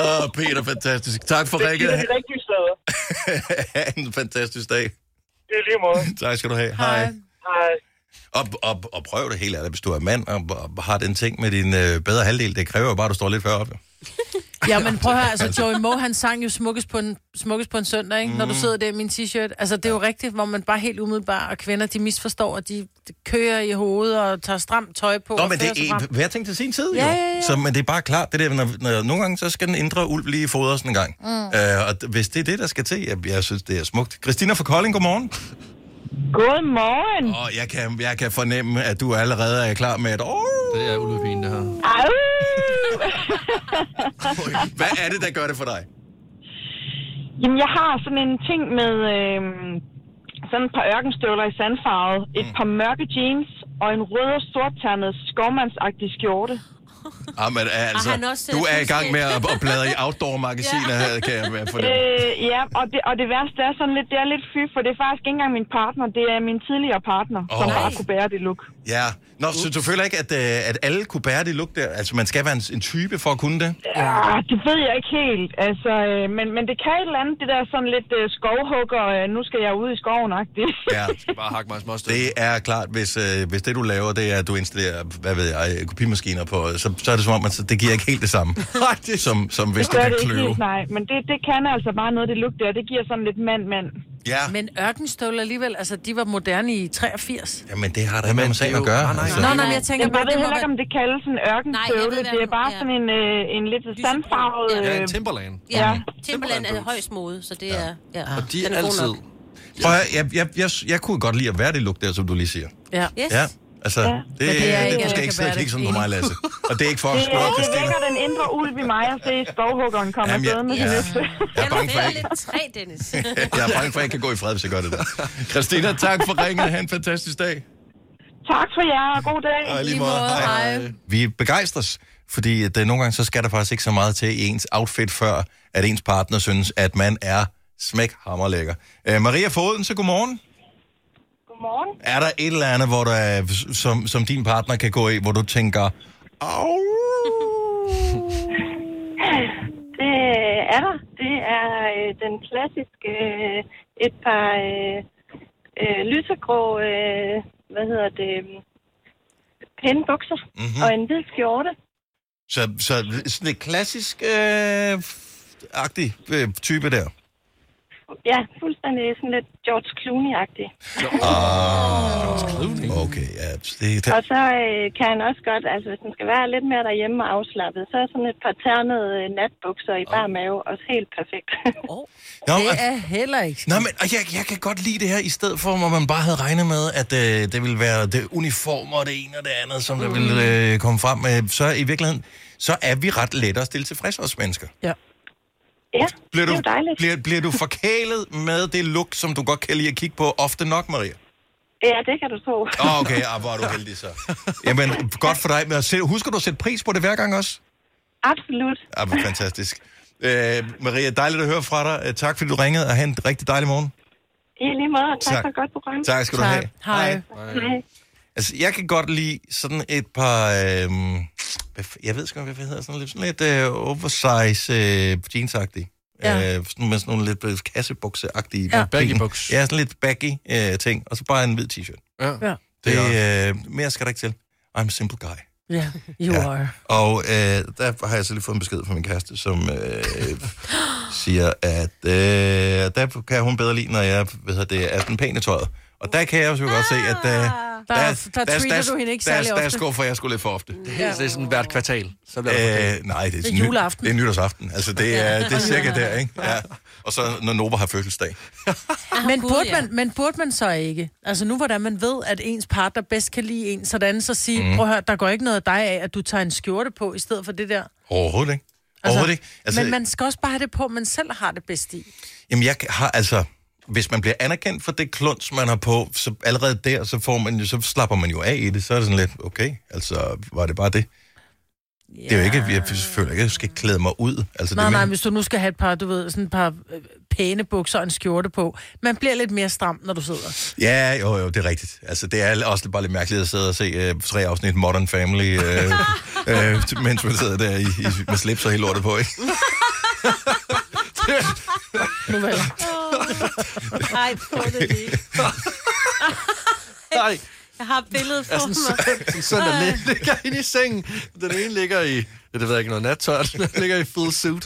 Speaker 1: Åh, oh, Peter, fantastisk. Tak for
Speaker 18: det
Speaker 1: rækket.
Speaker 18: er de rigtige steder.
Speaker 1: Ha' en fantastisk dag.
Speaker 18: Det er lige måde.
Speaker 1: Tak skal du have. Hej.
Speaker 18: Hej.
Speaker 1: Og, og, og prøv det helt ærligt, hvis du er mand og, og har den ting med din øh, bedre halvdel. Det kræver jo bare, at du står lidt før op.
Speaker 3: Ja, men prøv at høre, altså Joey Moe, han sang jo smukkest på en, smukkest på en søndag, ikke? Mm. når du
Speaker 1: Mm.
Speaker 3: sidder der i min t-shirt. Altså, det er jo rigtigt, hvor man bare er helt umiddelbar, og kvinder, de misforstår, og de de kører i hovedet og tager stramt tøj på.
Speaker 1: Nå,
Speaker 3: og
Speaker 1: men det
Speaker 3: fører sig
Speaker 1: er
Speaker 3: frem.
Speaker 1: hver ting til sin tid,
Speaker 3: Ja,
Speaker 1: jo.
Speaker 3: ja, ja.
Speaker 1: Så, men det er bare klart, det der, når, når, nogle gange, så skal den indre ulv lige fodres en gang. Mm. Øh, og d- hvis det er det, der skal til, jeg, jeg synes, det er smukt. Christina fra Kolding, godmorgen.
Speaker 16: Godmorgen.
Speaker 1: Og jeg kan, jeg kan fornemme, at du allerede er klar med et... Oh.
Speaker 2: Det er ulvepin, det her.
Speaker 16: Au!
Speaker 1: Hvad er det, der gør det for dig?
Speaker 19: Jamen, jeg har sådan en ting med øh, sådan et par ørkenstøvler i sandfarvet, et par mørke jeans og en rød og sortternet skovmandsagtig skjorte.
Speaker 1: Jamen, altså,
Speaker 19: Og han også, øh,
Speaker 1: du er i gang med at,
Speaker 19: fuldstændig-
Speaker 1: at bladre i outdoor-magasiner, her, kan jeg fornemme.
Speaker 19: Øh, ja, og det, og det værste er sådan lidt, det er lidt fy, for det er faktisk ikke engang min partner, det er min tidligere partner, oh. som
Speaker 1: Åh.
Speaker 19: bare kunne bære det look.
Speaker 1: Ja. Nå, så du føler ikke, at, øh, at alle kunne bære det look der? Altså, man skal være en, en type for at kunne det?
Speaker 19: Ja, det ved jeg ikke helt, altså, øh, men, men det kan et eller andet, det der sådan lidt øh, skovhugger, øh, nu skal jeg ud i skoven-agtigt.
Speaker 1: Ja.
Speaker 2: Bare hakke mig småstykke.
Speaker 1: Det er klart, hvis, øh, hvis det du laver, det er, at du installerer, hvad ved jeg, øh, kopimaskiner på, så, så er det som om, at det giver ikke helt det samme, som, som hvis
Speaker 19: det
Speaker 1: du
Speaker 19: gør
Speaker 1: kan
Speaker 19: det ikke
Speaker 1: kløve.
Speaker 19: helt, nej. Men det, det kan altså bare noget, det lugter, og det giver sådan lidt mand-mand.
Speaker 1: Ja.
Speaker 3: Men ørkenstøvler alligevel, altså de var moderne i 83.
Speaker 1: Jamen, det har da ikke med sagen at gøre. altså.
Speaker 3: Nå, nej, men jeg tænker
Speaker 19: jeg bare,
Speaker 3: bare,
Speaker 19: ved
Speaker 3: det må
Speaker 19: heller ikke, om det kaldes en ørkenstøvle.
Speaker 4: hvad
Speaker 19: det er
Speaker 4: du-
Speaker 19: bare
Speaker 4: ja.
Speaker 19: sådan en, øh, en lidt sandfarvet... øh,
Speaker 4: Ja, en
Speaker 2: Timberland.
Speaker 4: Ja,
Speaker 19: Ja.
Speaker 4: Timberland er højst mode, så det er... Ja.
Speaker 19: Ah,
Speaker 4: Den god nok.
Speaker 1: Prøv, at høre, jeg, jeg, jeg, jeg kunne godt lide at være det look der, som du lige siger.
Speaker 4: Ja.
Speaker 3: Yes.
Speaker 1: Ja, altså,
Speaker 19: Ja.
Speaker 1: det,
Speaker 19: Men det er ikke
Speaker 1: det,
Speaker 19: alle,
Speaker 1: du
Speaker 19: der
Speaker 1: skal
Speaker 19: kan
Speaker 1: ikke sidde og
Speaker 19: bære
Speaker 1: kigge
Speaker 19: det.
Speaker 1: sådan på mig, Lasse. Og det er ikke for
Speaker 19: Det,
Speaker 1: at
Speaker 19: er,
Speaker 1: spørge
Speaker 19: det
Speaker 1: Christina.
Speaker 19: vækker den indre ulv i mig at se skovhuggeren komme
Speaker 1: Jamen, jeg-
Speaker 19: afsted med sin
Speaker 1: ja.
Speaker 19: økse.
Speaker 1: Jeg er bange for, at jeg,
Speaker 4: Lidt træ, Dennis.
Speaker 1: jeg er bange for, at jeg ikke kan gå i fred, hvis jeg gør det der. Christina, tak for ringen. Ha' en fantastisk dag.
Speaker 19: Tak for jer, og god dag.
Speaker 1: Og i lige måde. Lige måde. Hej.
Speaker 19: Hej.
Speaker 1: Vi begejstres, fordi at, øh, nogle gange så skal der faktisk ikke så meget til i ens outfit, før at ens partner synes, at man er smæk hammerlækker. Øh, Maria Foden, så godmorgen.
Speaker 19: Godmorgen.
Speaker 1: Er der et eller andet, hvor der, som, som din partner kan gå i, hvor du tænker, Au!
Speaker 20: Det er der. Det er øh, den klassiske øh, et par øh, øh, lysegrå, øh, hvad hedder det, øhm, pæne bukser
Speaker 1: Mhm.
Speaker 20: mm-hmm. og en hvid skjorte.
Speaker 1: så, så sådan et klassisk øh, agtig øh, type der.
Speaker 20: Ja, fuldstændig sådan lidt George Clooney-agtig.
Speaker 1: Ah, okay, ja, det,
Speaker 20: Og
Speaker 1: det,
Speaker 20: så øh, kan han også godt, altså hvis man skal være lidt mere derhjemme og afslappet, så er sådan et par ternede øh, natbukser i bar mave også helt perfekt.
Speaker 1: Nå,
Speaker 20: Det
Speaker 1: men-
Speaker 20: er heller ikke
Speaker 1: Nå, men og jeg, jeg kan godt lide det her, i stedet for, hvor man bare havde regnet med, at øh, det ville være det uniformer og det ene og det andet, som der ville øh, komme frem. Øh, så i virkeligheden, så er vi ret lettere at stille tilfreds os mennesker.
Speaker 3: Ja.
Speaker 20: Ja,
Speaker 1: Bliver
Speaker 20: det
Speaker 1: du,
Speaker 20: er jo dejligt.
Speaker 1: bliver, bliver du forkælet med det look, som du godt kan lide at kigge på ofte nok, Maria?
Speaker 20: Ja, det kan du tro.
Speaker 1: Åh, oh, okay, ah, hvor er du heldig så. Jamen, godt for dig. Men at sætte- husker du at sætte pris på det hver gang også?
Speaker 20: Absolut.
Speaker 1: Ah, hvor fantastisk. Øh, Maria, dejligt at høre fra dig. Øh, Tak fordi du ringede, og have en rigtig dejlig morgen.
Speaker 20: I lige måde, og tak, tak.
Speaker 1: Tak.
Speaker 20: for et godt program.
Speaker 1: Tak skal du Tak. have.
Speaker 20: Hej.
Speaker 1: Hej. Altså, jeg kan godt lide sådan et par... Øh, jeg ved sgu ikke, hvad det hedder. Sådan lidt, sådan lidt øh, oversize øh, jeansagtige. Ja. Øh, sådan med sådan nogle lidt øh, kassebukseagtige
Speaker 2: Ja.
Speaker 1: ting.
Speaker 2: Baggy buks.
Speaker 1: Ja, sådan lidt baggy øh, ting. Og så bare en hvid t-shirt.
Speaker 2: Ja.
Speaker 3: Ja.
Speaker 1: Det, øh, mere skal der ikke til. I'm a simple guy.
Speaker 3: Ja, you
Speaker 1: Ja.
Speaker 3: ja. are.
Speaker 1: Og øh, der har jeg så lige fået en besked fra min kæreste, som øh, siger, at øh, der kan hun bedre lide, når jeg hvad hedder det, er den pæne tøjet. Og der kan jeg jo godt se, at øh, der,
Speaker 3: der treater du hende ikke
Speaker 1: der,
Speaker 3: særlig
Speaker 1: der, der
Speaker 3: ofte.
Speaker 1: skuffer jeg sgu lidt for ofte.
Speaker 2: Det er sådan hvert kvartal. Så bliver det
Speaker 1: Øh, nej, det er,
Speaker 3: Det er
Speaker 1: ny-
Speaker 3: juleaften.
Speaker 1: Det er nytårsaften. Altså, det er, det er cirka der, ikke? Ja. Og så når Nova har fødselsdag.
Speaker 3: Men burde, man, men burde man så ikke? Altså nu, hvordan man ved, at ens partner bedst kan lide en, sådan så sige,
Speaker 1: Mm.
Speaker 3: mm. prøv at høre, der går ikke noget af dig af, at du tager en skjorte på, i stedet for det der.
Speaker 1: Overhovedet ikke. Overhovedet ikke.
Speaker 3: Altså, men man skal også bare have det på, man selv har det bedst i.
Speaker 1: Jamen, jeg har altså... Hvis man bliver anerkendt for det kluns, man har på, så allerede der, så, får man, jo- så slapper man jo af i det. Så er det sådan lidt, okay, altså, var det bare det? Ja. Det er jo ikke, jeg føler ikke, at jeg skal klæde mig ud. Altså,
Speaker 3: Så nej,
Speaker 1: det er
Speaker 3: nej,
Speaker 1: min-
Speaker 3: hvis du nu skal have et par, du ved, sådan et par øh, pæne bukser og en skjorte på. Man bliver lidt mere stram, når du sidder.
Speaker 1: Ja, jo, jo, det er rigtigt. Altså, det er også bare lidt mærkeligt at sidde og se øh, tre afsnit Modern Family, øh, øh, mens man sidder der i, i, med slips og helt lortet på, ikke?
Speaker 3: Nu vel.
Speaker 4: Nej, få det lige.
Speaker 2: Nej.
Speaker 4: Jeg har billedet for
Speaker 2: er sådan,
Speaker 4: mig.
Speaker 2: sådan, sådan der lidt ligger inde i sengen. Den ene ligger i, ja, det ved jeg ikke noget nattøj, den anden ligger i full suit.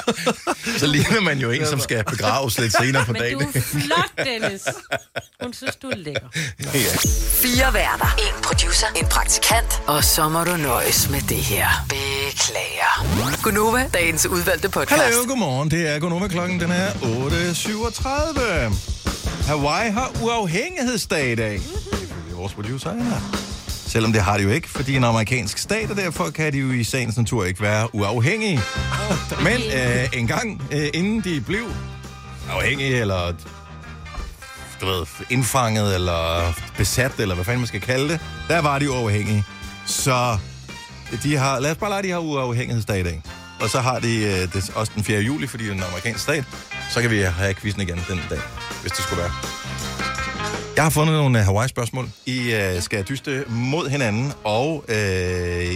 Speaker 1: Så ligner man jo en, som skal begraves lidt senere på dagen.
Speaker 4: Men du er flot, Dennis. Hun synes, du er lækker.
Speaker 1: Ja.
Speaker 5: Fire værter. En producer. En praktikant. Og så må du nøjes med det her. Beklager. Gunova, dagens udvalgte podcast.
Speaker 1: Hallo, godmorgen. Det er Gunova. Klokken den er 8.37. Hawaii har uafhængighedsdag i dag. Det er vores producer, Anna. Selvom det har de jo ikke, fordi en amerikansk stat, og derfor kan de jo i sagens natur ikke være uafhængige. Men øh, en gang, øh, inden de blev afhængige, eller du ved, indfanget, eller besat, eller hvad fanden man skal kalde det, der var de uafhængige. Så de har, lad os bare lade, de har uafhængighedsdag i dag. Og så har de øh, det, også den 4. juli, fordi det er en amerikansk stat. Så kan vi have quizzen igen den dag, hvis det skulle være. Jeg har fundet nogle øh, Hawaii-spørgsmål. I øh, skal dyste mod hinanden, og øh,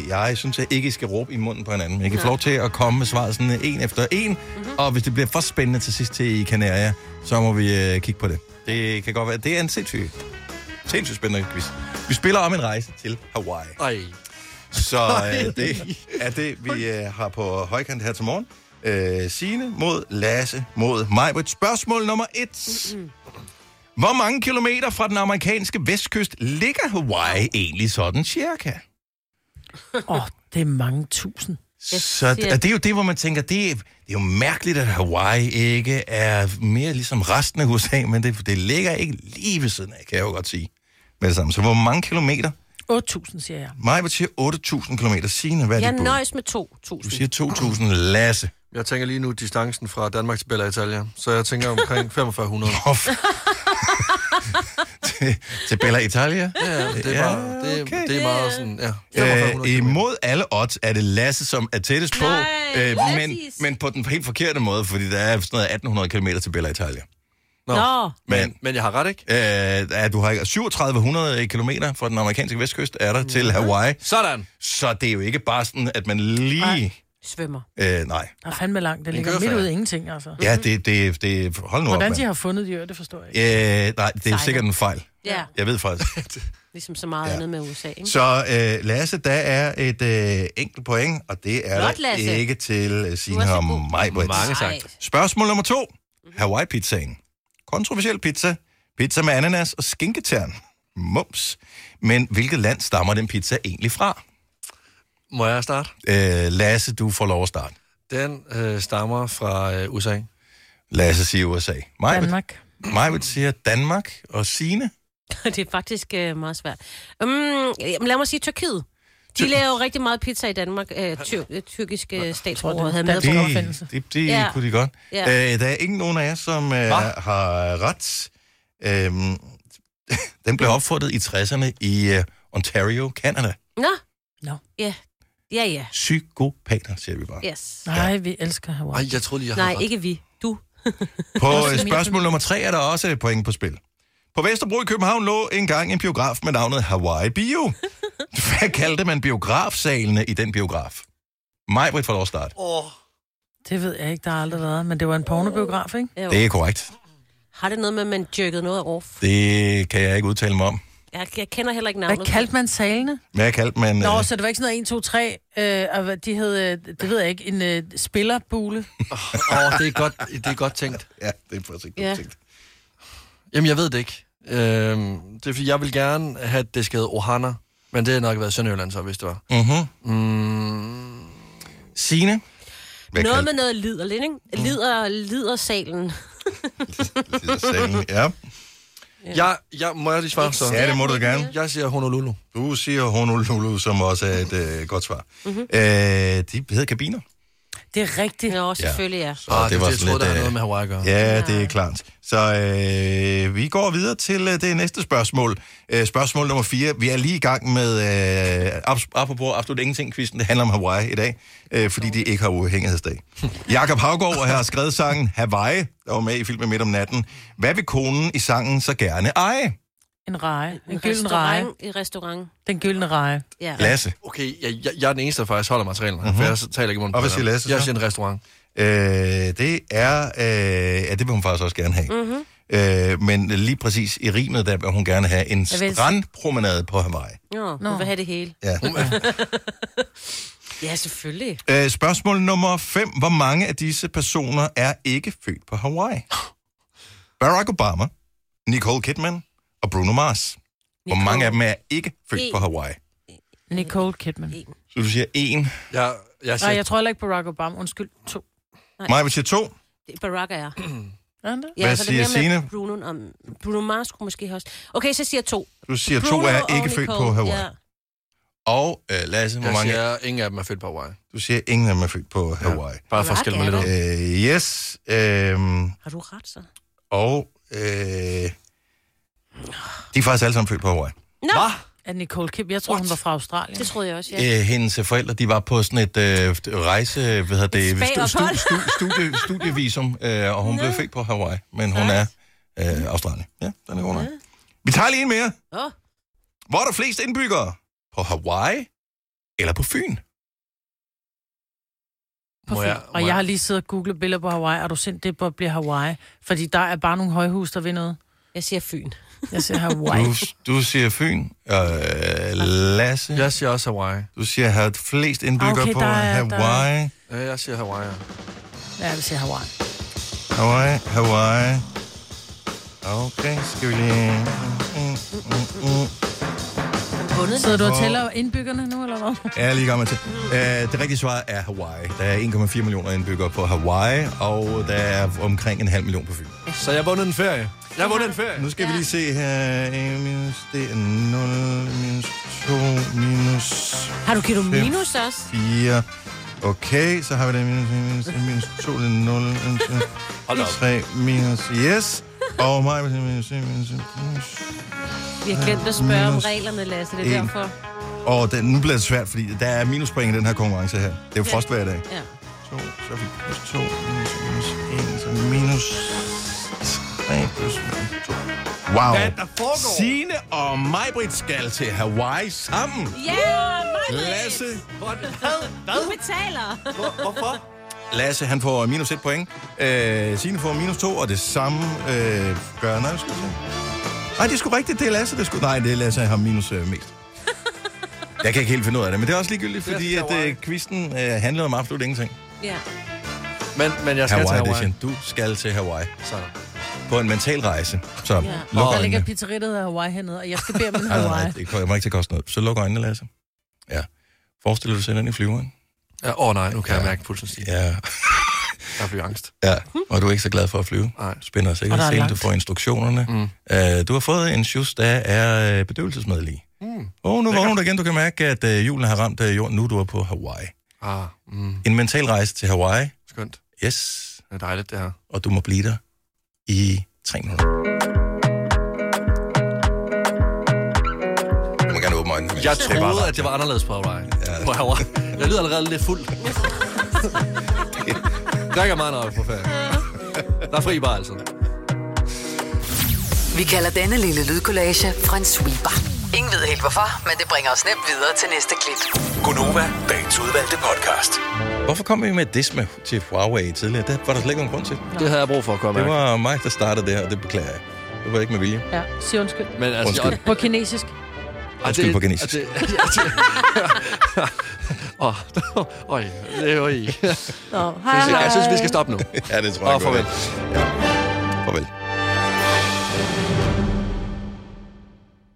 Speaker 1: jeg synes, at I ikke skal råbe i munden på hinanden. Jeg kan få lov til at komme med svaret sådan øh, en efter en, mm-hmm. og hvis det bliver for spændende til sidst til i Kanaria, så må vi øh, kigge på det. Det kan godt være, det er en sindssyg, sindssygt spændende quiz. Vi spiller om en rejse til Hawaii.
Speaker 2: Ej.
Speaker 1: Så
Speaker 2: Ej.
Speaker 1: øh, det er det, vi øh, har på højkant her til morgen. Øh, Signe mod Lasse mod Majbrit. Spørgsmål nummer et. Hvor mange kilometer fra den amerikanske vestkyst ligger Hawaii egentlig sådan cirka?
Speaker 3: Åh, oh, det er mange tusind.
Speaker 1: Så d- og det er jo det, hvor man tænker, det er, det er jo mærkeligt, at Hawaii ikke er mere ligesom resten af USA, men det, det ligger ikke lige ved siden af, kan jeg jo godt sige. Med det samme. Så hvor mange kilometer?
Speaker 3: 8.000, siger jeg.
Speaker 1: Majbert siger 8.000 km. Signe, hvad er
Speaker 4: Jeg
Speaker 1: dit bud?
Speaker 4: nøjes med
Speaker 1: Du
Speaker 4: 2.000.
Speaker 1: siger 2.000. Lasse.
Speaker 2: Jeg tænker lige nu distancen fra Danmark til Bella Italia, så jeg tænker omkring 4500.
Speaker 1: til Bella Italia.
Speaker 2: Ja, det er,
Speaker 1: Ja,
Speaker 2: bare, det, okay. det er meget sådan, ja. 4500
Speaker 1: Øh, imod alle odds er det Lasse, som er tættest på,
Speaker 2: Nej,
Speaker 1: øh, men,
Speaker 2: præcis.
Speaker 1: men på den helt forkerte måde, fordi der er sådan noget 1.800 km til Bella Italia.
Speaker 2: Nå. Nå.
Speaker 1: Men,
Speaker 2: men jeg har ret, ikke?
Speaker 1: Øh, ja, du har ikke. 3700 km fra den amerikanske vestkyst er der ja. til Hawaii.
Speaker 2: Mm. Sådan.
Speaker 1: Så det er jo ikke bare sådan, at man lige...
Speaker 4: Svømmer.
Speaker 1: Øh, nej.
Speaker 3: Der er fandme langt. Det
Speaker 1: Den
Speaker 3: ligger
Speaker 1: kører
Speaker 3: midt
Speaker 1: færdig.
Speaker 3: ud i ingenting, altså.
Speaker 1: Ja, det, det, det hold nu
Speaker 3: Hvordan
Speaker 1: op,
Speaker 3: de har fundet dyr, det forstår jeg ikke.
Speaker 1: mand. Øh, nej, det er sikkert en fejl.
Speaker 4: Ja,
Speaker 1: Jeg ved faktisk.
Speaker 4: ligesom så meget ja. andet med USA, ikke?
Speaker 1: Så øh, Lasse, der er et øh, enkelt point, og det er
Speaker 4: Flot,
Speaker 1: der
Speaker 4: Lasse.
Speaker 1: ikke til øh,
Speaker 4: Du
Speaker 1: Signe
Speaker 4: er så
Speaker 1: og
Speaker 4: god.
Speaker 1: mig.
Speaker 4: Mange tak. Mhm. Ej.
Speaker 1: Spørgsmål nummer to. Hawaii-pizzaen. Kontroversiel pizza. Pizza med ananas og skinketern. Mums. Men hvilket land stammer den pizza egentlig fra?
Speaker 2: Må jeg starte?
Speaker 1: Øh, Lasse, du får lov at starte.
Speaker 2: Den øh, stammer fra øh, USA.
Speaker 1: Lasse siger USA. Majbet.
Speaker 3: Danmark.
Speaker 1: Majbet siger Danmark og Sine.
Speaker 4: det er faktisk øh, meget svært. Um, jamen, lad mig sige Tyrkiet. De laver jo rigtig meget pizza i Danmark. Øh, tyr, øh, tyrkiske statsborger havde med på
Speaker 1: det,
Speaker 4: opfindelse.
Speaker 1: det, det ja. kunne de godt.
Speaker 4: Ja.
Speaker 1: Ja. Øh, der er ingen nogen af jer, som øh, har ret. Øhm, den blev opfundet i 60'erne i øh, Ontario, Canada.
Speaker 4: Nå. Nå. Ja. Ja, ja.
Speaker 1: Psykopater, siger vi bare.
Speaker 4: Yes.
Speaker 3: Nej, vi elsker Hawaii.
Speaker 2: Ej, jeg troede lige,
Speaker 4: Nej, ikke vi. Du.
Speaker 1: På øh, spørgsmål nummer tre er der også et point på spil. På Vesterbro i København lå engang en biograf med navnet Hawaii Bio. Hvad kaldte man biografsalene i den biograf? Majbrit får lov at starte.
Speaker 3: Oh. Det ved jeg ikke, der har aldrig været, men det var en pornobiograf, ikke?
Speaker 4: Jo.
Speaker 1: Det er korrekt.
Speaker 4: Har det noget med, at man jerkede noget off?
Speaker 1: Det kan jeg ikke udtale mig om.
Speaker 4: Jeg, jeg kender heller ikke navnet.
Speaker 3: Hvad kaldte man salene?
Speaker 1: Hvad kaldte man...
Speaker 3: Nå,
Speaker 1: øh,
Speaker 3: så det var ikke sådan noget 1, 2, 3, øh, og hvad- de hed, øh, det ved jeg ikke, en øh, spillerbule.
Speaker 2: Åh, oh, det, er godt, det er godt tænkt.
Speaker 1: Ja, det er præcis
Speaker 3: Ja.
Speaker 2: Jamen, jeg ved det ikke. Øhm, det er fordi, jeg vil gerne have, at det skal hedde Ohana, men det havde nok været Sønderjylland så, hvis det var.
Speaker 1: Mhm.
Speaker 2: Mm.
Speaker 1: Signe?
Speaker 4: Noget med noget lider, lidt, ikke?
Speaker 2: Mm.
Speaker 4: Lider, Mhm. lider salen.
Speaker 1: Sagen, ja.
Speaker 2: Jeg, jeg, må jeg lige svare så?
Speaker 1: Ja, det må du gerne.
Speaker 2: Jeg siger Honolulu.
Speaker 1: Du siger Honolulu, som også er et øh, godt svar. Mm-hmm. Øh, de hedder kabiner.
Speaker 3: Det er rigtigt.
Speaker 4: Nå, selvfølgelig, ja.
Speaker 1: Så det var
Speaker 2: jeg
Speaker 1: sådan
Speaker 2: troede, der
Speaker 1: lidt,
Speaker 2: havde noget
Speaker 1: øh,
Speaker 2: med Hawaii at gøre.
Speaker 1: Ja, det er klart. Så øh, vi går videre til øh, det næste spørgsmål. Øh, spørgsmål nummer 4. Vi er lige i gang med, øh, abs- apropos absolut ingenting quizzen det handler om Hawaii i dag, øh, fordi de ikke har uafhængighedsdag. Jakob Havgård har skrevet sangen Hawaii, der var med i filmen Midt om natten. Hvad vil konen i sangen så gerne eje?
Speaker 3: En reje. En,
Speaker 4: En
Speaker 3: gylden reje.
Speaker 4: restaurant. I restaurant.
Speaker 3: Den gyldne reje.
Speaker 4: Ja.
Speaker 1: Lasse. Mhm.
Speaker 2: Okay, jeg, jeg, jeg er den eneste, der faktisk holder mig til reglerne, mm-hmm. for jeg taler ikke om
Speaker 1: Og hvad siger Lasse
Speaker 2: Jeg
Speaker 1: så?
Speaker 2: siger en restaurant.
Speaker 1: Øh, det er... Øh, ja, det vil hun faktisk også gerne have.
Speaker 4: Mm-hmm.
Speaker 1: Øh, men lige præcis i rimet, der vil hun gerne have en
Speaker 4: Jeg vil-
Speaker 1: strandpromenade på Hawaii.
Speaker 4: Nå, Nå. du vil have det hele.
Speaker 1: Ja.
Speaker 4: ja, selvfølgelig.
Speaker 1: Øh, spørgsmål nummer 5. Hvor mange af disse personer er ikke født på Hawaii? Barack Obama, Nicole Kidman og Bruno Mars. Hvor mange af dem er ikke født på
Speaker 3: En.
Speaker 1: Hawaii?
Speaker 3: Nicole Kidman.
Speaker 1: Så du siger en.
Speaker 2: Ja, jeg
Speaker 3: Nej, jeg tror heller ikke Barack Obama. Undskyld, to.
Speaker 1: Maja vil sige to.
Speaker 4: Det- Barack er jeg.
Speaker 3: Er det?
Speaker 1: Hvad
Speaker 4: det er
Speaker 1: siger
Speaker 4: mere med
Speaker 1: Signe?
Speaker 4: Bruno, om Bruno Mars kunne måske også. Okay, så siger jeg to.
Speaker 1: Du siger, to
Speaker 4: Bruno
Speaker 1: er
Speaker 4: og
Speaker 1: ikke født
Speaker 4: Nicole,
Speaker 1: på Hawaii.
Speaker 4: Ja.
Speaker 1: Og øh, Lasse, hvor
Speaker 2: Jeg
Speaker 1: mange...
Speaker 2: siger, ingen af dem er født på Hawaii.
Speaker 1: Du siger, ingen af dem er født på Hawaii. Ja,
Speaker 2: bare for at skille mig lidt ud.
Speaker 1: Øh, yes. Øh,
Speaker 9: Har du ret så?
Speaker 1: og øh, de er faktisk alle sammen født på Hawaii.
Speaker 3: Nå! Er Nicole Kip? Jeg tror, hun var fra Australien. Det troede jeg også,
Speaker 1: Øh, hendes øh, forældre, de var på sådan et øh, rejse, hvad hedder det, stu, stu,
Speaker 3: spagophold.
Speaker 1: stu, studie, studievisum, øh, og hun blev født på Hawaii, men hun er øh, Australien. Ja, den er god nok. Vi tager lige en mere.
Speaker 9: Åh.
Speaker 1: Hvor er der flest indbyggere? På Hawaii eller på Fyn?
Speaker 3: På
Speaker 1: Må
Speaker 3: Fyn.
Speaker 1: jeg- må
Speaker 3: og jeg
Speaker 1: jeg-
Speaker 3: har lige siddet og googlet billeder på Hawaii. Er du sendt det på at blive Hawaii? Fordi der er bare nogle højhus, der ved noget.
Speaker 9: Jeg siger Fyn.
Speaker 3: Jeg siger Hawaii.
Speaker 1: Du, du siger Fyn. Øh, Lasse. Jeg
Speaker 2: siger også Hawaii.
Speaker 1: Du siger, har flest indbyggere
Speaker 3: Okay,
Speaker 1: på
Speaker 3: der er- der er-
Speaker 1: Hawaii.
Speaker 2: Ja, jeg siger Hawaii.
Speaker 3: Ja, jeg vil sige Hawaii.
Speaker 1: Hawaii, Hawaii. Okay, skal vi lige... Mm, mm, mm.
Speaker 3: Sidder du og
Speaker 1: Hvor-
Speaker 3: tæller indbyggerne nu, eller hvad?
Speaker 1: Ja, jeg er lige i gang med til. Øh, det rigtige svar er Hawaii. Der er 1,4 millioner indbyggere på Hawaii, og der er omkring en halv million på Fyn.
Speaker 2: Så jeg har vundet en ferie. Jeg har vundet en ferie.
Speaker 1: Nu skal vi lige se her. 1 minus, det er 0, minus 2, minus...
Speaker 9: Har du givet dem
Speaker 1: fem,
Speaker 9: minus også?
Speaker 1: 4. Okay, så har vi det minus, minus, minus 2, det er 0, minus
Speaker 2: Hold da op.
Speaker 1: 3, minus, yes. Og mig, minus, minus, minus, minus.
Speaker 9: Vi har glemt at spørge om
Speaker 1: Minus
Speaker 9: reglerne, Lasse. Det er
Speaker 1: en.
Speaker 9: derfor.
Speaker 1: Og det, nu bliver det svært, fordi der er minuspoint i den her konkurrence her. Det er jo frost hver dag.
Speaker 9: Ja.
Speaker 1: To, så er vi plus 2, minus, minus 1, så minus 3, plus 2. Wow.
Speaker 6: Hvad der foregår?
Speaker 1: Signe og Majbrit skal til Hawaii sammen.
Speaker 9: Ja, Maj-Brit!
Speaker 1: Lasse.
Speaker 9: Hvad? Du betaler.
Speaker 2: Hvorfor?
Speaker 1: Lasse, han får minus 1 point. Øh, Signe får minus 2, og det samme øh, gør... Nej, skal vi se. Nej, det er sgu rigtigt, det er Lasse. Det er sgu... Nej, det er Lasse, han har minus øh, mest. Jeg kan ikke helt finde ud af det, men det er også ligegyldigt, fordi at øh, quizzen øh, handlede om absolut ingenting.
Speaker 9: Ja.
Speaker 2: Men, men jeg skal
Speaker 1: Hawaii,
Speaker 2: til Hawaii.
Speaker 1: Edition. Du skal til Hawaii.
Speaker 2: Sådan.
Speaker 1: På en mental rejse. Så
Speaker 3: Ja.
Speaker 1: luk
Speaker 3: Der ligger
Speaker 1: øjnene.
Speaker 3: pizzerittet af Hawaii hernede, og jeg skal bede om en
Speaker 1: Nej, nej, nej,
Speaker 3: Hawaii.
Speaker 1: det kommer ikke til at koste noget. Så luk øjnene, Lasse. Ja. Forestil dig, du sender ind i flyveren.
Speaker 2: Ja, åh nej, nu kan jeg mærke pulsen stige.
Speaker 1: Ja.
Speaker 2: Jeg bliver angst.
Speaker 1: Ja, og du er ikke så glad for at flyve.
Speaker 2: Nej. Og der
Speaker 1: Spænder
Speaker 2: er
Speaker 1: sikkerhedsselen, du
Speaker 2: langt.
Speaker 1: får instruktionerne. Mm. Uh, du har fået en shoes, der er uh, bedøvelsesmiddel i.
Speaker 2: Mm.
Speaker 1: Og nu vågner du igen, du kan mærke, at uh, julen har ramt uh, jorden, nu er du er på Hawaii.
Speaker 2: Ah, mm.
Speaker 1: En mental rejse til Hawaii.
Speaker 2: Skønt.
Speaker 1: Yes.
Speaker 2: Det er dejligt, det her.
Speaker 1: Og du må blive der i tre minutter. Du må gerne åbne øjnene.
Speaker 2: Jeg troede, at det var anderledes på Hawaii. Ja. På Hawaii. Jeg lyder allerede lidt fuld. Drikker meget nok på ferie. Der er fri bare altså.
Speaker 5: Vi kalder denne lille lydkollage en sweeper. Ingen ved helt hvorfor, men det bringer os nemt videre til næste klip.
Speaker 6: Gunova, dagens udvalgte podcast.
Speaker 1: Hvorfor kom vi med det med til Huawei tidligere? Det var der slet ikke nogen grund til.
Speaker 2: Det havde jeg brug for at komme
Speaker 1: Det var mig, der startede det her, og det beklager jeg. Det var ikke med vilje.
Speaker 3: Ja, sig undskyld.
Speaker 2: Men altså,
Speaker 1: Undskyld.
Speaker 2: jeg-
Speaker 3: På kinesisk.
Speaker 1: Undskyld på kinesisk.
Speaker 2: Det, Åh, øj, det er jo i.
Speaker 3: Nå, hej,
Speaker 2: Jeg synes,
Speaker 3: hej.
Speaker 2: vi skal stoppe nu.
Speaker 1: ja, det tror jeg
Speaker 2: Åh,
Speaker 1: godt,
Speaker 2: farvel.
Speaker 1: jeg- Ja. Farvel.